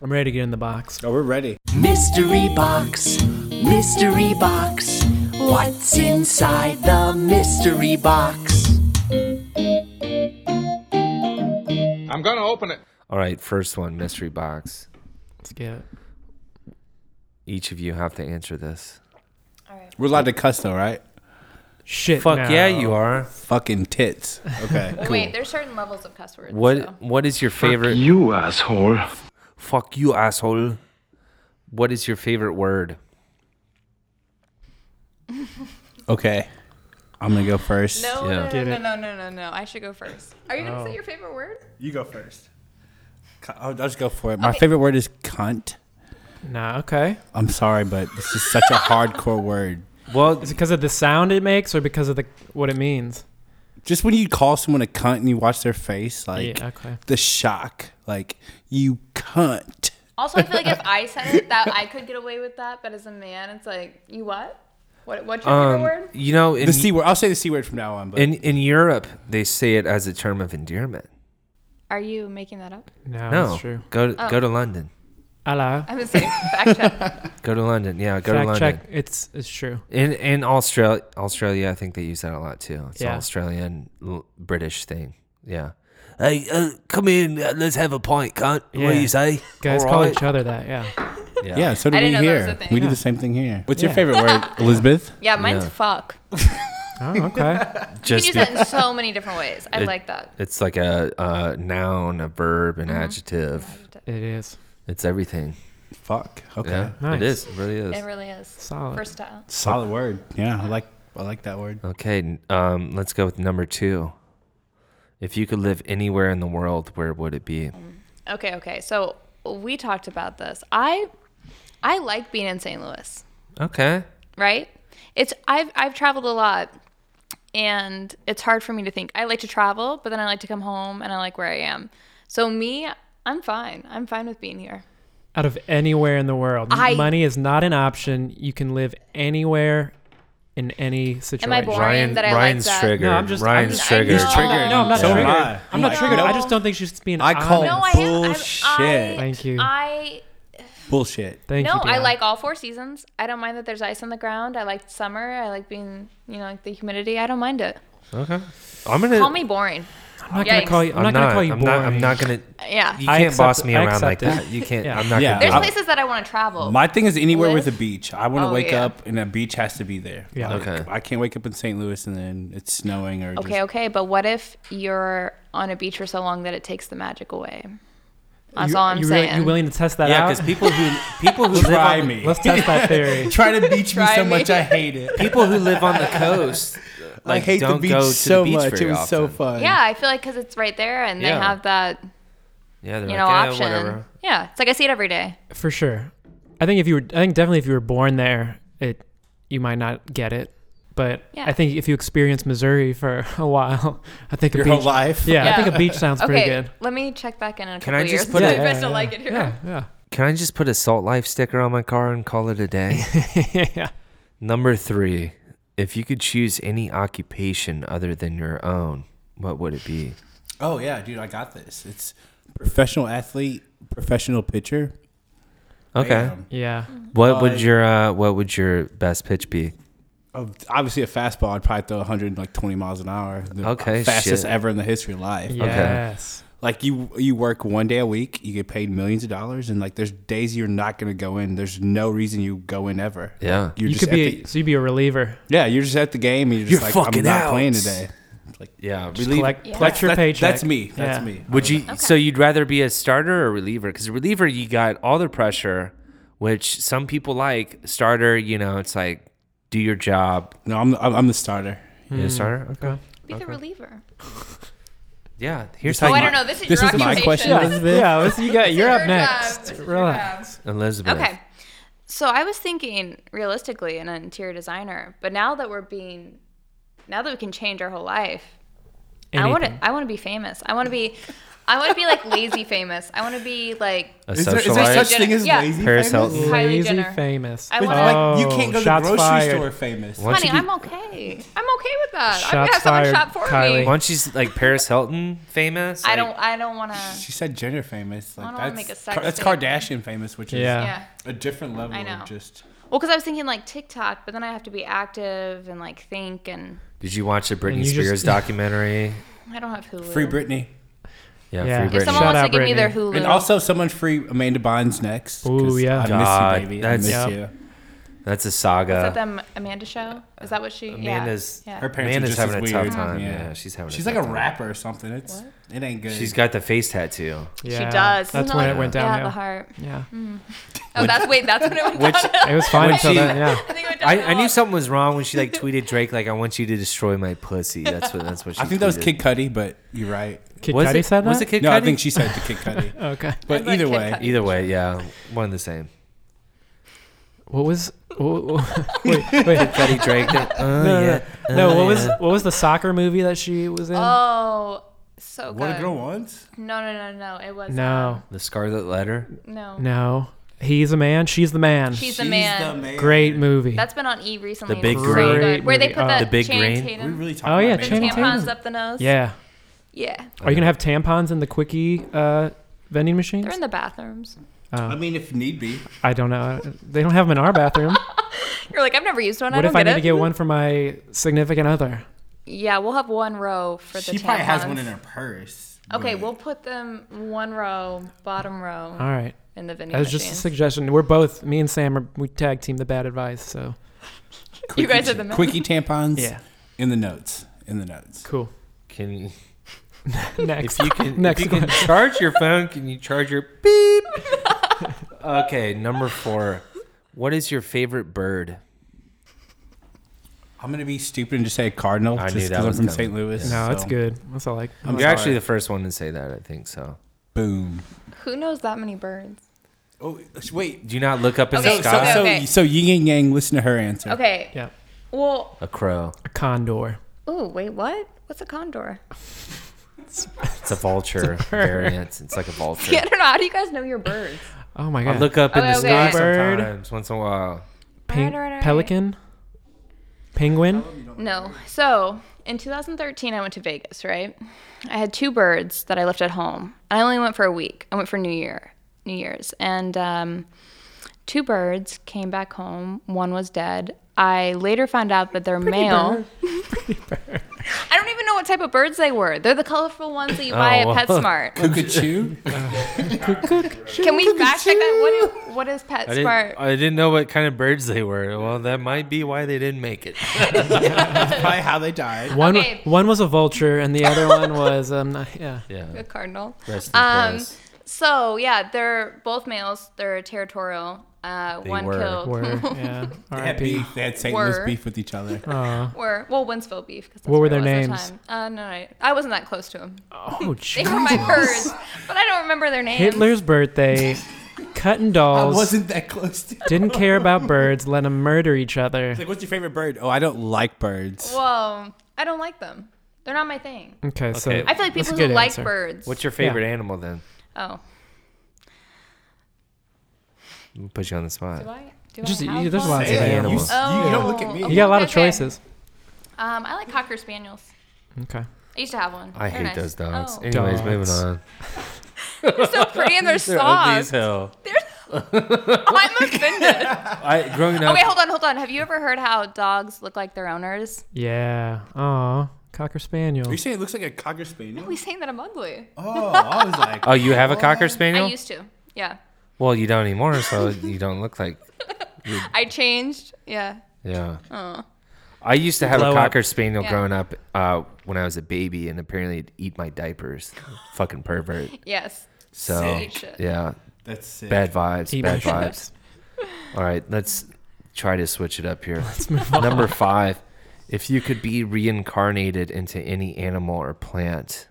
Speaker 1: I'm ready to get in the box.
Speaker 4: Oh, we're ready.
Speaker 7: Mystery box, mystery box. What's inside the mystery box?
Speaker 8: I'm gonna open it.
Speaker 3: All right, first one, mystery box.
Speaker 1: Let's get it.
Speaker 3: Each of you have to answer this.
Speaker 4: We're allowed to cuss though, right?
Speaker 1: Shit.
Speaker 3: Fuck
Speaker 1: no.
Speaker 3: yeah, you are.
Speaker 4: Fucking tits. Okay.
Speaker 2: Well, Wait, there's certain levels of cuss words.
Speaker 3: What
Speaker 2: so.
Speaker 3: What is your favorite?
Speaker 6: You asshole.
Speaker 3: Fuck you, asshole. What is your favorite word?
Speaker 4: Okay. I'm gonna go first.
Speaker 2: No,
Speaker 3: Yeah.
Speaker 2: no,
Speaker 1: Get
Speaker 2: no,
Speaker 1: it. Oh.
Speaker 2: no, no, no, no, no. I should go first. Are you gonna say your favorite word?
Speaker 4: You go first. oh, I'll, I'll just go for it. My favorite word is cunt.
Speaker 1: Nah. Okay.
Speaker 4: I'm sorry, but this is such a hardcore word.
Speaker 3: Well,
Speaker 1: Is it because of the sound it makes, or because of the what it means?
Speaker 4: Just when you call someone a cunt and you watch their face, like
Speaker 1: yeah. Okay.
Speaker 4: the shock, like you cunt.
Speaker 2: Also, I feel like if I said it, that I could get away with that. But as a man, it's like you what? What? What's your
Speaker 3: um,
Speaker 2: favorite word?
Speaker 3: you know, in,
Speaker 4: The c word. I'll say the c word from now on. But
Speaker 3: in in Europe, they say it as a term of endearment.
Speaker 2: Are you making that up?
Speaker 1: No,
Speaker 3: No,
Speaker 1: that's true.
Speaker 3: go
Speaker 2: Oh.
Speaker 3: go to London.
Speaker 1: Hello.
Speaker 2: I was saying fact check.
Speaker 3: Go to London. Yeah, go to
Speaker 1: Fact
Speaker 3: London.
Speaker 1: check. It's it's true.
Speaker 3: In in Australia, Australia, I think they use that a lot too. It's an
Speaker 1: Yeah.
Speaker 3: Australian l- British thing. Yeah. Hey, uh, come in. uh, Let's have a pint, cunt. What do
Speaker 1: Yeah.
Speaker 3: you say?
Speaker 1: Guys
Speaker 3: All
Speaker 1: call
Speaker 3: right.
Speaker 1: each other that. Yeah.
Speaker 4: yeah, so do
Speaker 2: I didn't
Speaker 4: we
Speaker 2: know that was
Speaker 4: here.
Speaker 2: a thing.
Speaker 4: We do the same thing here. What's your favorite word, Elizabeth?
Speaker 2: Yeah, mine's
Speaker 3: Yeah.
Speaker 2: fuck.
Speaker 1: Oh, okay.
Speaker 2: You
Speaker 3: Just
Speaker 2: can use
Speaker 3: be-
Speaker 2: that in so many different ways. I
Speaker 3: It-
Speaker 2: like that.
Speaker 3: It's like a, a noun, a verb,
Speaker 2: Uh-huh.
Speaker 3: an adjective.
Speaker 1: it is
Speaker 3: It's everything.
Speaker 4: Fuck. Okay.
Speaker 3: Yeah,
Speaker 1: Nice.
Speaker 3: it is. It really
Speaker 2: It
Speaker 3: is.
Speaker 2: really is
Speaker 1: solid.
Speaker 2: versatile.
Speaker 4: Solid word. Yeah, I like I like that word.
Speaker 3: Okay, n- um, let's go with number two. If you could live anywhere in the world, where would it be?
Speaker 2: Okay, okay. So we talked about this. I I like being in St. Louis.
Speaker 3: Okay.
Speaker 2: right? It's I've I've traveled a lot and it's hard for me to think. I like to travel, but then I like to come home and I like where I am. So me, I'm fine. I'm fine with being here.
Speaker 1: Out of anywhere in the world,
Speaker 2: I-
Speaker 1: money is not an option. You can live anywhere, in any situation.
Speaker 2: boring? Ryan- that I like
Speaker 3: Ryan's
Speaker 2: that.
Speaker 3: triggered.
Speaker 1: No, I'm just- I'm
Speaker 3: Ryan's
Speaker 1: just-
Speaker 3: triggered.
Speaker 2: He's triggered.
Speaker 1: No, I'm not
Speaker 4: So am
Speaker 1: triggered.
Speaker 4: I.
Speaker 1: I'm not
Speaker 2: Like,
Speaker 1: triggered. I
Speaker 2: no.
Speaker 1: just don't think she's being.
Speaker 4: I call-
Speaker 1: honest.
Speaker 2: No, I am. I'm- I,
Speaker 4: Bullshit.
Speaker 1: Thank you.
Speaker 2: I
Speaker 4: Bullshit.
Speaker 1: Thank
Speaker 2: no,
Speaker 1: you.
Speaker 2: I
Speaker 1: Dion.
Speaker 2: like all four seasons. I don't mind that there's ice on the ground. I like summer. I like being, you know, like the humidity. I don't mind it.
Speaker 3: Okay. I'm gonna.
Speaker 2: Call me boring.
Speaker 1: I'm not gonna
Speaker 2: Yikes.
Speaker 1: call you. I'm, not gonna call you
Speaker 3: I'm
Speaker 1: boring.
Speaker 3: Not, I'm not gonna.
Speaker 2: Yeah.
Speaker 3: You
Speaker 1: I
Speaker 3: can't boss
Speaker 1: accept-
Speaker 3: me
Speaker 1: I
Speaker 3: around like
Speaker 1: accept it.
Speaker 3: that. You can't.
Speaker 1: Yeah.
Speaker 3: I'm not
Speaker 4: Yeah.
Speaker 3: gonna.
Speaker 2: There's
Speaker 3: do it.
Speaker 2: places that I want to travel.
Speaker 4: My thing is anywhere with a
Speaker 2: Live?
Speaker 4: beach. I want to
Speaker 2: Oh,
Speaker 4: wake
Speaker 2: yeah.
Speaker 4: up and a beach has to be there.
Speaker 1: Yeah.
Speaker 4: Like,
Speaker 3: Okay.
Speaker 4: I can't wake up in St. Louis and then it's snowing or
Speaker 2: Okay, okay, but what if you're on a beach for so long that it takes the magic away? That's
Speaker 1: you,
Speaker 2: all I'm
Speaker 1: you really-
Speaker 2: saying.
Speaker 1: you willing to test that
Speaker 3: Yeah,
Speaker 1: out?
Speaker 3: because people who people who
Speaker 4: just
Speaker 3: live
Speaker 4: try
Speaker 3: on,
Speaker 4: me.
Speaker 1: Let's test that theory.
Speaker 4: Try to beach me
Speaker 2: Try
Speaker 4: so
Speaker 2: me.
Speaker 4: much I hate it.
Speaker 3: people who live on the coast. Like,
Speaker 4: I hate
Speaker 3: don't
Speaker 4: the beach
Speaker 3: go to
Speaker 4: so
Speaker 3: the beach
Speaker 4: much. It
Speaker 3: very
Speaker 4: was so
Speaker 3: often.
Speaker 4: fun.
Speaker 2: yeah, I feel like because it's right there and they
Speaker 3: Yeah.
Speaker 2: have that
Speaker 3: Yeah, they're
Speaker 2: you know
Speaker 3: like, "Eh,
Speaker 2: option.
Speaker 3: whatever.
Speaker 2: Yeah, it's like I see it every day.
Speaker 1: For sure. I think if you were, I think definitely if you were born there, it, you might not get it. But
Speaker 2: Yeah.
Speaker 1: I think if you experience Missouri for a while, I think
Speaker 4: Your
Speaker 1: a beach,
Speaker 4: whole life.
Speaker 1: Yeah,
Speaker 2: Yeah.
Speaker 1: I think a beach sounds pretty
Speaker 2: Okay,
Speaker 1: good.
Speaker 2: let me check back in in a
Speaker 3: Can
Speaker 2: couple
Speaker 3: I just
Speaker 2: years.
Speaker 3: put
Speaker 2: See
Speaker 3: a-
Speaker 2: if I
Speaker 1: Yeah,
Speaker 2: still
Speaker 1: yeah,
Speaker 2: like it here.
Speaker 1: Yeah, yeah,
Speaker 3: Can I just put a Salt Life sticker on my car and call it a day?
Speaker 1: yeah.
Speaker 3: Number three, if you could choose any occupation other than your own, what would it be?
Speaker 4: Oh yeah, dude, I got this. It's professional athlete, professional pitcher.
Speaker 3: Okay.
Speaker 4: Bam.
Speaker 1: Yeah.
Speaker 3: What would your uh, What would your best pitch be?
Speaker 4: Of- Um, Obviously, a fastball. I'd probably throw 120 miles an hour. The
Speaker 3: Okay,
Speaker 4: fastest
Speaker 3: shit.
Speaker 4: ever in the history of life.
Speaker 1: Yes.
Speaker 4: Like you, you work one day a week. You get paid millions of dollars, and like there's days you're not gonna go in. There's no reason you go in ever.
Speaker 3: Yeah.
Speaker 4: you're
Speaker 1: You
Speaker 4: just
Speaker 1: could
Speaker 4: at
Speaker 1: be,
Speaker 4: the-
Speaker 1: so you'd be a reliever.
Speaker 4: yeah, you're just at the game, and you're just
Speaker 3: You're
Speaker 4: like,
Speaker 3: fucking
Speaker 4: I'm not
Speaker 3: out.
Speaker 4: playing today.
Speaker 3: Yeah.
Speaker 1: Just collect, collect your
Speaker 4: That-
Speaker 1: paycheck.
Speaker 4: That's me. That's
Speaker 1: Yeah.
Speaker 4: me.
Speaker 3: Would you? So you'd rather be a starter or reliever? Because reliever, you got all the pressure, which some people like. Starter, you know, it's like do your job. Hmm.
Speaker 4: No, I'm I'm, I'm the starter.
Speaker 3: You're a starter. Okay.
Speaker 2: Be the reliever.
Speaker 3: Yeah. Here's
Speaker 2: Oh,
Speaker 3: how
Speaker 2: I
Speaker 3: you-
Speaker 2: don't know. This is
Speaker 4: This
Speaker 2: your
Speaker 4: is my
Speaker 2: occupation.
Speaker 4: question, Elizabeth.
Speaker 1: Yeah, listen, you got, you're
Speaker 2: your
Speaker 1: up
Speaker 2: job.
Speaker 1: next.
Speaker 2: This is your
Speaker 1: Relax.
Speaker 3: Elizabeth.
Speaker 2: Okay. So I was thinking realistically an interior designer, but now that we're being now that we can change our whole life, I want to I want to be famous. I want to be I want to be like lazy famous. I want to be like
Speaker 3: A
Speaker 4: Is there, is
Speaker 3: socialite.
Speaker 4: there such thing as
Speaker 2: Yeah.
Speaker 4: lazy?
Speaker 3: Paris
Speaker 4: famous?
Speaker 3: Hilton. Oh,
Speaker 2: Kylie
Speaker 1: Lazy Oh,
Speaker 2: Jenner.
Speaker 1: famous.
Speaker 2: I
Speaker 4: It's
Speaker 2: wanna-
Speaker 4: Like you can't go to the
Speaker 1: Shots
Speaker 4: grocery
Speaker 1: fired.
Speaker 4: store famous.
Speaker 3: Why don't
Speaker 2: honey,
Speaker 3: you be-
Speaker 2: I'm okay. I'm okay with that. I'm
Speaker 1: Shots
Speaker 2: gonna have someone
Speaker 1: fired,
Speaker 2: shop for
Speaker 1: Kylie.
Speaker 2: me.
Speaker 3: Once she's like Paris Hilton famous.
Speaker 2: I
Speaker 3: like-
Speaker 2: don't I don't want to.
Speaker 4: She said gender famous. Like
Speaker 2: don't wanna
Speaker 4: that's
Speaker 2: make a sex
Speaker 4: Ka- that's
Speaker 2: statement.
Speaker 4: Kardashian famous, which is
Speaker 1: Yeah.
Speaker 2: Yeah.
Speaker 4: a different level
Speaker 2: I know.
Speaker 4: of just.
Speaker 2: Well, because I was thinking like TikTok, but then I have to be active and like think, and
Speaker 3: Did you watch the Britney
Speaker 1: you just-
Speaker 3: Spears documentary?
Speaker 2: I don't have Hulu.
Speaker 4: Free Britney.
Speaker 3: Yeah,
Speaker 1: Yeah.
Speaker 3: Free
Speaker 2: If
Speaker 3: Britney.
Speaker 2: someone
Speaker 1: Shout
Speaker 2: wants to
Speaker 1: out
Speaker 2: give me their
Speaker 1: Britney.
Speaker 2: Hulu,
Speaker 4: And also, someone free Amanda Bynes next.
Speaker 1: Ooh,
Speaker 4: 'cause
Speaker 1: yeah.
Speaker 4: I miss
Speaker 3: God,
Speaker 4: you, baby. I
Speaker 3: that's-
Speaker 4: miss
Speaker 1: Yeah.
Speaker 4: you.
Speaker 3: That's a saga.
Speaker 2: Is that them Amanda show? Is that what she?
Speaker 3: Amanda's-
Speaker 2: Yeah.
Speaker 4: Her
Speaker 2: yeah.
Speaker 4: parents
Speaker 3: Amanda's
Speaker 4: are just
Speaker 3: having
Speaker 4: as
Speaker 3: a tough
Speaker 4: weird.
Speaker 3: time. Yeah, she's having a
Speaker 4: She's
Speaker 3: tough
Speaker 4: like a
Speaker 3: time.
Speaker 4: rapper or something. It's it ain't good.
Speaker 3: She's got the face tattoo.
Speaker 1: Yeah,
Speaker 2: She does.
Speaker 1: That's
Speaker 2: Isn't
Speaker 1: when
Speaker 2: like-
Speaker 1: it went
Speaker 2: Yeah,
Speaker 1: downhill.
Speaker 2: the heart.
Speaker 1: Yeah,
Speaker 2: Oh, that's wait. That's when it went
Speaker 3: Which-
Speaker 2: downhill.
Speaker 1: it was fine
Speaker 3: When
Speaker 1: until
Speaker 3: she-
Speaker 1: then. Yeah,
Speaker 2: I think it went
Speaker 3: I, I
Speaker 2: downhill.
Speaker 3: knew something was wrong when she like tweeted Drake like I want you to destroy my pussy. That's what that's what she
Speaker 4: I think that was
Speaker 3: tweeted.
Speaker 4: Kid Cudi, but you're right.
Speaker 1: Kid
Speaker 3: Was
Speaker 1: Cudi
Speaker 3: it,
Speaker 1: said that.
Speaker 3: Was it Kid
Speaker 4: no, I
Speaker 3: Cudi?
Speaker 4: think she said to Kid Cudi.
Speaker 1: okay.
Speaker 4: But
Speaker 2: like
Speaker 4: either
Speaker 2: Kid
Speaker 4: way,
Speaker 2: Cudi.
Speaker 3: Either way, yeah, one and the same.
Speaker 1: What was? What, what- wait, wait.
Speaker 3: Cuddy Drake. uh,
Speaker 1: No,
Speaker 3: yeah.
Speaker 1: no, no. No, What was? What was the soccer movie that she was in?
Speaker 2: Oh, so good.
Speaker 4: what a girl wants.
Speaker 2: No, no, no, no. It was um,
Speaker 1: no,
Speaker 3: The Scarlet Letter.
Speaker 2: no.
Speaker 1: no. He's a man. She's the man.
Speaker 2: She's the man.
Speaker 1: Great movie.
Speaker 2: That's been on E recently.
Speaker 3: The Big
Speaker 2: It's
Speaker 3: Green.
Speaker 2: good. Where they
Speaker 1: Great
Speaker 2: put
Speaker 1: movie.
Speaker 2: that
Speaker 1: Oh.
Speaker 3: The Big
Speaker 2: Channing
Speaker 3: Green.
Speaker 4: We
Speaker 2: Tatum
Speaker 4: really talking
Speaker 1: oh yeah,
Speaker 4: about
Speaker 1: Channing
Speaker 4: Mandy.
Speaker 1: Tatum.
Speaker 2: tampons up the nose.
Speaker 1: Yeah.
Speaker 2: yeah.
Speaker 1: Are you gonna have tampons in the quickie uh, vending machines?
Speaker 2: They're in the bathrooms.
Speaker 4: I mean, if need be,
Speaker 1: I don't know. They don't have them in our bathroom.
Speaker 2: You're like, I've never used one. I
Speaker 1: what
Speaker 2: don't
Speaker 1: if I need
Speaker 2: it.
Speaker 1: to get one for my significant other?
Speaker 2: Yeah, we'll have one row for the
Speaker 4: she probably has
Speaker 2: tampons.
Speaker 4: one in her purse.
Speaker 2: Okay,
Speaker 4: but-
Speaker 2: we'll put them one row, bottom row
Speaker 1: All right.
Speaker 2: in the vending
Speaker 1: That was
Speaker 2: machine.
Speaker 1: just a suggestion. We're both, me and Sam, are, we tag team the bad advice. So
Speaker 2: you guys are the men.
Speaker 4: quickie tampons.
Speaker 1: Yeah.
Speaker 4: in the notes. In the notes.
Speaker 1: cool.
Speaker 3: Can
Speaker 1: Next.
Speaker 3: if you can
Speaker 1: Next
Speaker 3: if you can
Speaker 1: one.
Speaker 3: charge your phone, can you charge your beep? okay, number four. What is your favorite bird?
Speaker 4: I'm gonna be stupid and just say cardinal,
Speaker 3: I knew
Speaker 4: just
Speaker 3: that
Speaker 4: because I'm
Speaker 3: was
Speaker 4: from
Speaker 3: dumb.
Speaker 4: St. Louis.
Speaker 1: no,
Speaker 4: so.
Speaker 1: that's good. That's all I like.
Speaker 4: I'm
Speaker 3: You're actually
Speaker 4: sorry.
Speaker 3: the first one to say that. I think so.
Speaker 4: Boom.
Speaker 2: Who knows that many birds?
Speaker 4: Oh wait.
Speaker 3: Do you not look up in the
Speaker 2: Okay,
Speaker 3: sky?
Speaker 4: So
Speaker 2: Okay.
Speaker 4: so yin and yang. Listen to her answer.
Speaker 2: Okay.
Speaker 1: Yeah.
Speaker 2: Well,
Speaker 3: A crow.
Speaker 1: A condor.
Speaker 2: ooh, wait, what? What's a condor?
Speaker 3: It's a vulture variant. It's like a vulture.
Speaker 2: Yeah, I don't know. How do you guys know your birds?
Speaker 1: Oh my
Speaker 3: I
Speaker 1: God.
Speaker 3: look up in
Speaker 2: Okay,
Speaker 3: the
Speaker 2: okay.
Speaker 3: sky
Speaker 1: Bird.
Speaker 3: sometimes, once in a while.
Speaker 1: Pink,
Speaker 2: Alright, alright, alright.
Speaker 1: pelican. Penguin.
Speaker 2: No. So in 2013, I went to Vegas, right? I had two birds that I left at home. I only went for a week. I went for New Year, New Year's, and um, two birds came back home. One was dead. I later found out that they're male. I don't even know what type of birds they were. They're the colorful ones that you buy
Speaker 3: Oh, well.
Speaker 2: at PetSmart.
Speaker 4: Cuckoo.
Speaker 2: Can we fact check that? What is, what is
Speaker 3: I didn't,
Speaker 2: PetSmart?
Speaker 3: I didn't know what kind of birds they were. Well, that might be why they didn't make it.
Speaker 4: Probably how they died.
Speaker 1: One
Speaker 2: Okay.
Speaker 1: one was a vulture and the other one was um not- yeah.
Speaker 3: Yeah.
Speaker 2: A cardinal.
Speaker 3: Rest in
Speaker 2: Um,
Speaker 3: peace.
Speaker 2: so yeah, they're both males. They're territorial. Uh, one
Speaker 3: were.
Speaker 2: killed.
Speaker 1: Were yeah.
Speaker 4: They had
Speaker 1: R.I.P.
Speaker 4: beef. They had St.
Speaker 2: Were.
Speaker 4: Louis beef with each other.
Speaker 2: Were well, Winsville beef. 'cause that's
Speaker 1: What were
Speaker 2: where
Speaker 1: their
Speaker 2: it was at the
Speaker 1: names?
Speaker 2: time. Uh, no, no, I wasn't that close to them.
Speaker 1: Oh,
Speaker 2: They
Speaker 1: gee.
Speaker 2: were my birds, but I don't remember their names.
Speaker 1: Hitler's birthday. Cutting
Speaker 4: I
Speaker 1: dolls.
Speaker 4: wasn't that close to.
Speaker 1: Didn't care about birds. Let them murder each other.
Speaker 4: Like, what's your favorite bird? Oh, I don't like birds.
Speaker 2: Whoa, I don't like them. They're not my thing.
Speaker 1: Okay, so
Speaker 3: Okay.
Speaker 2: I feel like
Speaker 1: Mm, That's a
Speaker 2: people
Speaker 1: good
Speaker 2: who like
Speaker 1: answer.
Speaker 2: birds.
Speaker 3: What's your favorite animal then?
Speaker 2: oh,
Speaker 3: We'll put you on the spot.
Speaker 2: do I? Do
Speaker 1: Just-
Speaker 2: I have
Speaker 1: there's
Speaker 2: one?
Speaker 1: lots of
Speaker 4: Damn, you-
Speaker 1: animals.
Speaker 2: Oh.
Speaker 4: You, you don't look at me.
Speaker 1: You got a lot of
Speaker 2: Okay.
Speaker 1: choices.
Speaker 2: Um, I like cocker spaniels.
Speaker 1: Okay.
Speaker 2: I used to have one.
Speaker 3: I
Speaker 2: They're
Speaker 3: hate
Speaker 2: nice.
Speaker 3: those dogs.
Speaker 2: Oh.
Speaker 3: Anyways, moving
Speaker 1: Dogs.
Speaker 3: on.
Speaker 2: They're so pretty and they're
Speaker 3: They're ugly as
Speaker 2: soft. Oh,
Speaker 3: hell.
Speaker 2: I'm offended.
Speaker 3: I, growing up,
Speaker 2: Okay, hold on, hold on. Have you ever heard how dogs look like their owners?
Speaker 1: Yeah. Aw. Cocker Spaniel.
Speaker 4: Are you saying it looks like a cocker spaniel?
Speaker 2: We saying that I'm ugly.
Speaker 4: Oh, I was like,
Speaker 3: oh, you have a cocker
Speaker 2: I
Speaker 3: spaniel?
Speaker 2: used to. Yeah,
Speaker 3: well, you don't anymore, so you don't look like.
Speaker 2: I changed. Yeah.
Speaker 3: Yeah. I used to have
Speaker 1: Blow
Speaker 3: a
Speaker 1: up.
Speaker 3: cocker spaniel
Speaker 2: Oh. Yeah.
Speaker 3: growing up uh, when I was a baby, and apparently it'd eat my diapers. Fucking pervert.
Speaker 2: Yes.
Speaker 3: So
Speaker 2: Sick. Shit.
Speaker 3: yeah,
Speaker 4: that's sick.
Speaker 3: bad vibes.
Speaker 1: Eat
Speaker 3: bad
Speaker 1: my
Speaker 3: vibes. All right, let's try to switch it up here. Let's move on. Number five. If you could be reincarnated into any animal or plant,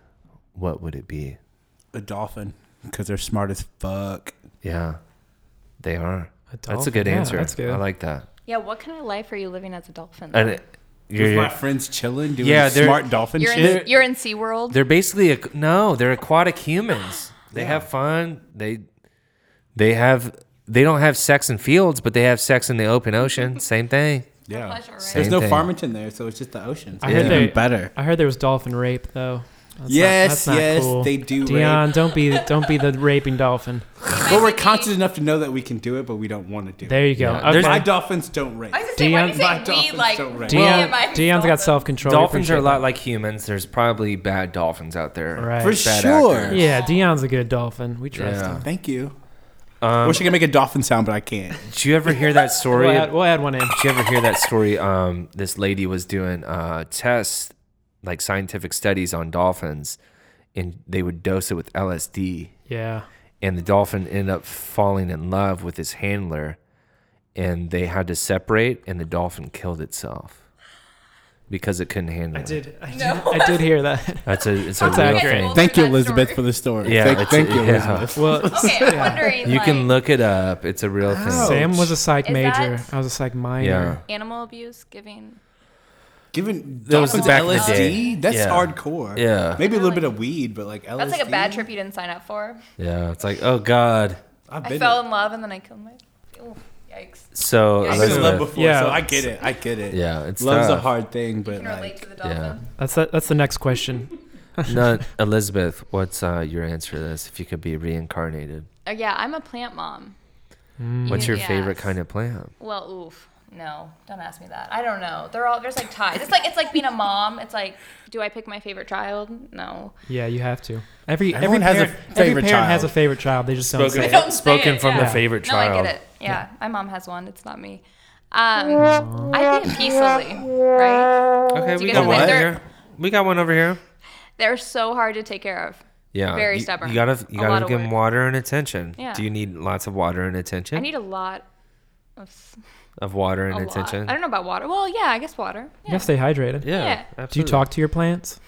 Speaker 3: what would it be?
Speaker 4: A dolphin, because they're smart as fuck.
Speaker 3: Yeah, they are. That's a
Speaker 1: dolphin,
Speaker 3: good
Speaker 1: yeah,
Speaker 3: answer.
Speaker 1: that's good.
Speaker 3: I like that.
Speaker 2: Yeah. What kind of life are you living as a dolphin?
Speaker 3: And it,
Speaker 4: With my
Speaker 3: you're,
Speaker 4: friends chilling doing
Speaker 3: Yeah, they're-
Speaker 4: smart dolphin
Speaker 2: you're
Speaker 4: shit.
Speaker 2: in you're in SeaWorld.
Speaker 3: they're basically a, no. They're aquatic humans. They have fun. They they have they don't have sex in fields, but they have sex in the open ocean. Same thing.
Speaker 4: yeah.
Speaker 2: Pleasure, right?
Speaker 4: There's
Speaker 3: Same
Speaker 4: no
Speaker 3: thing.
Speaker 4: Farmington there, so it's just the ocean. So
Speaker 1: I
Speaker 4: it's
Speaker 1: heard
Speaker 4: even
Speaker 1: they-
Speaker 4: better.
Speaker 1: I heard there was dolphin rape though. That's
Speaker 4: Yes,
Speaker 1: not, that's not
Speaker 4: yes,
Speaker 1: cool.
Speaker 4: they do
Speaker 1: Dion, don't be don't be the raping dolphin.
Speaker 4: But we're conscious enough to know that we can do it, but we don't want to do
Speaker 1: There
Speaker 4: it.
Speaker 1: you go.
Speaker 3: Yeah, there's-
Speaker 4: My
Speaker 1: okay.
Speaker 4: dolphins don't rape.
Speaker 2: I was gonna say, why do
Speaker 1: Dion-
Speaker 2: you say
Speaker 4: My
Speaker 2: we
Speaker 4: dolphins
Speaker 2: like?
Speaker 4: don't rape.
Speaker 2: me
Speaker 1: Dion,
Speaker 2: and my
Speaker 1: Dion's got
Speaker 2: dolphin?
Speaker 1: self control.
Speaker 3: Dolphins are a lot like humans. There's probably bad dolphins out there.
Speaker 1: Right.
Speaker 4: For
Speaker 3: Bad
Speaker 4: sure.
Speaker 3: actors.
Speaker 1: Yeah, Dion's a good dolphin. We trust
Speaker 3: Yeah.
Speaker 1: him.
Speaker 4: Thank you.
Speaker 3: Um,
Speaker 4: I wish I could make a dolphin sound, but I can't.
Speaker 3: Did you ever hear that story?
Speaker 1: We'll add, we'll add one in.
Speaker 3: Did you ever hear that story? Um, this lady was doing uh, tests, like scientific studies on dolphins, and they would dose it with LSD,
Speaker 1: Yeah.
Speaker 3: and the dolphin ended up falling in love with his handler, and they had to separate, and the dolphin killed itself because it couldn't handle
Speaker 1: I did. I did,
Speaker 2: No.
Speaker 1: I did hear that.
Speaker 3: That's a it's a
Speaker 1: That's
Speaker 3: real
Speaker 1: accurate.
Speaker 3: thing.
Speaker 4: Thank you,
Speaker 2: That
Speaker 4: Elizabeth,
Speaker 2: story.
Speaker 4: for the story.
Speaker 3: Yeah,
Speaker 4: thank,
Speaker 3: it's-
Speaker 4: thank you,
Speaker 3: yeah.
Speaker 4: Elizabeth.
Speaker 1: Well,
Speaker 2: Okay, I'm wondering.
Speaker 3: You
Speaker 2: like,
Speaker 3: can look it up. It's a real
Speaker 4: Ow.
Speaker 3: thing.
Speaker 1: Sam was a psych
Speaker 2: Is
Speaker 1: major.
Speaker 2: that-
Speaker 1: I was a psych
Speaker 3: Yeah.
Speaker 1: minor.
Speaker 2: Animal abuse giving.
Speaker 4: Given
Speaker 3: That was
Speaker 4: dolphins
Speaker 3: back in the
Speaker 4: LSD,
Speaker 3: day.
Speaker 4: that's
Speaker 3: Yeah.
Speaker 4: hardcore.
Speaker 3: Yeah.
Speaker 4: maybe a little bit of weed, but like LSD.
Speaker 2: That's like a bad trip you didn't sign up for.
Speaker 3: Yeah, it's like, oh God.
Speaker 4: I've
Speaker 2: I
Speaker 4: been.
Speaker 2: fell in love and then I killed my. Ooh, yikes.
Speaker 3: So
Speaker 2: I've
Speaker 4: I've been in love
Speaker 3: Elizabeth,
Speaker 4: before,
Speaker 1: Yeah.
Speaker 4: so I get it. I get it.
Speaker 3: Yeah, it's
Speaker 4: love's a
Speaker 3: tough.
Speaker 4: hard thing, but
Speaker 2: Can relate
Speaker 4: like,
Speaker 2: to the
Speaker 3: yeah.
Speaker 2: dolphin.
Speaker 1: That's the, that's the next question.
Speaker 3: no, Elizabeth, what's uh, your answer to this? If you could be reincarnated,
Speaker 2: Oh, yeah, I'm a plant mom.
Speaker 3: Mm. what's your
Speaker 2: Yeah.
Speaker 3: favorite kind of plant?
Speaker 2: Well, oof. No, don't ask me that. I don't know. They're all there's like ties. It's like it's like being a mom. It's like, do I pick my favorite child? No.
Speaker 1: Yeah, you have to. Every every
Speaker 4: Everyone has a
Speaker 1: parent, every
Speaker 4: favorite
Speaker 1: parent has a
Speaker 4: child.
Speaker 1: favorite child. They just don't say.
Speaker 3: Spoken-
Speaker 1: it.
Speaker 2: Don't say
Speaker 3: Spoken
Speaker 2: it,
Speaker 3: from
Speaker 2: yeah.
Speaker 3: the favorite
Speaker 2: No, I
Speaker 3: child.
Speaker 2: get it. Yeah. my mom has one. It's not me. Um, I think peacefully, right?
Speaker 3: Okay,
Speaker 2: Do
Speaker 3: we
Speaker 2: you
Speaker 3: got
Speaker 2: guys
Speaker 3: one
Speaker 2: like
Speaker 3: over
Speaker 2: their-
Speaker 3: here. We got one over here.
Speaker 2: They're so hard to take care of.
Speaker 3: Yeah,
Speaker 2: Very
Speaker 3: you-
Speaker 2: stubborn.
Speaker 3: You gotta,
Speaker 2: A
Speaker 3: you
Speaker 2: lot
Speaker 3: gotta
Speaker 2: of
Speaker 3: give them
Speaker 2: work.
Speaker 3: water and attention.
Speaker 2: Yeah.
Speaker 3: Do you need lots of water and attention?
Speaker 2: I need a lot of s-
Speaker 3: of water and
Speaker 2: a lot.
Speaker 3: attention.
Speaker 2: I don't know about water. Well, yeah, I guess water.
Speaker 1: You
Speaker 2: Yeah.
Speaker 1: gotta stay hydrated.
Speaker 3: Yeah.
Speaker 2: Yeah.
Speaker 1: Do you
Speaker 3: absolutely.
Speaker 1: talk to your plants?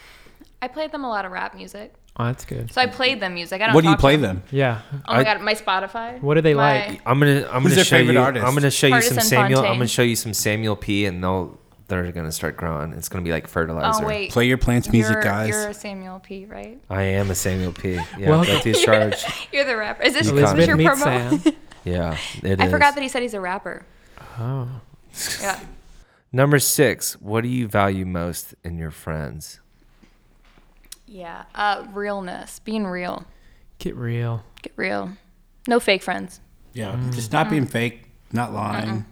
Speaker 2: I played them a lot of rap music.
Speaker 1: Oh, that's good.
Speaker 2: So I played them music. I don't
Speaker 4: what do you
Speaker 2: talk to
Speaker 4: play them?
Speaker 1: Yeah.
Speaker 2: Oh my
Speaker 3: I-
Speaker 2: god, my Spotify.
Speaker 1: What do they
Speaker 2: My-
Speaker 1: like?
Speaker 3: I'm gonna, I'm gonna
Speaker 4: their
Speaker 3: show
Speaker 4: favorite
Speaker 3: you.
Speaker 4: artist?
Speaker 3: I'm gonna show you some
Speaker 2: Partisan
Speaker 3: Samuel. I'm
Speaker 2: Fontaine.
Speaker 3: gonna show you some Samuel P. And they'll, they're gonna start growing. It's gonna be like fertilizer.
Speaker 2: Oh wait,
Speaker 4: Play your plants music,
Speaker 2: you're,
Speaker 4: guys.
Speaker 2: You're a Samuel P, right?
Speaker 3: I am a Samuel P. Yeah,
Speaker 1: Well-
Speaker 3: guilty as charged.
Speaker 2: You're the rapper. Is this,
Speaker 3: You
Speaker 2: is
Speaker 3: can't.
Speaker 2: this your
Speaker 1: Elizabeth meets
Speaker 2: promo?
Speaker 1: Sam.
Speaker 3: Yeah, it
Speaker 2: I
Speaker 3: is.
Speaker 2: forgot that he said he's a rapper.
Speaker 1: Oh.
Speaker 2: Yeah.
Speaker 3: Number six. What do you value most in your friends?
Speaker 2: Yeah. Uh, realness. Being real.
Speaker 1: Get real.
Speaker 2: Get real. No fake friends.
Speaker 4: Yeah, just not being fake, not lying.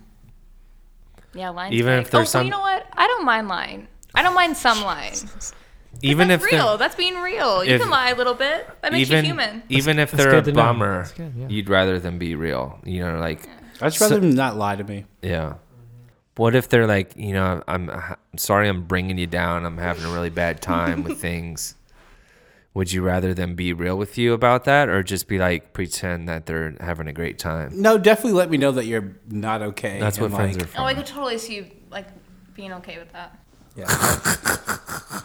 Speaker 2: Yeah, lying.
Speaker 3: Even if there's
Speaker 2: oh, well,
Speaker 3: some-
Speaker 2: you know what? I don't mind lying. I don't mind some lying.
Speaker 3: Even
Speaker 2: That's
Speaker 3: if
Speaker 2: real.
Speaker 3: they're
Speaker 2: That's being real. You
Speaker 3: if-
Speaker 2: can lie a little bit. That makes
Speaker 3: even e-
Speaker 2: you human.
Speaker 3: even if they're a
Speaker 1: good to know.
Speaker 3: bummer,
Speaker 1: That's good, yeah.
Speaker 3: you'd rather them be real. You know, like
Speaker 4: I'd just rather
Speaker 3: So-
Speaker 4: them not lie to me.
Speaker 3: yeah. What if they're like, you know, I'm, I'm sorry, I'm bringing you down. I'm having a really bad time with things. Would you rather them be real with you about that, or just be like pretend that they're having a great time?
Speaker 4: No, definitely let me know that you're not okay.
Speaker 3: That's what
Speaker 4: and,
Speaker 3: friends
Speaker 4: like,
Speaker 3: are for.
Speaker 2: Oh, I could totally see you like being okay with that.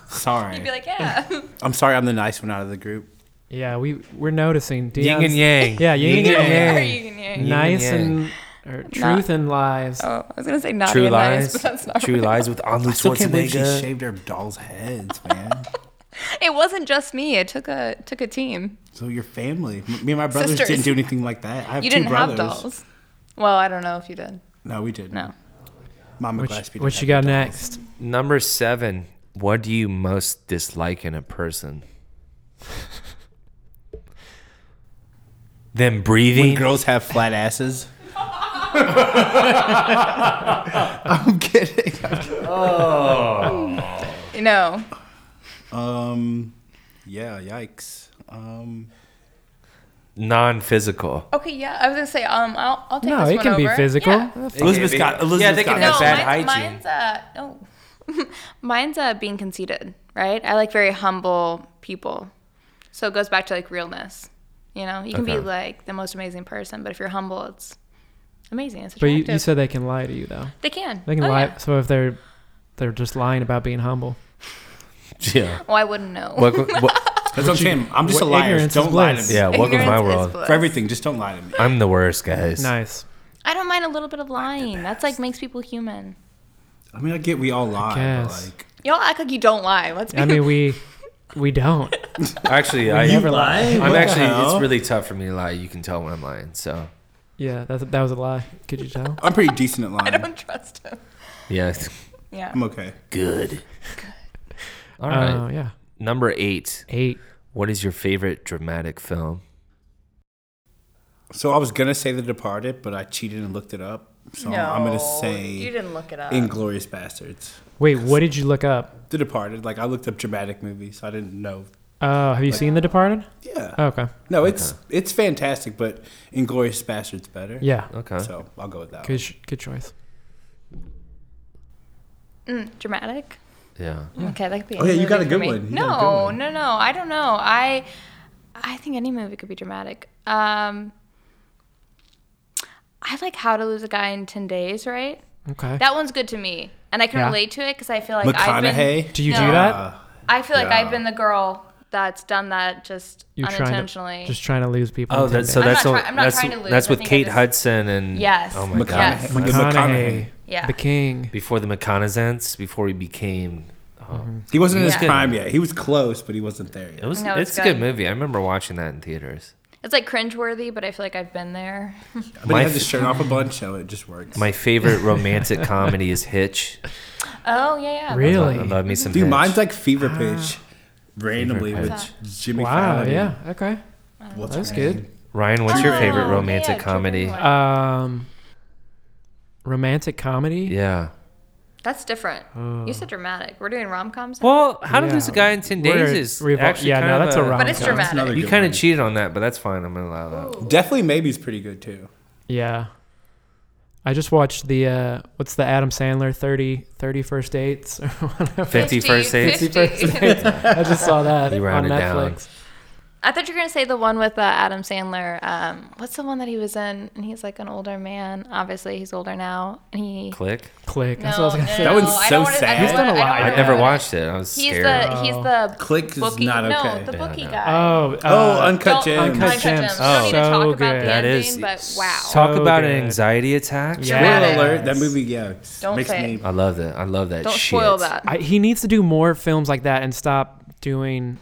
Speaker 4: Sorry,
Speaker 2: You'd be like, yeah.
Speaker 4: I'm sorry. I'm the nice one out of the group.
Speaker 1: Yeah, we we're noticing.
Speaker 3: Yin and
Speaker 1: Dion's-
Speaker 3: yang.
Speaker 1: Yeah, yin and yang.
Speaker 2: Or
Speaker 3: yang.
Speaker 2: you can- yeah.
Speaker 1: Nice
Speaker 3: Yin and
Speaker 1: and or truth and lies.
Speaker 2: Oh, I was gonna say naughty
Speaker 3: True
Speaker 2: and nice,
Speaker 3: lies.
Speaker 2: but that's not
Speaker 3: True
Speaker 2: right.
Speaker 3: lies with Arnold
Speaker 4: I still can't believe she
Speaker 3: Schwarzenegger.
Speaker 4: shaved her doll's heads, man.
Speaker 2: It wasn't just me. It took a took a team.
Speaker 4: so your family, M- me and my brothers
Speaker 2: Sisters.
Speaker 4: didn't do anything like that. I have
Speaker 2: You
Speaker 4: two
Speaker 2: didn't
Speaker 4: brothers.
Speaker 2: have dolls. Well, I don't know if you did.
Speaker 4: No, we didn't.
Speaker 2: No.
Speaker 4: Mama
Speaker 1: Which,
Speaker 4: Glassby.
Speaker 1: what you got next?
Speaker 3: Number seven. What do you most dislike in a person? Them
Speaker 4: When
Speaker 3: breathing.
Speaker 4: girls have flat asses. I'm kidding.
Speaker 2: No.
Speaker 4: Um, yeah. Yikes. Um,
Speaker 3: Non-physical.
Speaker 2: Okay. Yeah, I was gonna say. Um, I'll, I'll take
Speaker 1: No,
Speaker 2: this
Speaker 1: it
Speaker 2: one
Speaker 1: can be
Speaker 2: over.
Speaker 1: physical.
Speaker 2: Yeah.
Speaker 4: Elizabeth's got. Elizabeth's
Speaker 3: Yeah, they can
Speaker 4: got
Speaker 3: have
Speaker 2: No,
Speaker 3: bad
Speaker 2: mine's,
Speaker 3: hygiene.
Speaker 2: mine's uh oh, mine's uh being conceited. Right. I like very humble people. So it goes back to like realness. You know, you can
Speaker 3: Okay.
Speaker 2: be like the most amazing person, but if you're humble, it's amazing. It's
Speaker 1: But
Speaker 2: attractive.
Speaker 1: you, you said they can lie to you though.
Speaker 2: they can.
Speaker 1: They can
Speaker 2: Oh,
Speaker 1: lie.
Speaker 2: yeah.
Speaker 1: So if they're they're just lying about being humble.
Speaker 3: Yeah.
Speaker 2: Oh, I wouldn't know.
Speaker 3: What, what,
Speaker 4: That's what I'm saying. I'm just a
Speaker 1: what
Speaker 4: liar.
Speaker 1: ignorance is
Speaker 4: Don't lie to
Speaker 1: bliss.
Speaker 4: me.
Speaker 3: yeah. Welcome to my
Speaker 2: Ignorance is
Speaker 3: world.
Speaker 2: bliss.
Speaker 4: For everything, just don't lie to me.
Speaker 3: I'm the worst, guys.
Speaker 1: Nice.
Speaker 2: I don't mind a little bit of lying. That's like makes people human.
Speaker 4: I mean, I get we all lie, but
Speaker 1: guess.
Speaker 4: like,
Speaker 2: Y'all act like you don't lie. Let's be.
Speaker 1: I mean, we we don't.
Speaker 3: Actually, I never lie. I'm
Speaker 4: What the
Speaker 3: actually. It's
Speaker 4: hell?
Speaker 3: really tough for me to lie. You can tell when I'm lying. So
Speaker 1: Yeah, that that was a lie. Could you tell?
Speaker 4: I'm pretty decent at
Speaker 2: I
Speaker 4: lying.
Speaker 2: don't trust him.
Speaker 3: yeah.
Speaker 2: Yeah.
Speaker 4: I'm okay.
Speaker 3: All
Speaker 1: Oh
Speaker 3: right.
Speaker 1: yeah,
Speaker 3: Number eight.
Speaker 1: eight.
Speaker 3: What is your favorite dramatic film?
Speaker 4: So I was gonna say The Departed, but I cheated and looked it up. So I'm gonna
Speaker 2: You
Speaker 4: say
Speaker 2: didn't look it up.
Speaker 4: Inglorious Bastards.
Speaker 1: Wait, what did you look up?
Speaker 4: The Departed. Like I looked up dramatic movies. I didn't know
Speaker 1: Oh, have you seen The Departed? Oh,
Speaker 4: Yeah.
Speaker 1: Okay.
Speaker 4: No, it's it's fantastic, but Inglorious Bastard's better.
Speaker 1: Yeah.
Speaker 3: Okay.
Speaker 4: So I'll go with that.
Speaker 1: Good, sh- good choice.
Speaker 2: Mm, dramatic.
Speaker 3: Yeah.
Speaker 2: Okay, that could be.
Speaker 4: Oh, yeah,
Speaker 2: any
Speaker 4: you got
Speaker 2: movie for
Speaker 4: a good
Speaker 2: me.
Speaker 4: one. You
Speaker 2: no,
Speaker 4: got a good one.
Speaker 2: no, no. I don't know. I, I think any movie could be dramatic. Um, I like How to Lose a Guy in Ten Days. Right,
Speaker 1: Okay.
Speaker 2: that one's good to me, and I can
Speaker 1: Yeah.
Speaker 2: relate to it because I feel like
Speaker 4: one.
Speaker 2: I've been-
Speaker 4: McConaughey.
Speaker 1: do you do
Speaker 2: No.
Speaker 1: that?
Speaker 2: I feel like
Speaker 4: Yeah.
Speaker 2: I've been the girl that's done that just
Speaker 1: You're trying to
Speaker 2: unintentionally.
Speaker 1: just trying to lose people.
Speaker 3: Oh,
Speaker 1: in 10
Speaker 3: that's so.
Speaker 1: days.
Speaker 2: I'm
Speaker 3: That's
Speaker 2: not
Speaker 3: all-
Speaker 2: try- I'm not
Speaker 3: that's
Speaker 2: trying to lose,
Speaker 3: that's
Speaker 2: I
Speaker 3: with
Speaker 2: think I
Speaker 3: Kate
Speaker 2: just-
Speaker 3: Hudson and
Speaker 2: Yes.
Speaker 3: Oh my
Speaker 2: Yes.
Speaker 3: god,
Speaker 4: The McConaughey.
Speaker 2: yeah.
Speaker 1: the King.
Speaker 3: before the McConaughey, before he became. Oh,
Speaker 4: He wasn't in his
Speaker 2: Yeah.
Speaker 4: prime yet. He was close, but he wasn't there
Speaker 3: It
Speaker 4: yet.
Speaker 3: was.
Speaker 2: No,
Speaker 3: it's
Speaker 2: it's
Speaker 3: a good
Speaker 2: good.
Speaker 3: movie. I remember watching that in theaters.
Speaker 2: It's like cringeworthy, but I feel like I've been there.
Speaker 4: But
Speaker 3: My
Speaker 4: he had to
Speaker 3: f-
Speaker 4: shirt off a bunch, so it just works.
Speaker 3: My favorite romantic comedy is Hitch.
Speaker 2: Oh yeah, yeah.
Speaker 3: I
Speaker 1: Really?
Speaker 3: love, I love me some.
Speaker 4: Dude,
Speaker 3: Hitch.
Speaker 4: mine's like Fever Pitch, randomly
Speaker 3: Fever
Speaker 4: with Jimmy
Speaker 1: Ah. Wow.
Speaker 4: Fallon.
Speaker 1: Yeah. Okay.
Speaker 4: What's
Speaker 1: That's
Speaker 4: her
Speaker 1: good.
Speaker 3: Ryan, what's your
Speaker 2: Oh,
Speaker 3: favorite
Speaker 2: yeah,
Speaker 3: romantic
Speaker 2: true
Speaker 3: comedy?
Speaker 2: one.
Speaker 1: Um, romantic comedy.
Speaker 3: Yeah.
Speaker 2: That's different. you said dramatic. We're doing rom coms.
Speaker 3: Well, how to
Speaker 1: Yeah.
Speaker 3: lose a guy in ten
Speaker 1: We're
Speaker 3: days is
Speaker 1: revol-
Speaker 3: actually
Speaker 1: yeah,
Speaker 3: kind
Speaker 1: no,
Speaker 3: of
Speaker 1: that's a rom-
Speaker 2: but it's
Speaker 1: rom-com.
Speaker 4: That's
Speaker 2: dramatic.
Speaker 4: another
Speaker 3: You
Speaker 4: good
Speaker 3: kind of
Speaker 4: one.
Speaker 3: cheated on that, but that's fine. I'm gonna allow that.
Speaker 4: Definitely Maybe's pretty good too.
Speaker 1: Yeah. I just watched the uh, what's the Adam Sandler 30, 30 first dates or whatever.
Speaker 3: Fifty first dates.
Speaker 2: 50.
Speaker 1: I just saw that
Speaker 3: You
Speaker 1: on
Speaker 3: rounded down.
Speaker 1: Netflix.
Speaker 2: I thought you were gonna say the one with uh, Adam Sandler. Um, what's the one that he was in? And he's like an older man. Obviously, he's older now. And he.
Speaker 3: Click.
Speaker 1: Click.
Speaker 2: No,
Speaker 1: That's what I was gonna
Speaker 2: no,
Speaker 1: say.
Speaker 4: That
Speaker 2: no,
Speaker 4: one's
Speaker 2: no, I
Speaker 4: so
Speaker 2: don't wanna- I
Speaker 4: sad.
Speaker 2: don't
Speaker 1: He's done a
Speaker 2: wanna-
Speaker 1: lot.
Speaker 2: I don't
Speaker 1: I
Speaker 3: I
Speaker 2: wanna-
Speaker 3: never watched it. I was
Speaker 2: He's
Speaker 3: scared.
Speaker 2: the he's the
Speaker 4: Click is
Speaker 2: bookie.
Speaker 4: not okay.
Speaker 2: No, the
Speaker 3: Yeah,
Speaker 2: bookie
Speaker 3: no. Oh.
Speaker 2: guy.
Speaker 1: Oh,
Speaker 4: Oh,
Speaker 1: uh,
Speaker 2: Don't-
Speaker 4: Uncut Gems.
Speaker 1: Uncut
Speaker 2: Uncut
Speaker 1: Gems.
Speaker 2: Gems. We don't need to
Speaker 1: So
Speaker 2: talk about
Speaker 1: good.
Speaker 2: the
Speaker 3: That
Speaker 2: ending,
Speaker 3: is-
Speaker 2: but wow.
Speaker 3: Talk
Speaker 1: So
Speaker 3: about
Speaker 1: good.
Speaker 3: an anxiety attack.
Speaker 1: Yeah.
Speaker 4: Spoiler
Speaker 2: Yes.
Speaker 4: alert! That movie, yeah,
Speaker 2: Don't
Speaker 4: makes
Speaker 2: say
Speaker 4: me.
Speaker 3: I love that. I love that.
Speaker 2: Don't
Speaker 3: shit.
Speaker 2: spoil that.
Speaker 1: I, he needs to do more films like that and stop doing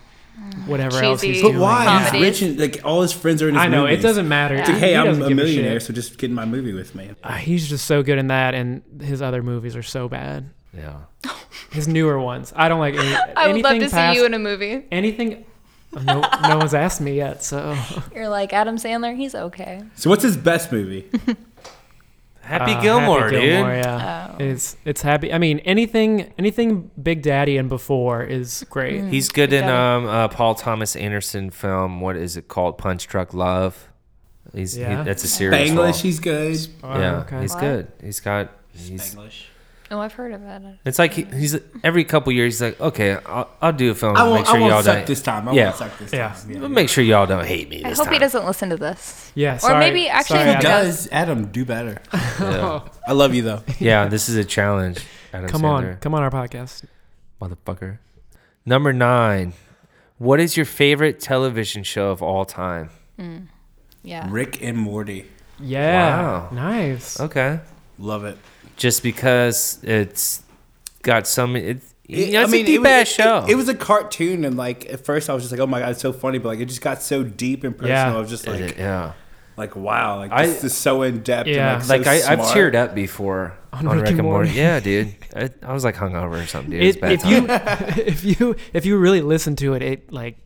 Speaker 1: whatever else he's
Speaker 2: Mm. Cheesy.
Speaker 1: doing.
Speaker 4: But why? He's
Speaker 2: Comedies.
Speaker 4: rich and like all his friends are in his
Speaker 1: I know
Speaker 4: movies.
Speaker 1: it doesn't matter.
Speaker 4: It's like, hey,
Speaker 1: He
Speaker 4: I'm
Speaker 1: doesn't
Speaker 4: a
Speaker 1: give
Speaker 4: millionaire,
Speaker 1: shit.
Speaker 4: so just get in my movie with me.
Speaker 1: Uh, He's just so good in that, and his other movies are so bad.
Speaker 3: Yeah.
Speaker 1: His newer ones, I don't like. Any,
Speaker 2: I would love
Speaker 1: anything
Speaker 2: to
Speaker 1: past-
Speaker 2: see you in a movie.
Speaker 1: anything. oh, No, no one's asked me yet, so
Speaker 2: You're like Adam Sandler. He's okay.
Speaker 4: So, what's his best movie?
Speaker 3: Happy
Speaker 1: Uh,
Speaker 3: Gilmore,
Speaker 1: Happy Gilmore,
Speaker 3: dude.
Speaker 1: Yeah,
Speaker 2: Oh.
Speaker 1: it's it's happy. I mean, anything anything Big Daddy and before is
Speaker 2: Mm-hmm.
Speaker 1: great.
Speaker 2: Mm,
Speaker 3: He's good in
Speaker 2: Got
Speaker 3: um uh, Paul Thomas Anderson film. What is it called? Punch Truck Love. He's he-
Speaker 1: Yeah.
Speaker 3: that's a serious role.
Speaker 4: Banglish, he's good.
Speaker 1: Oh,
Speaker 3: Yeah,
Speaker 1: okay.
Speaker 3: he's good. He's got. He's,
Speaker 2: Oh, I've heard of that.
Speaker 3: it's like he, he's every couple years. He's like, okay, I'll, I'll do a film.
Speaker 4: I
Speaker 3: and
Speaker 4: won't,
Speaker 3: make sure
Speaker 4: I won't
Speaker 3: y'all
Speaker 4: suck
Speaker 3: don't.
Speaker 4: this time. I
Speaker 3: yeah,
Speaker 4: won't suck this
Speaker 1: Yeah.
Speaker 4: time. Yeah.
Speaker 3: I'll make sure y'all don't hate me.
Speaker 2: I
Speaker 3: This
Speaker 2: hope he
Speaker 3: time.
Speaker 2: doesn't listen to this.
Speaker 1: Yeah,
Speaker 2: Or
Speaker 1: sorry-
Speaker 2: maybe actually
Speaker 1: sorry,
Speaker 2: he
Speaker 1: Adam.
Speaker 2: does.
Speaker 4: Guys, Adam, do better.
Speaker 3: Yeah.
Speaker 4: I love you though.
Speaker 3: yeah, this is a challenge. Adam
Speaker 1: Come on,
Speaker 3: Sandler.
Speaker 1: come on our podcast.
Speaker 3: motherfucker. Number nine. What is your favorite television show of all time?
Speaker 2: Yeah.
Speaker 4: Rick and Morty,
Speaker 1: Yeah,
Speaker 3: Wow.
Speaker 1: nice.
Speaker 3: Okay.
Speaker 4: love it.
Speaker 3: Just because it's got some. It,
Speaker 4: It-
Speaker 3: it's a deep
Speaker 4: was-
Speaker 3: ass show.
Speaker 4: It, it was a cartoon, and like at first, I was just like, "Oh my god, it's so funny," but like it just got so deep and personal.
Speaker 1: Yeah.
Speaker 4: I was just
Speaker 3: Is
Speaker 4: like,
Speaker 3: it? yeah.
Speaker 4: "Like wow, like
Speaker 3: I-
Speaker 4: this is so in depth."
Speaker 1: Yeah.
Speaker 4: and, like,
Speaker 3: Like
Speaker 4: so
Speaker 3: I, I've
Speaker 4: smart.
Speaker 3: cheered up before on, Rick, and Morty. Yeah, dude. I, I was like hungover or something. Dude. It, was
Speaker 1: It,
Speaker 3: bad
Speaker 1: if
Speaker 3: time.
Speaker 1: you if you if you really listen to it, it like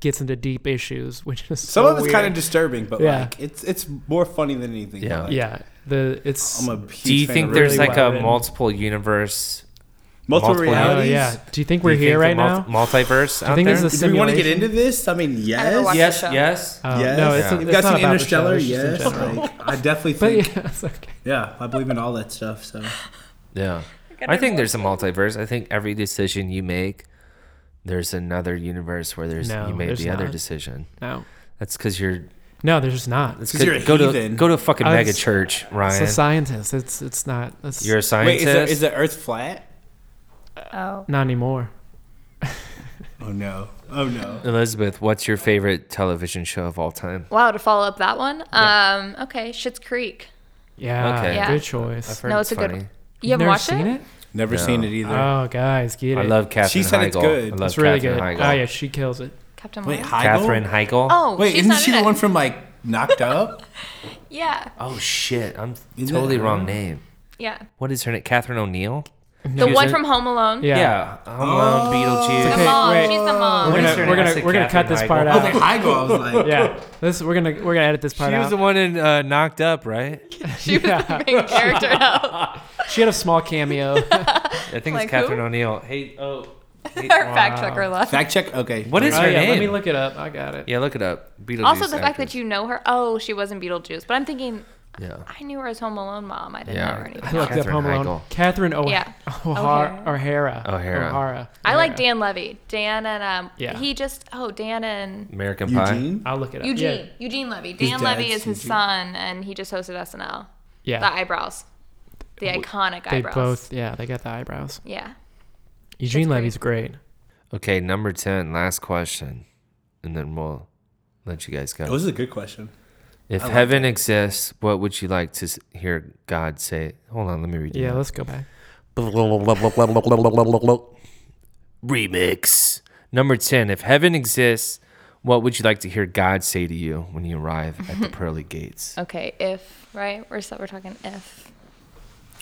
Speaker 1: gets into deep issues, which is
Speaker 4: Some
Speaker 1: so
Speaker 4: of it's
Speaker 1: weird.
Speaker 4: kind of disturbing, but
Speaker 1: Yeah.
Speaker 4: like it's it's more funny than anything.
Speaker 3: Yeah.
Speaker 4: Like,
Speaker 1: yeah. The it's
Speaker 4: I'm a huge
Speaker 3: Do you
Speaker 4: fan
Speaker 3: think
Speaker 4: of
Speaker 3: there's
Speaker 1: really
Speaker 4: Rick.
Speaker 3: like
Speaker 1: well
Speaker 3: a
Speaker 1: written.
Speaker 3: multiple universe?
Speaker 4: multiple,
Speaker 3: multiple-
Speaker 1: oh
Speaker 4: realities?
Speaker 1: yeah. Do you think we're
Speaker 3: Do you
Speaker 1: here
Speaker 3: think
Speaker 1: right
Speaker 3: the
Speaker 1: now?
Speaker 3: mul- Multiverse out
Speaker 1: think
Speaker 3: there?
Speaker 1: this is-
Speaker 4: Do we want to get
Speaker 1: Simulation?
Speaker 4: into this? I mean,
Speaker 2: never
Speaker 4: yes.
Speaker 2: watched-
Speaker 3: yes,
Speaker 2: show?
Speaker 3: yes.
Speaker 1: Oh,
Speaker 4: Yes.
Speaker 1: No, it's,
Speaker 3: Yeah.
Speaker 1: it's
Speaker 4: you guys
Speaker 1: not
Speaker 4: seen
Speaker 1: about the show,
Speaker 4: Interstellar?
Speaker 1: it's just in
Speaker 4: Yes.
Speaker 1: general.
Speaker 4: Like, I definitely
Speaker 1: But
Speaker 4: think,
Speaker 1: yeah, it's okay.
Speaker 4: yeah, I believe in all that stuff. So
Speaker 3: Yeah. I think there's a multiverse. I think every decision you make, there's another universe where there's
Speaker 1: No,
Speaker 3: you made
Speaker 1: there's
Speaker 3: the other
Speaker 1: not.
Speaker 3: decision.
Speaker 1: No,
Speaker 3: That's because you're.
Speaker 1: no, there's just not. It's
Speaker 3: That's
Speaker 4: 'Cause
Speaker 3: good.
Speaker 4: you're a
Speaker 3: go to
Speaker 4: heathen.
Speaker 3: go to a fucking
Speaker 1: I
Speaker 3: mega
Speaker 1: was-
Speaker 3: church,
Speaker 1: a
Speaker 3: Ryan.
Speaker 1: scientist. It's it's not. It's
Speaker 3: You're a
Speaker 4: wait,
Speaker 3: scientist.
Speaker 4: is, there, is the Earth flat?
Speaker 2: Oh.
Speaker 1: not anymore.
Speaker 4: Oh no! Oh no!
Speaker 3: Elizabeth, what's your favorite television show of all time?
Speaker 2: Wow, to follow up that one. Um, okay, Shit's Creek.
Speaker 1: Yeah,
Speaker 3: Okay.
Speaker 2: Yeah.
Speaker 1: good choice.
Speaker 3: heard
Speaker 2: No, it's a good
Speaker 3: funny.
Speaker 2: one. You haven't
Speaker 1: never
Speaker 2: watched
Speaker 1: seen it?
Speaker 4: Never seen it either.
Speaker 2: Uh,
Speaker 1: Oh, guys, get it.
Speaker 3: I love Catherine
Speaker 4: She said
Speaker 3: Heigl.
Speaker 4: it's good.
Speaker 3: I love
Speaker 1: It's really good.
Speaker 3: Catherine
Speaker 1: Oh
Speaker 3: Heigl.
Speaker 1: yeah, she kills it.
Speaker 2: Captain
Speaker 4: Wait,
Speaker 2: Marvel?
Speaker 4: Heigl?
Speaker 3: Catherine Heigl.
Speaker 2: Oh,
Speaker 4: Wait,
Speaker 2: she's
Speaker 4: isn't
Speaker 2: not
Speaker 4: she
Speaker 2: in
Speaker 4: the
Speaker 2: it.
Speaker 4: one from like Knocked Up?
Speaker 2: Yeah,
Speaker 3: Oh, shit! I'm
Speaker 4: Isn't
Speaker 3: totally
Speaker 4: that-
Speaker 3: wrong name.
Speaker 2: yeah.
Speaker 3: What is her name? Catherine O'Neill.
Speaker 2: The
Speaker 3: She's
Speaker 2: one
Speaker 3: in-
Speaker 2: from Home Alone.
Speaker 1: Yeah.
Speaker 3: Yeah, Oh. Home Alone, Beetlejuice.
Speaker 2: The
Speaker 1: Okay,
Speaker 2: mom.
Speaker 1: wait.
Speaker 2: She's the mom.
Speaker 1: We're
Speaker 3: What
Speaker 1: gonna
Speaker 3: is her
Speaker 1: we're
Speaker 3: name? I
Speaker 1: gonna
Speaker 3: said
Speaker 1: we're gonna cut
Speaker 3: Catherine
Speaker 1: this part
Speaker 3: Heigl.
Speaker 4: I was
Speaker 1: out.
Speaker 4: like, Heigl. I was like,
Speaker 1: Yeah, this we're gonna we're gonna edit this part
Speaker 3: She was
Speaker 1: out.
Speaker 3: the one in uh, Knocked Up, right?
Speaker 2: She was the main character. now.
Speaker 1: She had a small cameo. Oh,
Speaker 3: I think
Speaker 2: Like
Speaker 3: it's Catherine
Speaker 2: who?
Speaker 3: O'Neill. Hey, oh,
Speaker 2: Our fact checker left.
Speaker 4: Fact check. Okay.
Speaker 3: What is
Speaker 1: Oh
Speaker 3: her
Speaker 1: yeah,
Speaker 3: name?
Speaker 1: let me look it up. I got it.
Speaker 3: Yeah, look it up. Beetlejuice.
Speaker 2: also, the fact
Speaker 3: actress.
Speaker 2: that you know her. Oh, she was in Beetlejuice. But I'm thinking,
Speaker 3: Yeah.
Speaker 2: I knew her as Home Alone mom. I didn't
Speaker 3: Yeah.
Speaker 2: know her
Speaker 1: I
Speaker 2: anything.
Speaker 1: looked up
Speaker 3: Catherine
Speaker 1: Home Alone.
Speaker 3: Heigl.
Speaker 1: Catherine O-
Speaker 2: Yeah.
Speaker 1: O'Hara. O'Hara.
Speaker 3: O'Hara.
Speaker 1: O'Hara.
Speaker 2: I like
Speaker 1: O'Hara.
Speaker 2: Dan Levy. Dan and um,
Speaker 1: Yeah.
Speaker 2: he just oh Dan and
Speaker 3: American Pie.
Speaker 4: Eugene.
Speaker 1: I'll look it up.
Speaker 2: Eugene
Speaker 1: Yeah.
Speaker 2: Eugene Levy.
Speaker 4: His
Speaker 2: Dan Levy
Speaker 4: dad's
Speaker 2: is his
Speaker 4: Eugene.
Speaker 2: son, and he just hosted SNL.
Speaker 1: Yeah.
Speaker 2: The eyebrows, the iconic
Speaker 1: They
Speaker 2: eyebrows.
Speaker 1: both. Yeah, they got the eyebrows.
Speaker 2: Yeah.
Speaker 1: Eugene
Speaker 2: great.
Speaker 1: Levy's great.
Speaker 3: Okay, number ten. Last question, and then we'll let you guys go.
Speaker 4: That was a good question.
Speaker 3: If heaven exists, what would you like to s- hear God say? Hold on, let me read. you
Speaker 1: Yeah,
Speaker 3: that.
Speaker 1: let's go back.
Speaker 3: Remix. Number 10. If heaven exists, what would you like to hear God say to you when you arrive at the pearly gates?
Speaker 2: Okay. If right, we're so, we're talking if.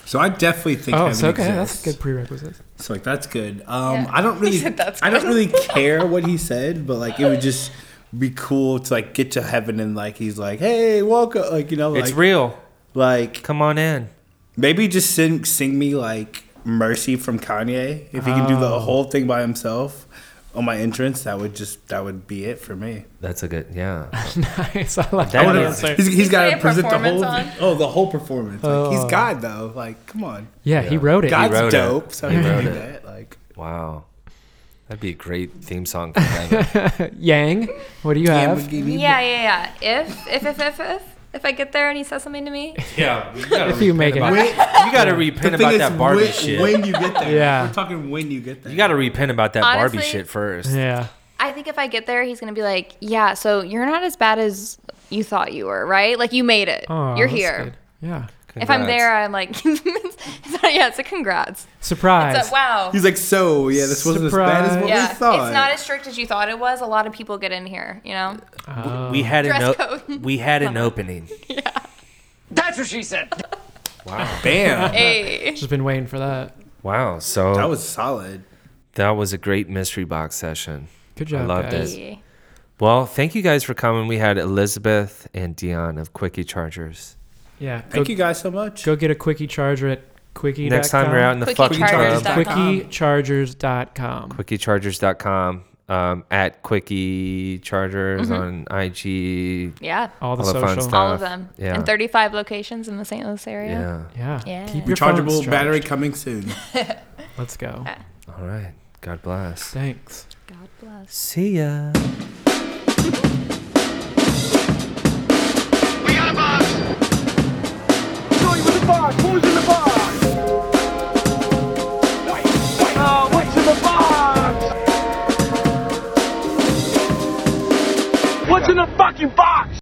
Speaker 4: So I definitely think.
Speaker 1: Oh,
Speaker 4: heaven
Speaker 1: so okay,
Speaker 4: exists.
Speaker 1: that's good prerequisites.
Speaker 4: So like that's good. Um,
Speaker 2: Yeah.
Speaker 4: I don't really,
Speaker 2: said that's
Speaker 4: I don't
Speaker 2: good.
Speaker 4: really care what he said, but like it would just be cool to like get to heaven and like he's like, hey, welcome, like you know, like
Speaker 3: it's real.
Speaker 4: like
Speaker 3: Come on in.
Speaker 4: maybe just sing sing me like Mercy from Kanye. If he can do
Speaker 3: Oh.
Speaker 4: the whole thing by himself on my entrance, that would just that would be it for me.
Speaker 3: That's a good, yeah.
Speaker 1: nice. I like
Speaker 3: That
Speaker 1: that
Speaker 3: is-
Speaker 1: answer.
Speaker 4: He's, he's got
Speaker 2: play
Speaker 4: to
Speaker 2: a
Speaker 4: present the
Speaker 2: performance
Speaker 4: whole
Speaker 2: on?
Speaker 4: oh the whole performance. Like, he's
Speaker 1: Oh.
Speaker 4: God though. Like come on,
Speaker 1: Yeah, he wrote it.
Speaker 3: wrote it.
Speaker 4: God's dope. So
Speaker 3: He
Speaker 4: he
Speaker 3: wrote
Speaker 4: can do
Speaker 3: it.
Speaker 4: that. Like
Speaker 3: Wow. That'd be a great theme song for heaven.
Speaker 1: Yang, what do you have?
Speaker 4: Lamborghini
Speaker 2: Yeah, yeah, yeah. If if if if if if I get there and he says something to me,
Speaker 3: yeah. You gotta
Speaker 1: If you make it.
Speaker 3: about, you gotta repent about that Barbie
Speaker 4: when,
Speaker 3: shit.
Speaker 4: when you get there.
Speaker 1: Yeah.
Speaker 4: We're talking when you get there.
Speaker 3: you gotta repent about that Barbie
Speaker 2: Honestly-
Speaker 3: shit first.
Speaker 1: Yeah.
Speaker 2: I think if I get there, he's gonna be like, "Yeah, so you're not as bad as you thought you were, right? Like you made it.
Speaker 1: Oh,
Speaker 2: you're
Speaker 1: that's
Speaker 2: here."
Speaker 1: good. Yeah.
Speaker 2: If I'm
Speaker 3: Congrats.
Speaker 2: there, I'm like, it's not, yeah, it's a congrats.
Speaker 1: Surprise.
Speaker 2: It's a, wow.
Speaker 4: He's like, so yeah, this wasn't as bad as what
Speaker 2: yeah,
Speaker 4: we
Speaker 2: it's
Speaker 4: thought.
Speaker 2: not as strict as you thought it was. A lot of people get in here, you know.
Speaker 3: we had an
Speaker 2: uh, Dress
Speaker 3: o-
Speaker 2: code.
Speaker 3: we had an opening.
Speaker 5: That's what she said.
Speaker 4: Bam.
Speaker 2: Hey,
Speaker 1: Just been waiting for that.
Speaker 3: Wow. So
Speaker 4: That was solid.
Speaker 3: that was a great mystery box session.
Speaker 1: Good job,
Speaker 3: loved
Speaker 1: guys.
Speaker 3: it. Well, thank you guys for coming. We had Elizabeth and Dion of Quickie Chargers.
Speaker 1: Yeah.
Speaker 4: Thank
Speaker 1: go,
Speaker 4: you guys so much.
Speaker 1: Go get a quickie charger at quickie.
Speaker 3: Next time we're out in the fucking
Speaker 2: QuickieChargers.com.
Speaker 3: club,
Speaker 1: quickiechargers.com.
Speaker 3: quickiechargers.com, um, at Quickie Chargers on IG,
Speaker 2: Yeah,
Speaker 1: All the
Speaker 3: all the fun
Speaker 1: social.
Speaker 3: stuff.
Speaker 2: all of them.
Speaker 3: Yeah.
Speaker 2: In 35 locations in the St. Louis area.
Speaker 3: yeah.
Speaker 1: Yeah.
Speaker 2: Yeah.
Speaker 1: Keep your phones
Speaker 4: Rechargeable
Speaker 1: charged.
Speaker 4: battery coming soon.
Speaker 1: Let's go.
Speaker 3: All right. God bless.
Speaker 1: Thanks.
Speaker 2: God bless.
Speaker 3: See ya.
Speaker 5: We got a box. Join with the box. Who's in the box? Oh, what's in the box? What's in the fucking box?